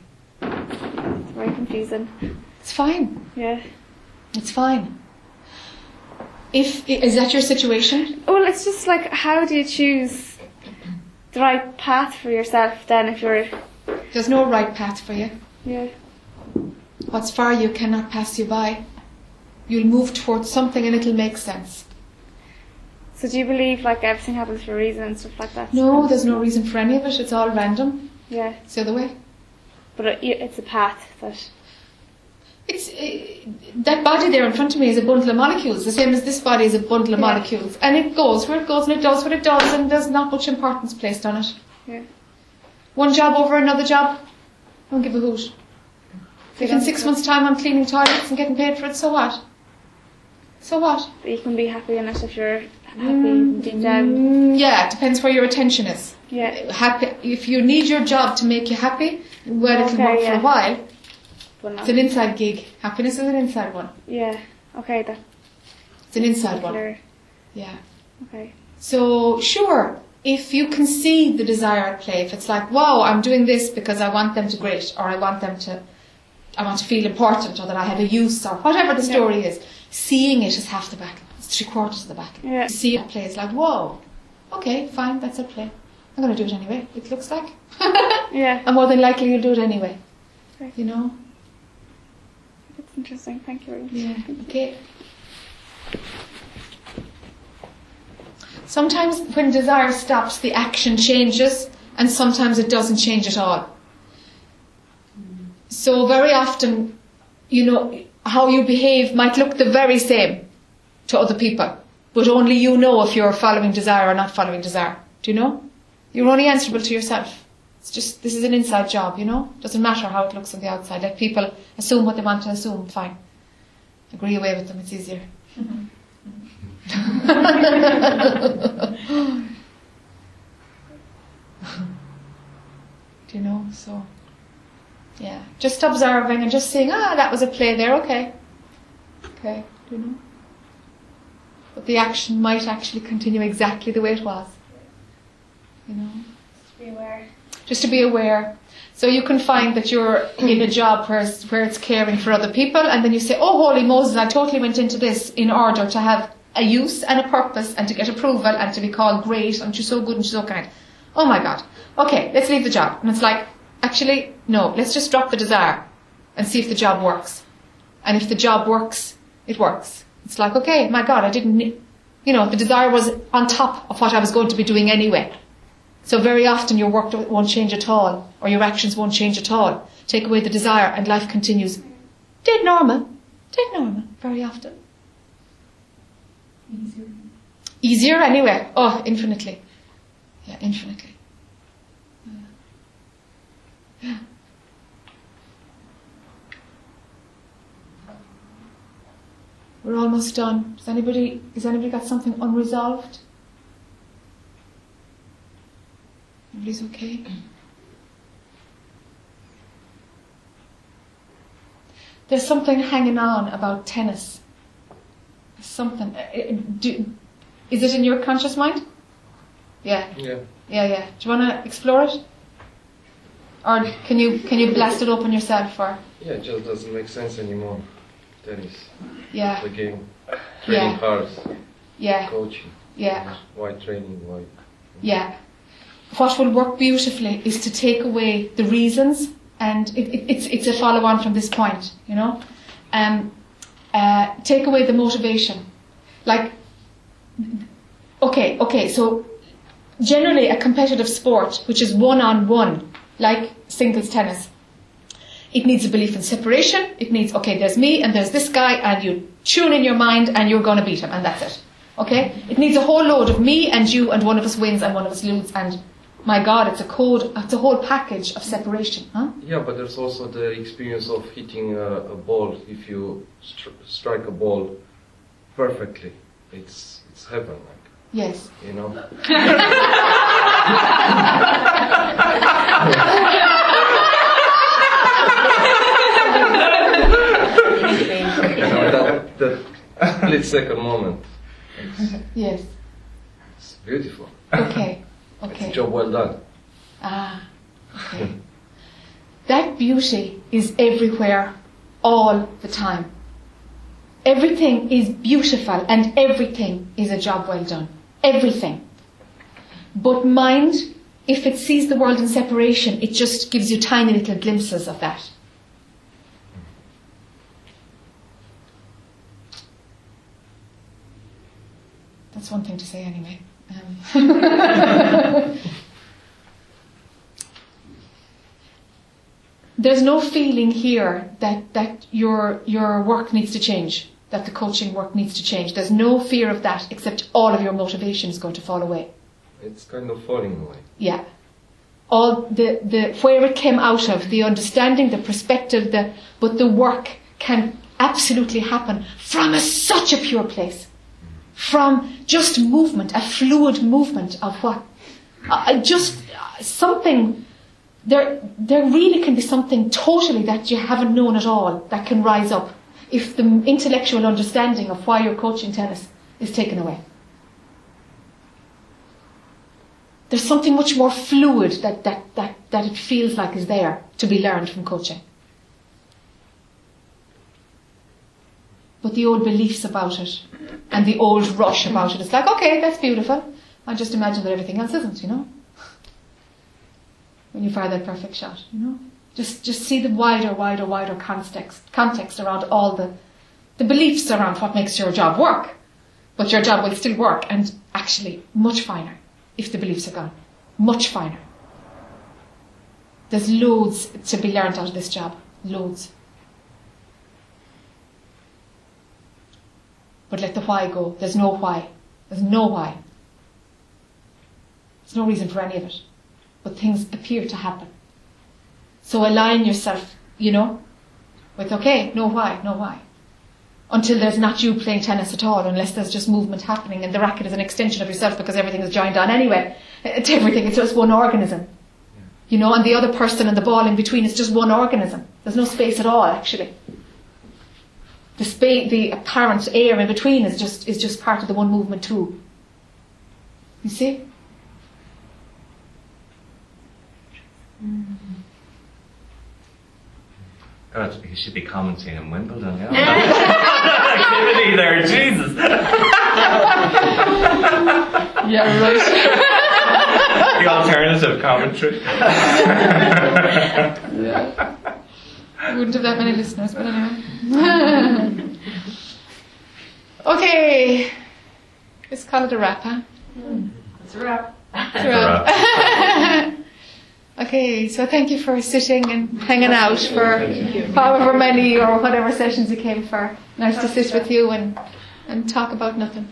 Speaker 9: very confusing?
Speaker 1: It's fine.
Speaker 9: Yeah.
Speaker 1: It's fine. If is that your situation?
Speaker 9: Well, it's just like, how do you choose the right path for yourself then if you're,
Speaker 1: There's no right path for you.
Speaker 9: yeah.
Speaker 1: What's for you cannot pass you by. You'll move towards something and it'll make sense.
Speaker 9: So do you believe like everything happens for a reason and stuff like that?
Speaker 1: No, there's no reason for any of it. It's all random.
Speaker 9: Yeah,
Speaker 1: It's the other way.
Speaker 9: but it, it's a path that.
Speaker 1: It's uh, that body there in front of me is a bundle of molecules, the same as this body is a bundle of
Speaker 9: Yeah.
Speaker 1: molecules, and it goes where it goes and it does what it does, and there's not much importance placed on it.
Speaker 9: Yeah.
Speaker 1: One job over another job, I don't give a hoot. If in six months' time I'm cleaning toilets and getting paid for it, so what? So what?
Speaker 9: But you can be happy in it if you're happy deep down.
Speaker 1: Mm, yeah, it depends where your attention is.
Speaker 9: Yeah,
Speaker 1: Happy. If you need your job to make you happy, well, it'll
Speaker 9: Okay,
Speaker 1: work for
Speaker 9: yeah.
Speaker 1: a while.
Speaker 9: but
Speaker 1: It's
Speaker 9: not.
Speaker 1: an inside gig. Happiness is an inside one.
Speaker 9: Yeah. Okay, that's
Speaker 1: It's an inside one.
Speaker 9: clear.
Speaker 1: Yeah.
Speaker 9: Okay.
Speaker 1: So, sure, if you can see the desire at play, if it's like, wow, I'm doing this because I want them to great, or I want them to, I want to feel important, or that I have a use, or whatever the story is, seeing it is half the battle. It's three quarters of the battle.
Speaker 9: Yeah.
Speaker 1: See it at play, it's like, whoa, okay, fine, that's at play. I'm going to do it anyway, it looks like. <laughs>
Speaker 9: Yeah,
Speaker 1: And more than likely you'll do it anyway.
Speaker 9: Right.
Speaker 1: You know?
Speaker 9: that's interesting. Thank you. very much.
Speaker 1: Yeah. Okay. Sometimes when desire stops, the action changes, and sometimes it doesn't change at all. So very often, you know, how you behave might look the very same to other people, but only you know if you're following desire or not following desire. Do you know? You're only answerable to yourself. It's just this is an inside job, you know. Doesn't matter how it looks on the outside. Let people assume what they want to assume. Fine agree away with them, it's easier. <laughs> Do you know? So, yeah. Just observing and just seeing, ah, that was a play there, okay. Okay, do you know? But the action might actually continue exactly the way it was. You know?
Speaker 9: Be aware.
Speaker 1: just to be aware. So you can find that you're in a job where it's, where it's caring for other people, and then you say, "Oh, holy Moses! I totally went into this in order to have a use and a purpose, and to get approval, and to be called great, and she's so good and she's so kind." Oh my God! Okay, let's leave the job, and it's like, actually, no. Let's just drop the desire, and see if the job works. And if the job works, it works. It's like, okay, my God, I didn't, you know, the desire was on top of what I was going to be doing anyway. So very often your work won't change at all, or your actions won't change at all. Take away the desire and life continues. Dead normal. Dead normal, very often. Easier. Easier anyway. Oh, infinitely. Yeah, infinitely. Yeah. <gasps> We're almost done. Does anybody, has anybody got something unresolved? Everybody's okay? <clears throat> There's something hanging on about tennis. Something. uh, Do, is it in your conscious mind? Yeah.
Speaker 3: Yeah.
Speaker 1: Yeah, yeah. Do you want to explore it? Or can you can you blast it open yourself? Or
Speaker 11: Yeah, it just doesn't make sense anymore. Tennis.
Speaker 1: Yeah.
Speaker 11: The game. Training
Speaker 1: Yeah.
Speaker 11: hard.
Speaker 1: Yeah.
Speaker 11: Coaching.
Speaker 1: Yeah.
Speaker 11: Why training? Why?
Speaker 1: Yeah. What will work beautifully is to take away the reasons, and it, it, it's, it's a follow on from this point, you know? Um, uh, take away the motivation. Like, okay, okay, so generally a competitive sport, which is one on one, like singles tennis, it needs a belief in separation. It needs, okay, there's me and there's this guy, and you tune in your mind and you're going to beat him, and that's it. Okay? It needs a whole load of me and you, and one of us wins and one of us loses, and my God, it's a code, it's a whole package of separation, huh?
Speaker 11: Yeah, but there's also the experience of hitting a, a ball. If you str- strike a ball perfectly, it's it's heaven, like
Speaker 1: Yes.
Speaker 11: you know.
Speaker 4: Ah.
Speaker 11: You know, that, that split second moment,
Speaker 1: Yes.
Speaker 11: it's beautiful.
Speaker 1: Okay.
Speaker 11: It's a
Speaker 1: Okay.
Speaker 11: job well done.
Speaker 1: Ah. Okay. That beauty is everywhere, all the time. Everything is beautiful and everything is a job well done. Everything. But mind, if it sees the world in separation, it just gives you tiny little glimpses of that. That's one thing to say, anyway. Um, <laughs> there's no feeling here that, that your your work needs to change, that the coaching work needs to change. There's no fear of that, except all of your motivation is going to fall away.
Speaker 11: It's kind of falling away.
Speaker 1: Yeah. All the, the where it came out of, the understanding, the perspective, the but the work can absolutely happen from a, such a pure place, from just movement, a fluid movement of what, uh, uh, just uh, something. There, there really can be something totally that you haven't known at all that can rise up if the intellectual understanding of why you're coaching tennis is taken away. there's something much more fluid that, that, that, that it feels like is there to be learned from coaching. But the old beliefs about it and the old rush about it, it's like, okay, that's beautiful. I just imagine that everything else isn't, you know? When you fire that perfect shot, you know? Just, just see the wider, wider, wider context, context around all the, the beliefs around what makes your job work. But your job will still work and actually much finer if the beliefs are gone. Much finer. There's loads to be learned out of this job. Loads. But let the why go. There's no why. There's no why. There's no reason for any of it. But things appear to happen. So align yourself, you know, with okay, no why, no why until there's not you playing tennis at all, unless there's just movement happening and the racket is an extension of yourself because everything is joined on anyway. It's everything, it's just one organism. You know, and the other person and the ball in between is just one organism. There's no space at all, actually. The space, the apparent air in between is just, is just part of the one movement too. You see? Mm-hmm.
Speaker 2: God, Oh, you should be commenting on Wimbledon.
Speaker 1: <laughs>
Speaker 2: Yeah. Activity there, Jesus.
Speaker 1: Yeah,
Speaker 2: <laughs>
Speaker 1: <laughs>
Speaker 2: the alternative commentary.
Speaker 1: Yeah. wouldn't have that many listeners, but anyway. <laughs> okay. Let's call it a wrap, huh?
Speaker 6: It's a wrap.
Speaker 1: It's a wrap. <laughs> okay, so thank you for sitting and hanging out for however many or whatever sessions you came for. Nice to sit with you and, and talk about nothing.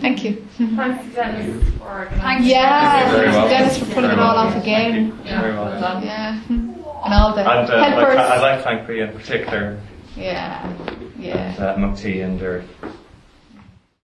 Speaker 1: Thank you.
Speaker 6: Thanks to Dennis for organising.
Speaker 1: Yeah,
Speaker 6: everything.
Speaker 1: thanks to Dennis for pulling it all off again.
Speaker 6: Yeah, well done.
Speaker 1: Yeah, <laughs> and all the
Speaker 2: And uh, I'd, like,
Speaker 1: helpers.
Speaker 2: I'd like to thank Priya in particular,
Speaker 1: Yeah, yeah.
Speaker 2: and, uh, Mukti and her